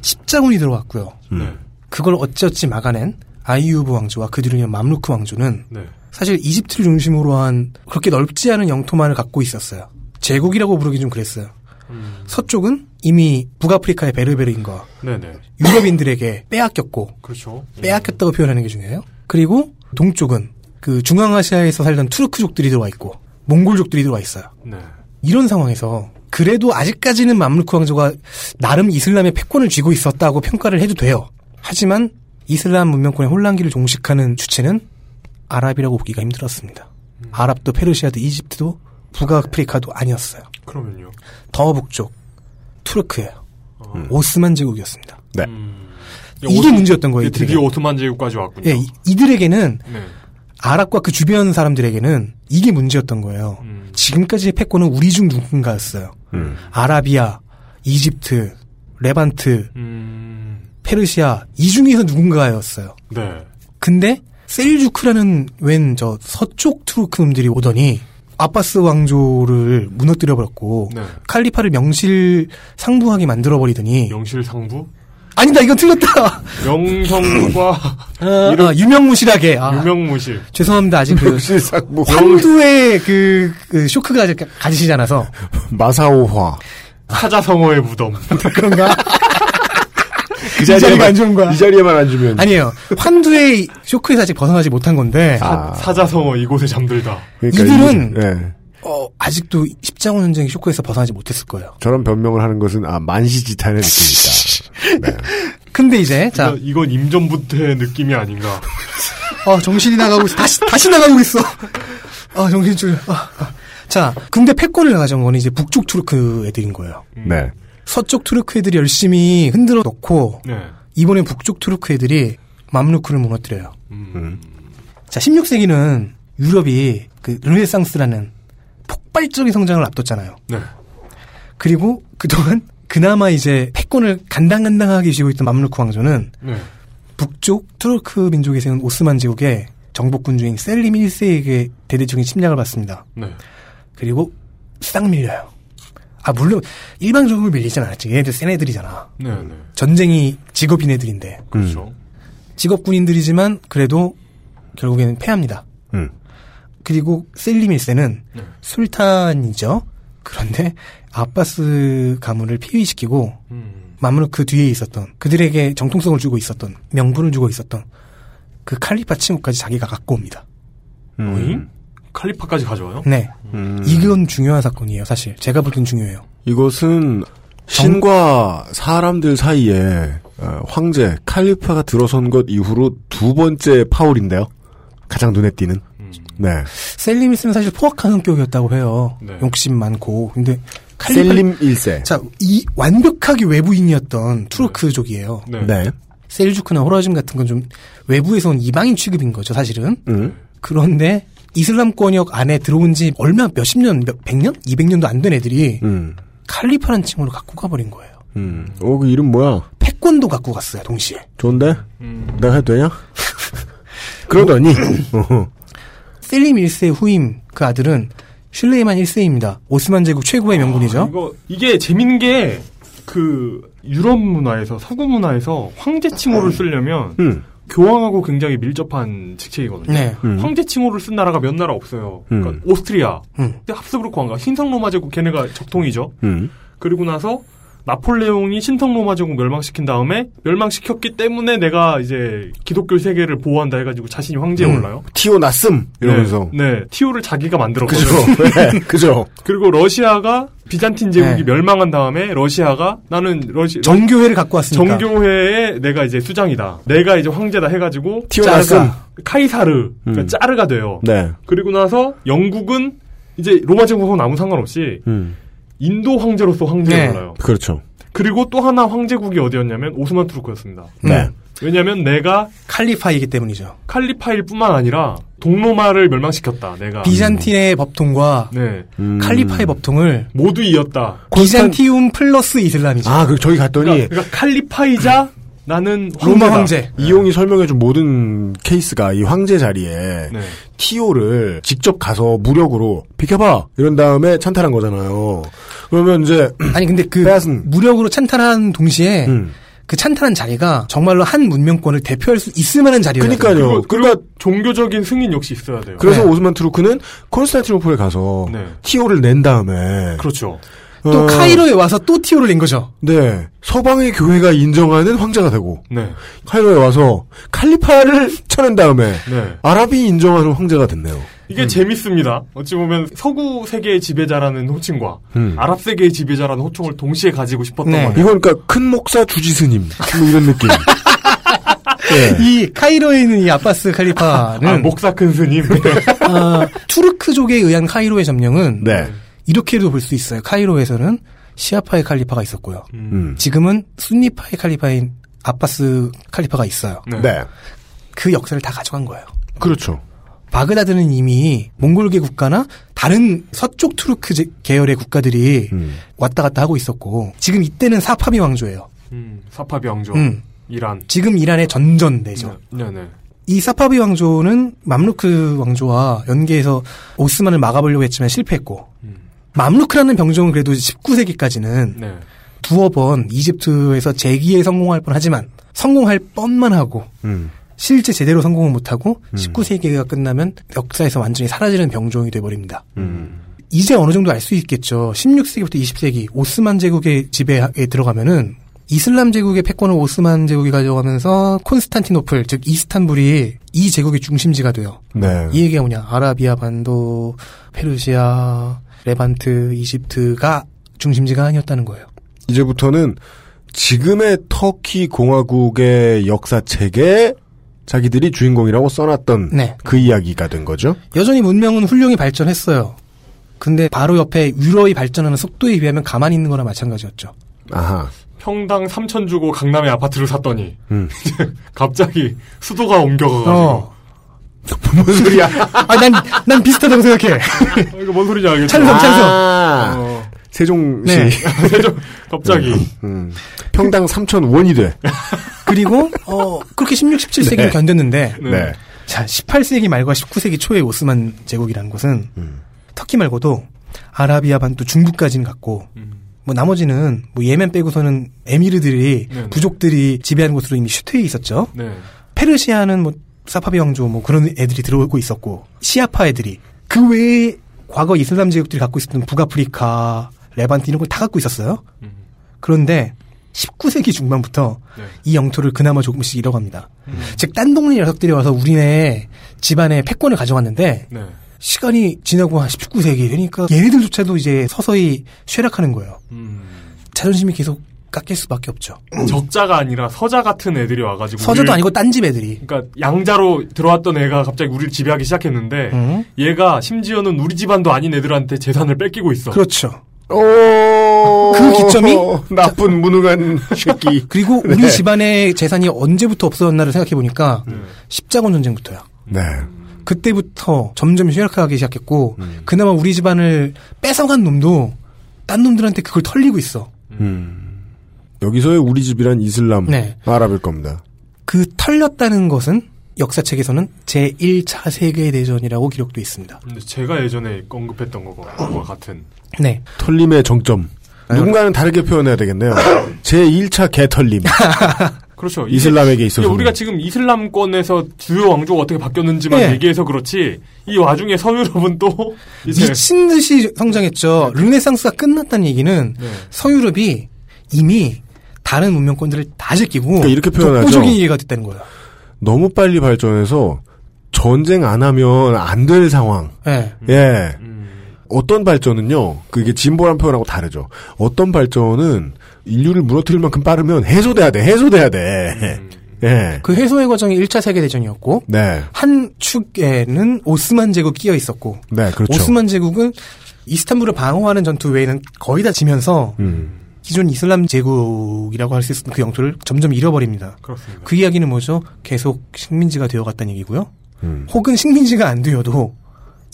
십자군이 들어왔고요. 네. 그걸 어찌어찌 막아낸 아이유브 왕조와 그 뒤로 이은 맘루크 왕조는 네. 사실 이집트를 중심으로 한 그렇게 넓지 않은 영토만을 갖고 있었어요. 제국이라고 부르기 좀 그랬어요. 서쪽은 이미 북아프리카의 베르베르인과 네네. 유럽인들에게 빼앗겼고 그렇죠. 빼앗겼다고 표현하는 게 중요해요. 그리고 동쪽은 그 중앙아시아에서 살던 투르크족들이 들어와 있고 몽골족들이 들어와 있어요. 네. 이런 상황에서 그래도 아직까지는 맘루크 왕조가 나름 이슬람의 패권을 쥐고 있었다고 평가를 해도 돼요. 하지만 이슬람 문명권의 혼란기를 종식하는 주체는 아랍이라고 보기가 힘들었습니다. 아랍도 페르시아도 이집트도 북아프리카도 아니었어요. 그러면요. 더 북쪽 투르크예요. 오스만 제국이었습니다. 네. 이게 오스- 문제였던 거예요. 드디어 이들에게. 오스만 제국까지 왔군요. 예, 이- 이들에게는 네. 아랍과 그 주변 사람들에게는 이게 문제였던 거예요. 지금까지의 패권은 우리 중 누군가였어요. 아라비아, 이집트, 레반트, 페르시아 이 중에서 누군가였어요. 음, 네. 근데 셀주크라는 웬 저 서쪽 투르크놈들이 오더니 아빠스 왕조를 무너뜨려 버렸고 네. 칼리파를 명실상부하게 만들어 버리더니 명실상부? 아니다 이건 틀렸다. 명성과 아, 아, 유명무실하게 아. 유명무실. 죄송합니다. 아직 그 명실상부. 뭐 환두의 그, 그 쇼크가 아직 가지시지 않아서 마사오화. 사자성어의 무덤. 그런가? 그 자리가 자리에만 안 좋은 거야. 이 자리에만 앉으면 아니에요. 환두의 쇼크에서 아직 벗어나지 못한 건데 사자성어 이곳에 잠들다. 그러니까 이들은- 이- 예. 어, 아직도 십자군 전쟁의 쇼크에서 벗어나지 못했을 거예요. 저런 변명을 하는 것은 아 만시지탄의 느낌이다. 근데 이제 자 이건, 이건 임전부태의 느낌이 아닌가. 아, 정신이 나가고 있어. 다시, 다시 나가고 있어. 아, 정신줄. 아, 아. 자, 근데 패권을 가져온 건 이제 북쪽 투르크 애들인 거예요. 네. 서쪽 투르크 애들이 열심히 흔들어 놓고, 네. 이번에 북쪽 투르크 애들이 맘루크를 무너뜨려요. 자, 16세기는 유럽이 그 르네상스라는 폭발적인 성장을 앞뒀잖아요. 네. 그리고 그동안 그나마 이제 패권을 간당간당하게 쥐고 있던 맘루크 왕조는 네. 북쪽 투르크 민족이 세운 오스만 제국의 정복군 중인 셀림 1세에게 대대적인 침략을 받습니다. 네. 그리고 싹 밀려요. 아 물론 일방적으로 밀리진 않았지. 얘네들 센 애들이잖아. 네. 네. 전쟁이 직업인 애들인데. 그렇죠. 직업 군인들이지만 그래도 결국에는 패합니다. 음. 그리고 셀림 1세는 네. 술탄이죠. 그런데 아빠스 가문을 폐위시키고 마무르 그 뒤에 있었던 그들에게 정통성을 주고 있었던 명분을 주고 있었던 그 칼리파 칭호까지 자기가 갖고 옵니다. 뭐임? 음. 칼리파까지 가져와요? 음. 네, 음. 이건 중요한 사건이에요. 사실 제가 볼 땐 중요해요. 이것은 신과 사람들 사이에 어, 황제 칼리파가 들어선 것 이후로 두 번째 파울인데요. 가장 눈에 띄는. 음. 네. 셀림 1세는 사실 포악한 성격이었다고 해요. 네. 욕심 많고. 근데 칼리파- 셀림 1세. 자, 이 완벽하게 외부인이었던 투르크족이에요. 네. 네. 셀주크나 호라즘 같은 건 좀 외부에서 온 이방인 취급인 거죠, 사실은. 음. 그런데 이슬람 권역 안에 들어온 지 얼마 몇십 년, 몇 백 년? 이백 년도 안 된 애들이 음. 칼리파라는 칭호를 갖고 가버린 거예요. 음. 어, 그 이름 뭐야? 패권도 갖고 갔어요, 동시에. 좋은데? 음. 내가 해도 되냐? 그러더니. 음. 어허. 셀림 1세 후임 그 아들은 슐레이만 1세입니다. 오스만 제국 최고의 아, 명분이죠. 아, 이거 이게 재밌는 게 그 유럽 문화에서 서구 문화에서 황제 칭호를 쓰려면 음. 교황하고 굉장히 밀접한 직책이거든요. 네. 음. 황제 칭호를 쓴 나라가 몇 나라 없어요. 음. 그러니까 오스트리아, 음. 그때 합스부르크 왕가, 신성 로마 제국 걔네가 적통이죠. 음. 그리고 나서 나폴레옹이 신성 로마 제국 멸망시킨 다음에 멸망시켰기 때문에 내가 이제 기독교 세계를 보호한다 해가지고 자신이 황제에 음. 올라요. 티오 났음! 이러면서. 네, 티오를 자기가 만들었거든요. 그죠. 음. 네. 그죠. 그리고 러시아가 비잔틴 제국이 네. 멸망한 다음에 러시아가 나는 러시 정교회를 갖고 왔으니까. 정교회에 내가 이제 수장이다. 내가 이제 황제다 해가지고 티오나스. 짜르가, 카이사르 그러니까 음. 짜르가 돼요. 네. 그리고 나서 영국은 이제 로마 제국하고는 아무 상관없이 음. 인도 황제로서 황제를 네. 몰라요. 그렇죠. 그리고 또 하나 황제국이 어디였냐면 오스만 투르크였습니다. 네. 왜냐하면 내가 칼리파이기 때문이죠. 칼리파일 뿐만 아니라 동로마를 멸망시켰다. 내가 비잔틴의 법통과 네. 칼리파의 법통을 모두 이었다. 음. 비잔티움 플러스 이슬람이죠. 아, 그, 저기 갔더니. 그러니까, 그러니까 칼리파이자 나는 황제다. 황제다. 이용이 설명해준 모든 케이스가 이 황제 자리에 네. 티오를 직접 가서 무력으로 비켜봐 이런 다음에 찬탈한 거잖아요. 그러면 이제 아니 근데 그 무력으로 찬탈한 동시에 음. 그 찬탈한 자리가 정말로 한 문명권을 대표할 수 있을 만한 자리였어요. 그러니까요. 그러니까 종교적인 승인 역시 있어야 돼요. 그래서 오스만 투르크는 콘스탄티노플에 가서 티오를 낸 다음에 네. 그렇죠. 또 어. 카이로에 와서 또 티오를 낸 거죠. 네 서방의 교회가 인정하는 황제가 되고 네. 카이로에 와서 칼리파를 쳐낸 다음에 네. 아랍이 인정하는 황제가 됐네요. 이게 재밌습니다. 어찌 보면 서구 세계의 지배자라는 호칭과 음. 아랍 세계의 지배자라는 호칭을 동시에 가지고 싶었던 네. 거예요. 이건 그러니까 큰 목사 주지스님 뭐 이런 느낌. 네. 이 카이로에 있는 이 아바스 칼리파는 음. 아, 목사 큰 스님. 네. 아, 투르크족에 의한 카이로의 점령은 이렇게도 볼 수 있어요. 카이로에서는 시아파의 칼리파가 있었고요. 음. 지금은 순니파의 칼리파인 아바스 칼리파가 있어요. 네. 그 역사를 다 가져간 거예요. 그렇죠. 바그다드는 이미 몽골계 국가나 다른 서쪽 투르크 제- 계열의 국가들이 왔다 갔다 하고 있었고 지금 이때는 사파비 왕조예요. 음, 사파비 왕조. 음. 이란. 지금 이란의 전전대죠. 음. 네네. 이 사파비 왕조는 맘루크 왕조와 연계해서 오스만을 막아보려고 했지만 실패했고 맘루크라는 병종은 그래도 19세기까지는 네. 두어 번 이집트에서 재기에 성공할 뻔하지만 성공할 뻔만 하고 음. 실제 제대로 성공을 못하고 19세기가 끝나면 역사에서 완전히 사라지는 병종이 돼버립니다. 이제 어느 정도 알 수 있겠죠. 16세기부터 20세기 오스만 제국의 지배에 들어가면은 이슬람 제국의 패권을 오스만 제국이 가져가면서 콘스탄티노플 즉 이스탄불이 이 제국의 중심지가 돼요. 네. 이 얘기가 뭐냐? 아라비아 반도, 페르시아, 레반트, 이집트가 중심지가 아니었다는 거예요. 이제부터는 지금의 터키 공화국의 역사책에 자기들이 주인공이라고 써놨던 네. 그 이야기가 된 거죠. 여전히 문명은 훌륭히 발전했어요. 근데 바로 옆에 유럽이 발전하는 속도에 비하면 가만히 있는 거나 마찬가지였죠. 아하. 평당 3천 주고 강남에 아파트를 샀더니 음. 갑자기 수도가 옮겨가가지고 어. 뭔 소리야? 아, 난, 난 비슷하다고 생각해. 아, 이거 뭔 소리인지 알겠어. 찬성, 찬성. 아, 어. 세종시. 네. 세종, 갑자기. 음. 평당 3,000원이 돼. 그리고, 어, 그렇게 16, 17세기를 네. 견뎠는데, 네. 자, 18세기 말과 19세기 초의 오스만 제국이라는 것은, 음. 터키 말고도, 아라비아 반도 중부까지는 갔고, 음. 뭐, 나머지는, 뭐, 예멘 빼고서는 에미르들이, 네, 네. 부족들이 지배한 곳으로 이미 슈트에 있었죠. 네. 페르시아는 뭐 사파비 왕조 뭐 그런 애들이 들어오고 있었고 시아파 애들이 그 외에 과거 이슬람 제국들이 갖고 있었던 북아프리카 레반트 이런 걸 다 갖고 있었어요. 음. 그런데 19세기 중반부터 네. 이 영토를 그나마 조금씩 잃어갑니다. 음. 즉 딴 동네 녀석들이 와서 우리네 집안의 패권을 가져갔는데 네. 시간이 지나고 한 19세기 되니까 얘네들조차도 이제 서서히 쇠락하는 거예요. 자존심이 계속 깎일 수밖에 없죠. 음. 적자가 아니라 서자 같은 애들이 와가지고 서재도 우리를- 아니고 딴집 애들이. 그러니까 양자로 들어왔던 애가 갑자기 우리를 지배하기 시작했는데 응? 얘가 심지어는 우리 집안도 아닌 애들한테 재산을 뺏기고 있어. 그렇죠. 그 기점이 나쁜 무능한 새끼. 그리고 우리 네. 집안의 재산이 언제부터 없어졌나를 생각해 보니까 십자군 전쟁부터야. 네. 그때부터 점점 쇠락하기 시작했고 음. 그나마 우리 집안을 뺏어간 놈도 딴 놈들한테 그걸 털리고 있어. 여기서의 우리 집이란 이슬람 네. 아랍일 겁니다. 그 털렸다는 것은 역사책에서는 제1차 세계대전이라고 기록돼 있습니다. 근데 제가 예전에 언급했던 거와 그거와 같은 네. 털림의 정점. 아유. 누군가는 다르게 표현해야 되겠네요. 제 1차 개털림. 그렇죠. 이게- 이슬람에게 이게 있어서. 우리가 지금 이슬람권에서 주요 왕조가 어떻게 바뀌었는지만 네. 얘기해서 그렇지 이 와중에 서유럽은 또 이제 미친 듯이 성장했죠. 르네상스가 끝났다는 얘기는 네. 서유럽이 이미 다른 문명권들을 다 제끼고 그러니까 이렇게 표현하죠. 독보적인 얘기가 됐다는 거예요. 너무 빨리 발전해서 전쟁 안 하면 안 될 상황. 예. 예. 어떤 발전은요, 그게 진보란 표현하고 다르죠. 어떤 발전은 인류를 무너뜨릴 만큼 빠르면 해소돼야 돼, 해소돼야 돼. 예. 그 해소의 과정이 1차 세계대전이었고 네. 한 축에는 오스만 제국 끼어 있었고 네, 그렇죠. 오스만 제국은 이스탄불을 방어하는 전투 외에는 거의 다 지면서 음. 기존 이슬람 제국이라고 할 수 있었던 그 영토를 점점 잃어버립니다. 그렇습니다. 그 이야기는 뭐죠? 계속 식민지가 되어갔다는 얘기고요. 음. 혹은 식민지가 안 되어도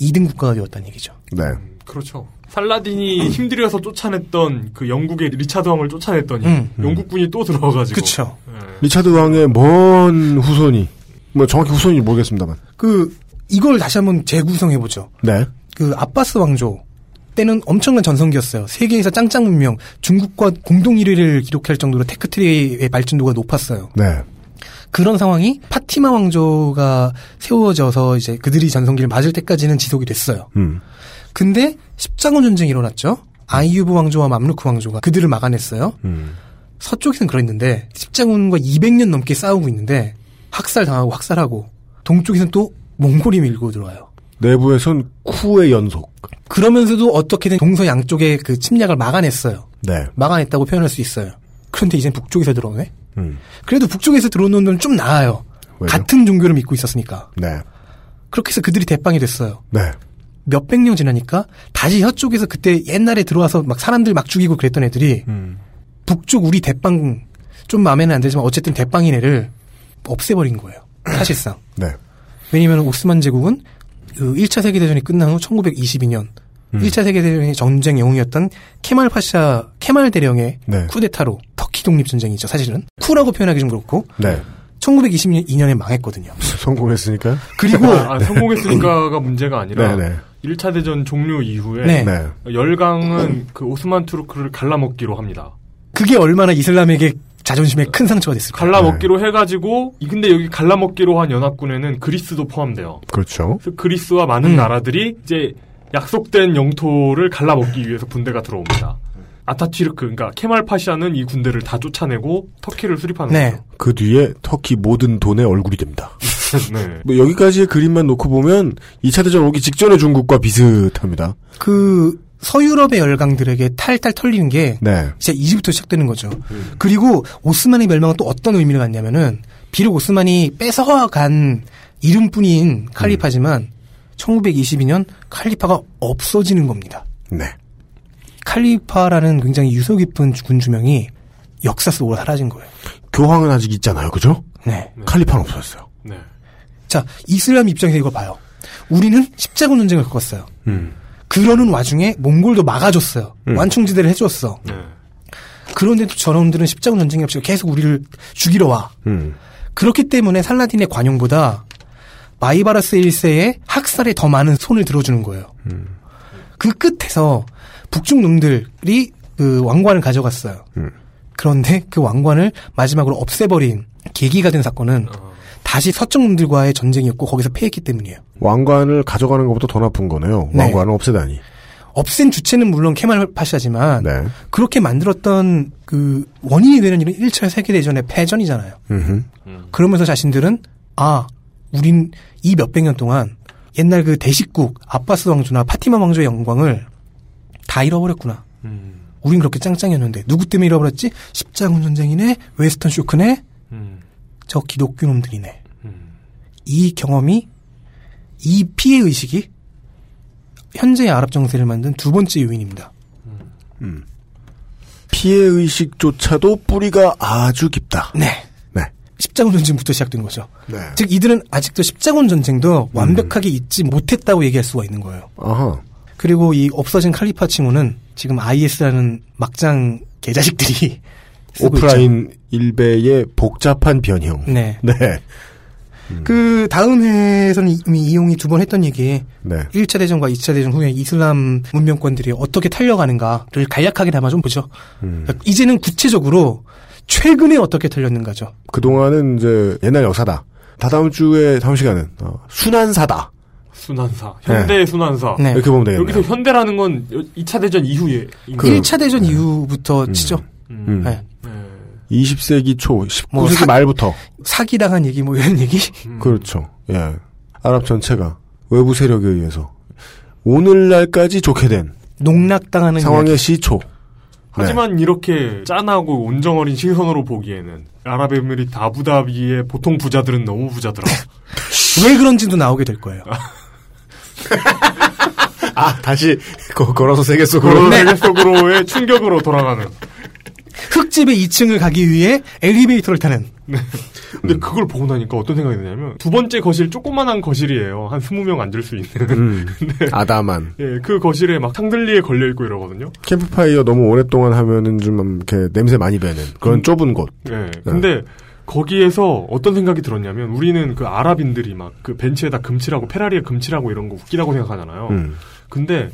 2등 국가가 되었다는 얘기죠. 네. 그렇죠. 살라딘이 힘들여서 쫓아냈던 그 영국의 리차드 왕을 쫓아냈더니 음. 영국군이 또 들어와가지고 예. 그쵸. 리차드 왕의 먼 후손이, 뭐 정확히 후손인지 모르겠습니다만. 그 이걸 다시 한번 재구성해 보죠. 네. 그 아빠스 왕조 때는 엄청난 전성기였어요. 세계에서 짱짱 문명, 중국과 공동 1위를 기록할 정도로 테크트리의 발전도가 높았어요. 네. 그런 상황이 파티마 왕조가 세워져서 이제 그들이 전성기를 맞을 때까지는 지속이 됐어요. 음. 근데 십자군 전쟁이 일어났죠. 아이유브 왕조와 맘루크 왕조가 그들을 막아냈어요. 음. 서쪽에서는 그랬는데 십자군과 200년 넘게 싸우고 있는데 학살당하고 학살하고 동쪽에서는 또 몽골이 밀고 들어와요. 내부에선 쿠의 연속. 그러면서도 어떻게든 동서 양쪽의 그 침략을 막아냈어요. 네. 막아냈다고 표현할 수 있어요. 그런데 이젠 북쪽에서 들어오네? 음. 그래도 북쪽에서 들어오는 놈들은 좀 나아요. 왜요? 같은 종교를 믿고 있었으니까. 네. 그렇게 해서 그들이 대빵이 됐어요. 네. 몇백 년 지나니까 다시 서쪽에서 그때 옛날에 들어와서 막 사람들 막 죽이고 그랬던 애들이 음. 북쪽 우리 대빵 좀 마음에는 안 들지만 어쨌든 대빵인 애를 없애버린 거예요. 사실상. 네. 왜냐면 오스만 제국은 그 1차 세계대전이 끝난 후 1922년 1차 세계대전의 전쟁 영웅이었던 케말 파샤 케말 대령의 네. 쿠데타로 터키 독립 전쟁이죠. 사실은 쿠라고 표현하기 좀 그렇고 네. 1922년에 망했거든요. 성공했으니까요. 그리고 아, 성공했으니까가 문제가 아니라 네네. 1차 대전 종료 이후에 네. 네. 열강은 그 오스만 투르크를 갈라먹기로 합니다. 그게 얼마나 이슬람에게 자존심에 큰 상처가 됐을까? 갈라먹기로 네. 해가지고 이- 근데 여기 갈라먹기로 한 연합군에는 그리스도 포함돼요. 그렇죠. 그래서 그리스와 많은 음. 나라들이 이제 약속된 영토를 갈라먹기 위해서 군대가 들어옵니다. 음. 아타튀르크, 그러니까 케말 파샤는 이 군대를 다 쫓아내고 터키를 수립하는 네. 거죠. 그 뒤에 터키 모든 돈의 얼굴이 됩니다. 네. 뭐 여기까지의 그림만 놓고 보면 2차 대전 오기 직전의 중국과 비슷합니다. 그 서유럽의 열강들에게 탈탈 털리는 게 네. 음. 진짜 이집부터 시작되는 거죠. 그리고 오스만의 멸망은 또 어떤 의미를 갖냐면은 비록 오스만이 뺏어간 이름뿐인 칼리파지만 1922년 칼리파가 없어지는 겁니다. 네. 칼리파라는 굉장히 유서 깊은 군 주명이 역사 속으로 사라진 거예요. 교황은 아직 있잖아요. 그죠? 네. 칼리파는 없어졌어요. 네. 자, 이슬람 입장에서 이거 봐요. 우리는 십자군 전쟁을 겪었어요. 음. 그러는 와중에 몽골도 막아줬어요. 음. 완충지대를 해줬어. 네. 그런데도 저놈들은 십자군 전쟁이 없이 계속 우리를 죽이러 와. 음. 그렇기 때문에 살라딘의 관용보다 마이바라스 1세의 학살에 더 많은 손을 들어주는 거예요. 그 끝에서 북쪽 놈들이 그 왕관을 가져갔어요. 음. 그런데 그 왕관을 마지막으로 없애버린 계기가 된 사건은 다시 서쪽 놈들과의 전쟁이었고 거기서 패했기 때문이에요. 왕관을 가져가는 것보다 더 나쁜 거네요. 네. 왕관을 없애다니. 없앤 주체는 물론 케말 파샤지만 네. 그렇게 만들었던 그 원인이 되는 일은 1차 세계대전의 패전이잖아요. 음흠. 그러면서 자신들은 아 우린 이 몇백 년 동안 옛날 음. 그 대식국 아빠스 왕조나 파티마 왕조의 영광을 다 잃어버렸구나. 우린 그렇게 짱짱이었는데 누구 때문에 잃어버렸지? 십자군 전쟁이네, 웨스턴 쇼크네, 저 기독교 놈들이네. 이 경험이 이 피해 의식이 현재의 아랍 정세를 만든 두 번째 요인입니다. 피해 의식조차도 뿌리가 아주 깊다. 네. 네. 십자군 전쟁부터 시작된 거죠. 네. 즉 이들은 아직도 십자군 전쟁도 완벽하게 잊지 못했다고 얘기할 수가 있는 거예요. 아하. 그리고 이 없어진 칼리파 칭호는 지금 IS라는 막장 개자식들이 쓰고 있죠. 오프라인 일베의 복잡한 변형. 네. 네. 그 다음 해에서는 이미 이용이 두 번 했던 얘기 네. 1차 대전과 2차 대전 후에 이슬람 문명권들이 어떻게 탈려가는가를 간략하게 담아좀 보죠. 그러니까 음. 이제는 구체적으로 최근에 어떻게 탈렸는가죠. 그동안은 이제 옛날 역사다. 다다음 주에 다음 시간은 어, 순환사다. 순환사. 현대 의 네. 순환사. 네. 이렇게 보면 되겠네요. 여기서 현대라는 건 2차 대전 이후에. 그- 1차 대전 이후부터 치죠. 음. 네. 20세기 초, 19세기 뭐 사- 말부터. 사기당한 얘기 뭐 이런 얘기? 그렇죠. 예. 아랍 전체가 외부 세력에 의해서 오늘날까지 좋게 된 농락당하는 상황의 시초. 하지만 이렇게 짠하고 온정어린 시선으로 보기에는 아랍에미리트 아부다비의 보통 부자들은 너무 부자더라. 왜 그런지도 나오게 될 거예요. 아, 다시 거- 걸어서 세계 속으로. 그런 네. 세계 속으로의 충격으로 돌아가는. 흙집의 2층을 가기 위해 엘리베이터를 타는. 음. 근데 그걸 보고 나니까 어떤 생각이 드냐면 두 번째 거실 조그만한 거실이에요. 한 20명 앉을 수 있는. 음. 아담한. 예, 그 거실에 막 탕들리에 걸려 있고 이러거든요. 캠프파이어 너무 오랫동안 하면은 좀 이렇게 냄새 많이 배는 그런 좁은 곳. 예. 근데 거기에서 어떤 생각이 들었냐면 우리는 그 아랍인들이 막 그 벤치에다 금칠하고 페라리에 금칠하고 이런 거 웃기다고 생각하잖아요. 음. 근데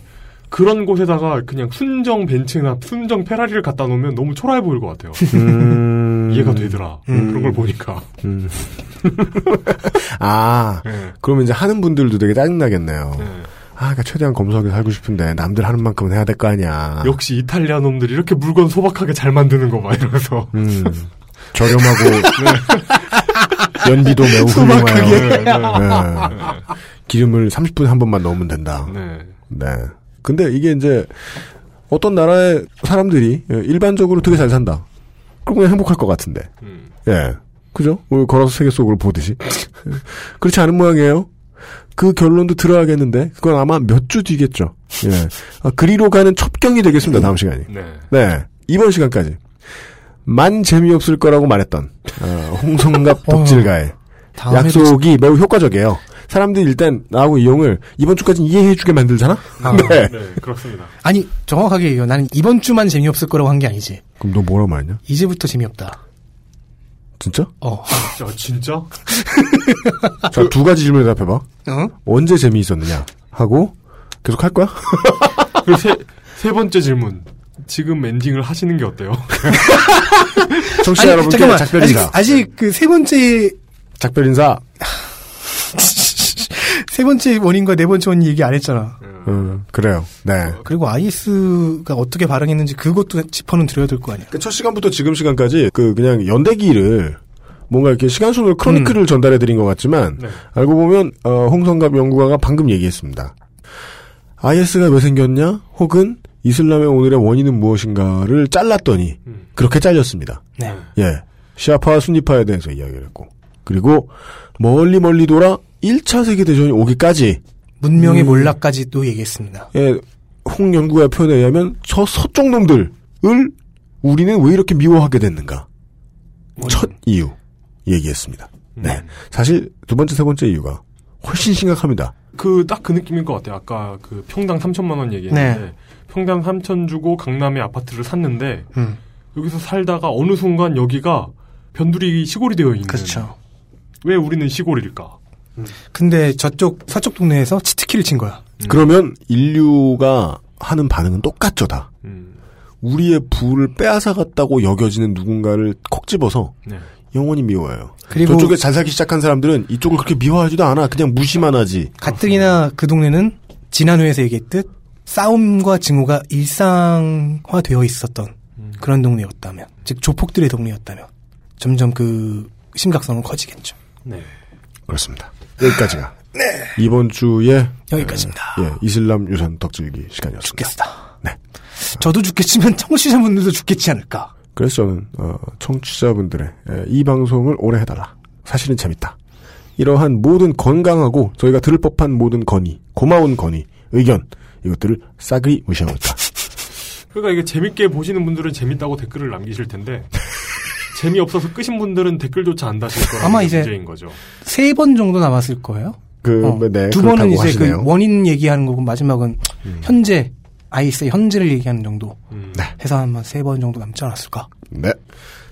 그런 곳에다가 그냥 순정 벤츠나 순정 페라리를 갖다 놓으면 너무 초라해 보일 것 같아요. 음. 이해가 되더라. 음. 그런 걸 보니까. 음. 아, 예. 그러면 이제 하는 분들도 되게 짜증나겠네요. 아, 그러니까 최대한 검소하게 살고 싶은데 남들 하는 만큼은 해야 될 거 아니야. 역시 이탈리아 놈들이 이렇게 물건 소박하게 잘 만드는 거 봐 이러면서. 음, 저렴하고 연비도 매우 소박하게. 훌륭해요. 네, 네. 네. 기름을 30분에 한 번만 넣으면 된다. 네. 네. 근데 이게 이제 어떤 나라의 사람들이 일반적으로 되게 잘 산다. 그럼 그냥 행복할 것 같은데. 예. 그죠? 우리 걸어서 세계 속으로 보듯이. 그렇지 않은 모양이에요. 그 결론도 들어야겠는데, 그건 아마 몇 주 뒤겠죠. 예. 아, 그리로 가는 첩경이 되겠습니다, 다음 시간이. 네. 이번 시간까지. 만 재미없을 거라고 말했던, 어, 홍성갑 독질가의 다음에도 약속이 매우 효과적이에요. 사람들이 일단 나하고 이용을 이번 주까지는 이해해주게 만들잖아? 아, 네. 그렇습니다. 아니 정확하게 얘기해요. 나는 이번 주만 재미없을 거라고 한 게 아니지. 그럼 너 뭐라고 말했냐? 이제부터 재미없다. 어? 진짜? 어. 야, 아, 진짜? 아, 자, 그 두 가지 질문에 답해봐. 어? 언제 재미있었느냐? 하고, 계속 할 거야? 그리고 세, 세 번째 질문. 지금 엔딩을 하시는 게 어때요? 청취자 아니, 여러분께 잠깐만. 작별 아직, 인사. 아직 그 아- 세 번째 작별 인사. 세 번째 원인과 네 번째 원인 얘기 안 했잖아. 음, 그래요. 네. 그리고 IS가 어떻게 발행했는지 그것도 짚어는 드려야 될 거 아니야. 그첫 시간부터 지금 시간까지 그 그냥 연대기를 뭔가 이렇게 시간순으로 크로니크를 전달해 드린 것 같지만 알고 보면 어, 홍성갑 연구가가 방금 얘기했습니다. IS가 왜 생겼냐? 혹은 이슬람의 오늘의 원인은 무엇인가를 잘랐더니 그렇게 잘렸습니다. 네. 예. 시아파와 순니파에 대해서 이야기를 했고 그리고 멀리 멀리 돌아 1차 세계 대전이 오기까지 음. 문명의 몰락까지도 얘기했습니다. 예, 홍 연구가 표현에 의하면 저 서쪽 놈들을 우리는 왜 이렇게 미워하게 됐는가? 첫 이유 얘기했습니다. 네, 사실 두 번째 세 번째 이유가 훨씬 심각합니다. 그 딱 그 느낌인 것 같아요. 아까 그 평당 3천만 원 얘기했는데 네. 평당 3천 주고 강남에 아파트를 샀는데 음. 여기서 살다가 어느 순간 여기가 변두리 시골이 되어 있는. 그렇죠. 왜 우리는 시골일까? 근데 저쪽 서쪽 동네에서 치트키를 친 거야. 음. 그러면 인류가 하는 반응은 똑같죠 다. 음. 우리의 부를 빼앗아갔다고 여겨지는 누군가를 콕 집어서 네. 영원히 미워해요. 그리고- 저쪽에 잘 살기 시작한 사람들은 이쪽을 그렇게 미워하지도 않아. 그냥 무시만 하지. 가뜩이나 그 동네는 지난 회에서 얘기했듯 싸움과 증오가 일상화되어 있었던 음. 그런 동네였다면, 즉 조폭들의 동네였다면 점점 그 심각성은 커지겠죠. 네. 그렇습니다. 네. 여기까지가 이번 주에 여기까지입니다. 네. 예, 이슬람 유산 덕질기 시간이었습니다. 저도 죽겠지만 청취자분들도 죽겠지 않을까. 그래서 저는 어, 청취자분들의 에, 이 방송을 오래 해달라. 사실은 재밌다. 이러한 모든 건강하고 저희가 들을 법한 모든 건의, 고마운 건의, 의견 이것들을 싸그리 무시하고 있다. 그러니까 이게 재밌게 보시는 분들은 재밌다고 댓글을 남기실 텐데 재미없어서 끄신 분들은 댓글조차 안 다실 거라는 아마 게 이제 문제인 거죠. 세 번 정도 남았을 거예요. 그, 어, 네, 두 그렇다고 번은 이제 하시네요. 음. 그 원인 얘기하는 거고 마지막은 현재 아이스의 현재를 얘기하는 정도 음, 해서 아마 세 번 정도 남지 않았을까. 네.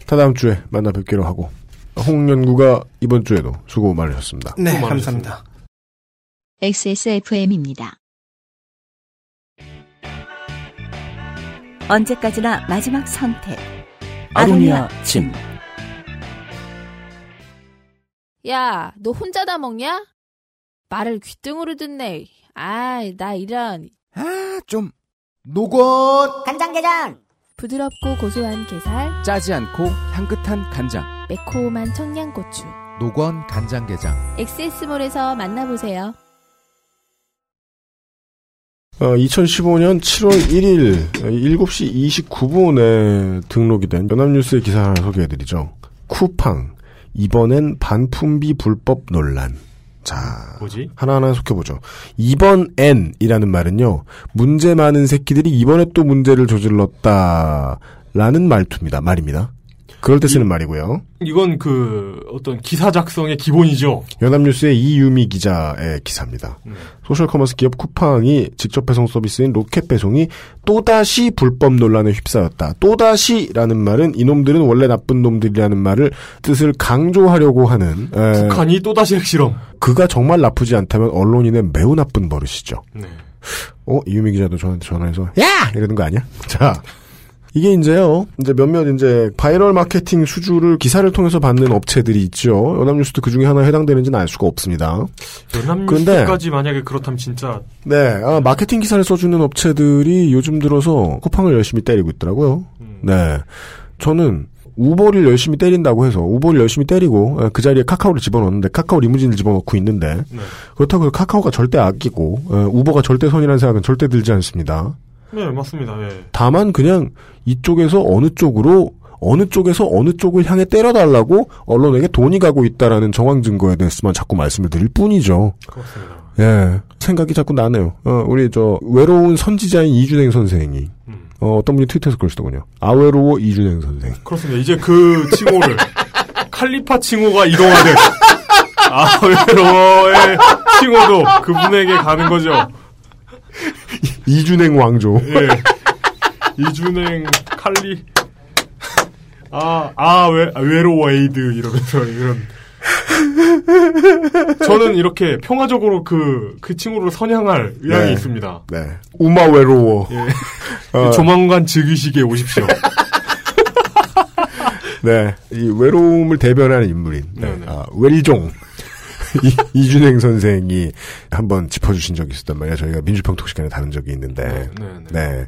다 다음 주에 만나 뵙기로 하고 홍연구가 이번 주에도 수고 많으셨습니다. 네, 감사합니다. XSFM입니다. 언제까지나 마지막 선택. 아로니아 진. 야, 너 혼자 다 먹냐? 말을 귀등으로 듣네. 아이, 나 이런. 아, 좀. 녹원 간장게장! 부드럽고 고소한 게살, 짜지 않고 향긋한 간장. 매콤한 청양고추. 녹원 간장게장. 엑세스몰에서 만나보세요. 어, 2015년 7월 1일 7시 29분에 등록이 된 연합뉴스의 기사 하나 소개해드리죠. 쿠팡 이번엔 반품비 불법 논란. 자, 뭐지? 하나하나 속해보죠. 이번 N이라는 말은요, 문제 많은 새끼들이 이번에 또 문제를 저질렀다라는 말투입니다. 말입니다. 그럴 때 쓰는 말이고요. 이건 그 어떤 기사 작성의 기본이죠. 연합뉴스의 이유미 기자의 기사입니다. 소셜커머스 기업 쿠팡이 직접 배송 서비스인 로켓 배송이 또다시 불법 논란에 휩싸였다. 또다시라는 말은 이놈들은 원래 나쁜 놈들이라는 말을 뜻을 강조하려고 하는 에, 북한이 또다시 핵실험. 그가 정말 나쁘지 않다면 언론인은 매우 나쁜 버릇이죠. 네. 어 이유미 기자도 저한테 전화해서 야 이러는 거 아니야? 자. 이게 이제요, 이제 몇몇 이제 바이럴 마케팅 수주를 기사를 통해서 받는 업체들이 있죠. 연합뉴스도 그 중에 하나에 해당되는지는 알 수가 없습니다. 연합뉴스까지 만약에 그렇다면 진짜 네, 아, 마케팅 기사를 써주는 업체들이 요즘 들어서 쿠팡을 열심히 때리고 있더라고요. 네, 저는 우버를 열심히 때린다고 해서 우버를 열심히 때리고 아, 그 자리에 카카오를 집어넣는데 카카오 리무진을 집어넣고 있는데 네. 그렇다고 해서 카카오가 절대 아끼고 아, 우버가 절대 선이라는 생각은 절대 들지 않습니다. 네 맞습니다. 예. 다만 그냥 이쪽에서 어느 쪽으로 어느 쪽에서 어느 쪽을 향해 때려달라고 언론에게 돈이 가고 있다라는 정황 증거에 대해서만 자꾸 말씀을 드릴 뿐이죠. 예. 생각이 자꾸 나네요. 어, 우리 저 외로운 선지자인 이준행 선생이 어, 떤 분이 트위터에서 그러시더군요. 아외로워 이준행 선생. 그렇습니다. 이제 그 칭호를 칼리파 칭호가 이동하듯 아외로의 칭호도 그분에게 가는 거죠. 이준행 왕조. 예. 이준행 칼리 아아외 외로워 에이드 이러면서 이런 저는 이렇게 평화적으로 그, 그 친구를 선양할 의향이 네. 있습니다. 네. 우마 외로워. 어, 조만간 즉위식에 오십시오. 네. 이 외로움을 대변하는 인물인 네. 아, 웰종 이- 이준행 선생이 한번 짚어주신 적이 있었단 말이에요. 저희가 민주평통 시간에 다룬 적이 있는데 네, 네.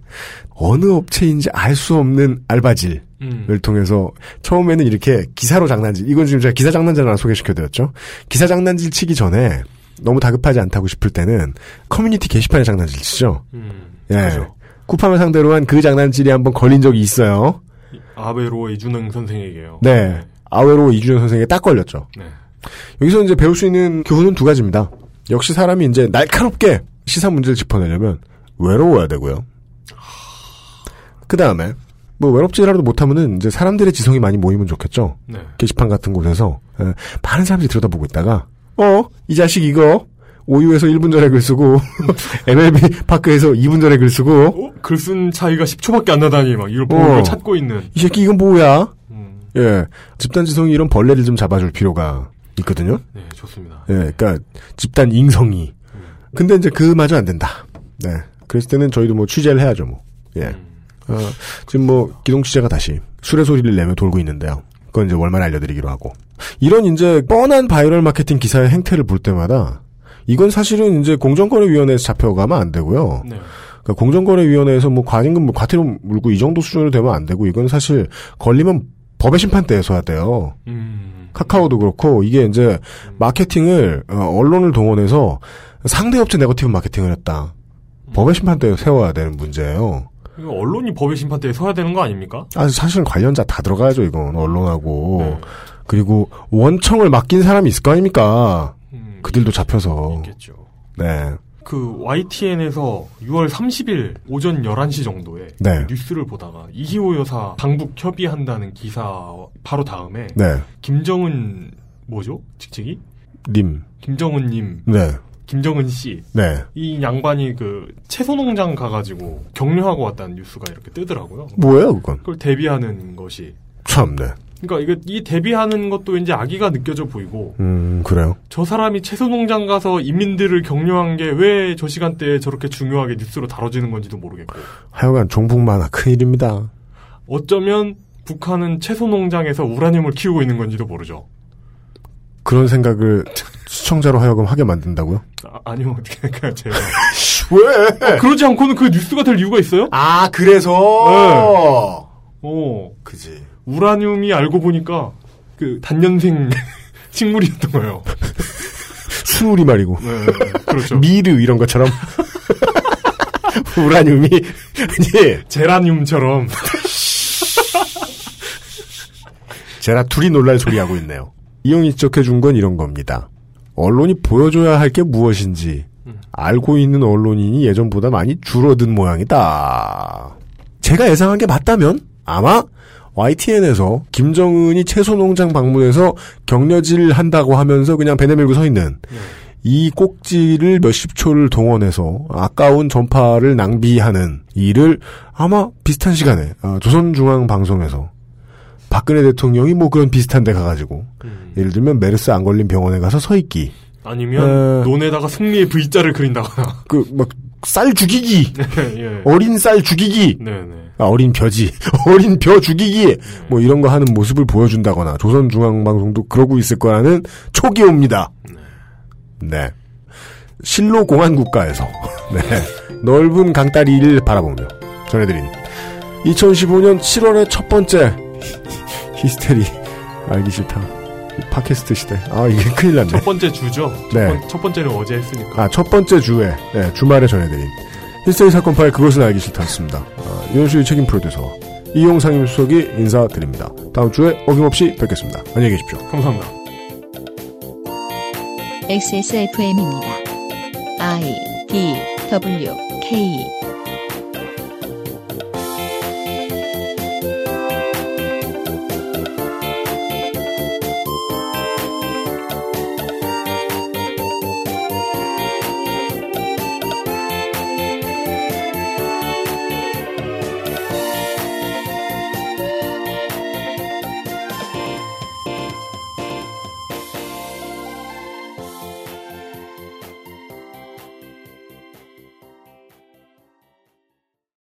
어느 업체인지 알 수 없는 알바질을 통해서 처음에는 이렇게 기사로 장난질 이건 지금 제가 기사 장난질 하나 소개시켜드렸죠. 기사 장난질 치기 전에 너무 다급하지 않다고 싶을 때는 커뮤니티 게시판에 장난질 치죠. 음. 예. 쿠팡을 상대로 한 그 장난질이 한번 걸린 적이 있어요. 아베로 이준행 선생에게요. 네, 네. 아외로 이준현 선생에게 딱 걸렸죠. 여기서 이제 배울 수 있는 교훈은 두 가지입니다. 역시 사람이 이제 날카롭게 시사 문제를 짚어내려면 외로워야 되고요. 그 다음에, 뭐 외롭지라도 못하면은 이제 사람들의 지성이 많이 모이면 좋겠죠. 네. 게시판 같은 곳에서 에, 많은 사람들이 들여다보고 있다가 어? 이 자식 이거 오유에서 1분 전에 글 쓰고 MLB 파크에서 2분 전에 글 쓰고 어? 글 쓴 차이가 10초밖에 안 나다니 막 이걸 보고 어. 이걸 찾고 있는. 음. 이 새끼 이건 뭐야? 예, 집단 지성이 이런 벌레를 좀 잡아줄 필요가 있거든요. 네, 좋습니다. 예, 그러니까 집단 잉성이. 근데 이제 그마저 안 된다. 네, 그랬을 때는 저희도 뭐 취재를 해야죠, 뭐. 예, 어, 지금 뭐 기동 취재가 다시 술의 소리를 내며 돌고 있는데요. 그건 이제 월말에 알려드리기로 하고 이런 이제 뻔한 바이럴 마케팅 기사의 행태를 볼 때마다 이건 사실은 이제 공정거래위원회에서 잡혀가면 안 되고요. 네. 그러니까 공정거래위원회에서 뭐 과징금, 뭐 과태료 물고 이 정도 수준으로 되면 안 되고 이건 사실 걸리면 법의 심판대에서 해야 돼요. 음. 카카오도 그렇고 이게 이제 마케팅을 어, 언론을 동원해서 상대업체 네거티브 마케팅을 했다. 법의 심판대에 세워야 되는 문제예요. 이거 언론이 법의 심판대에 서야 되는 거 아닙니까? 아, 사실은 관련자 다 들어가야죠, 이건. 언론하고. 그리고 원청을 맡긴 사람이 있을 거 아닙니까? 음. 그들도 잡혀서. 네. 그 YTN에서 6월 30일 오전 11시 정도에 네. 뉴스를 보다가 이희호 여사 방북 협의한다는 기사 바로 다음에 네. 김정은 뭐죠? 직책이? 님. 김정은 님. 네. 김정은 씨. 네. 이 양반이 그 채소 농장 가가지고 격려하고 왔다는 뉴스가 이렇게 뜨더라고요. 뭐예요, 그건? 그걸 대비하는 것이. 참, 네. 그러니까 이거 이 대비하는 것도 이제 악의가 느껴져 보이고 음, 그래요. 저 사람이 채소 농장 가서 인민들을 격려한 게 왜 저 시간대에 저렇게 중요하게 뉴스로 다뤄지는 건지도 모르겠고 하여간 종북 만화 큰일입니다. 어쩌면 북한은 채소 농장에서 우라늄을 키우고 있는 건지도 모르죠. 그런 생각을 시청자로 하여금 하게 만든다고요? 아, 니요 어떻게 할까요, 제가. 왜? 그러지 않고는 그 뉴스가 될 이유가 있어요? 아, 그래서? 네. 어. 그지. 우라늄이 알고 보니까 그 단년생 식물이었던 거예요. 스물이 말이고. 그렇죠. 네. 미르 이런 것처럼. 우라늄이. 아니, 제라늄처럼. 제라 둘이 놀랄 소리 하고 있네요. 이용이 지적해준 건 이런 겁니다. 언론이 보여줘야 할 게 무엇인지 알고 있는 언론인이 예전보다 많이 줄어든 모양이다. 제가 예상한 게 맞다면 아마 YTN에서 김정은이 채소농장 방문해서 격려질 한다고 하면서 그냥 배내밀고 서 있는 이 꼭지를 몇십 초를 동원해서 아까운 전파를 낭비하는 일을 아마 비슷한 시간에 어, 조선중앙방송에서 박근혜 대통령이 뭐 그런 비슷한 데 가가지고 예를 들면 메르스 안 걸린 병원에 가서 서 있기 아니면 에. 논에다가 승리의 V자를 그린다거나. 그 막 쌀 죽이기 예. 어린 쌀 죽이기 네네. 아, 어린 벼지, 어린 벼 죽이기, 뭐 이런 거 하는 모습을 보여준다거나, 조선중앙방송도 그러고 있을 거라는 촉이 옵니다. 네. 실로 공안 국가에서, 네. 넓은 강다리를 바라보며 전해드린 2015년 7월의 첫 번째 히스테리. 알기 싫다. 이 팟캐스트 시대. 아, 이게 큰일 났네. 첫 번째 주죠. 첫, 네. 번, 첫 번째는 어제 했으니까. 아, 첫 번째 주에, 네, 주말에 전해드린 히스테리 사건 파일 그것은 알기 싫다였습니다. 아, 윤수의 책임 프로듀서 이용 상임수석이 인사드립니다. 다음 주에 어김없이 뵙겠습니다. 안녕히 계십시오. 감사합니다. XSFM입니다. I D W K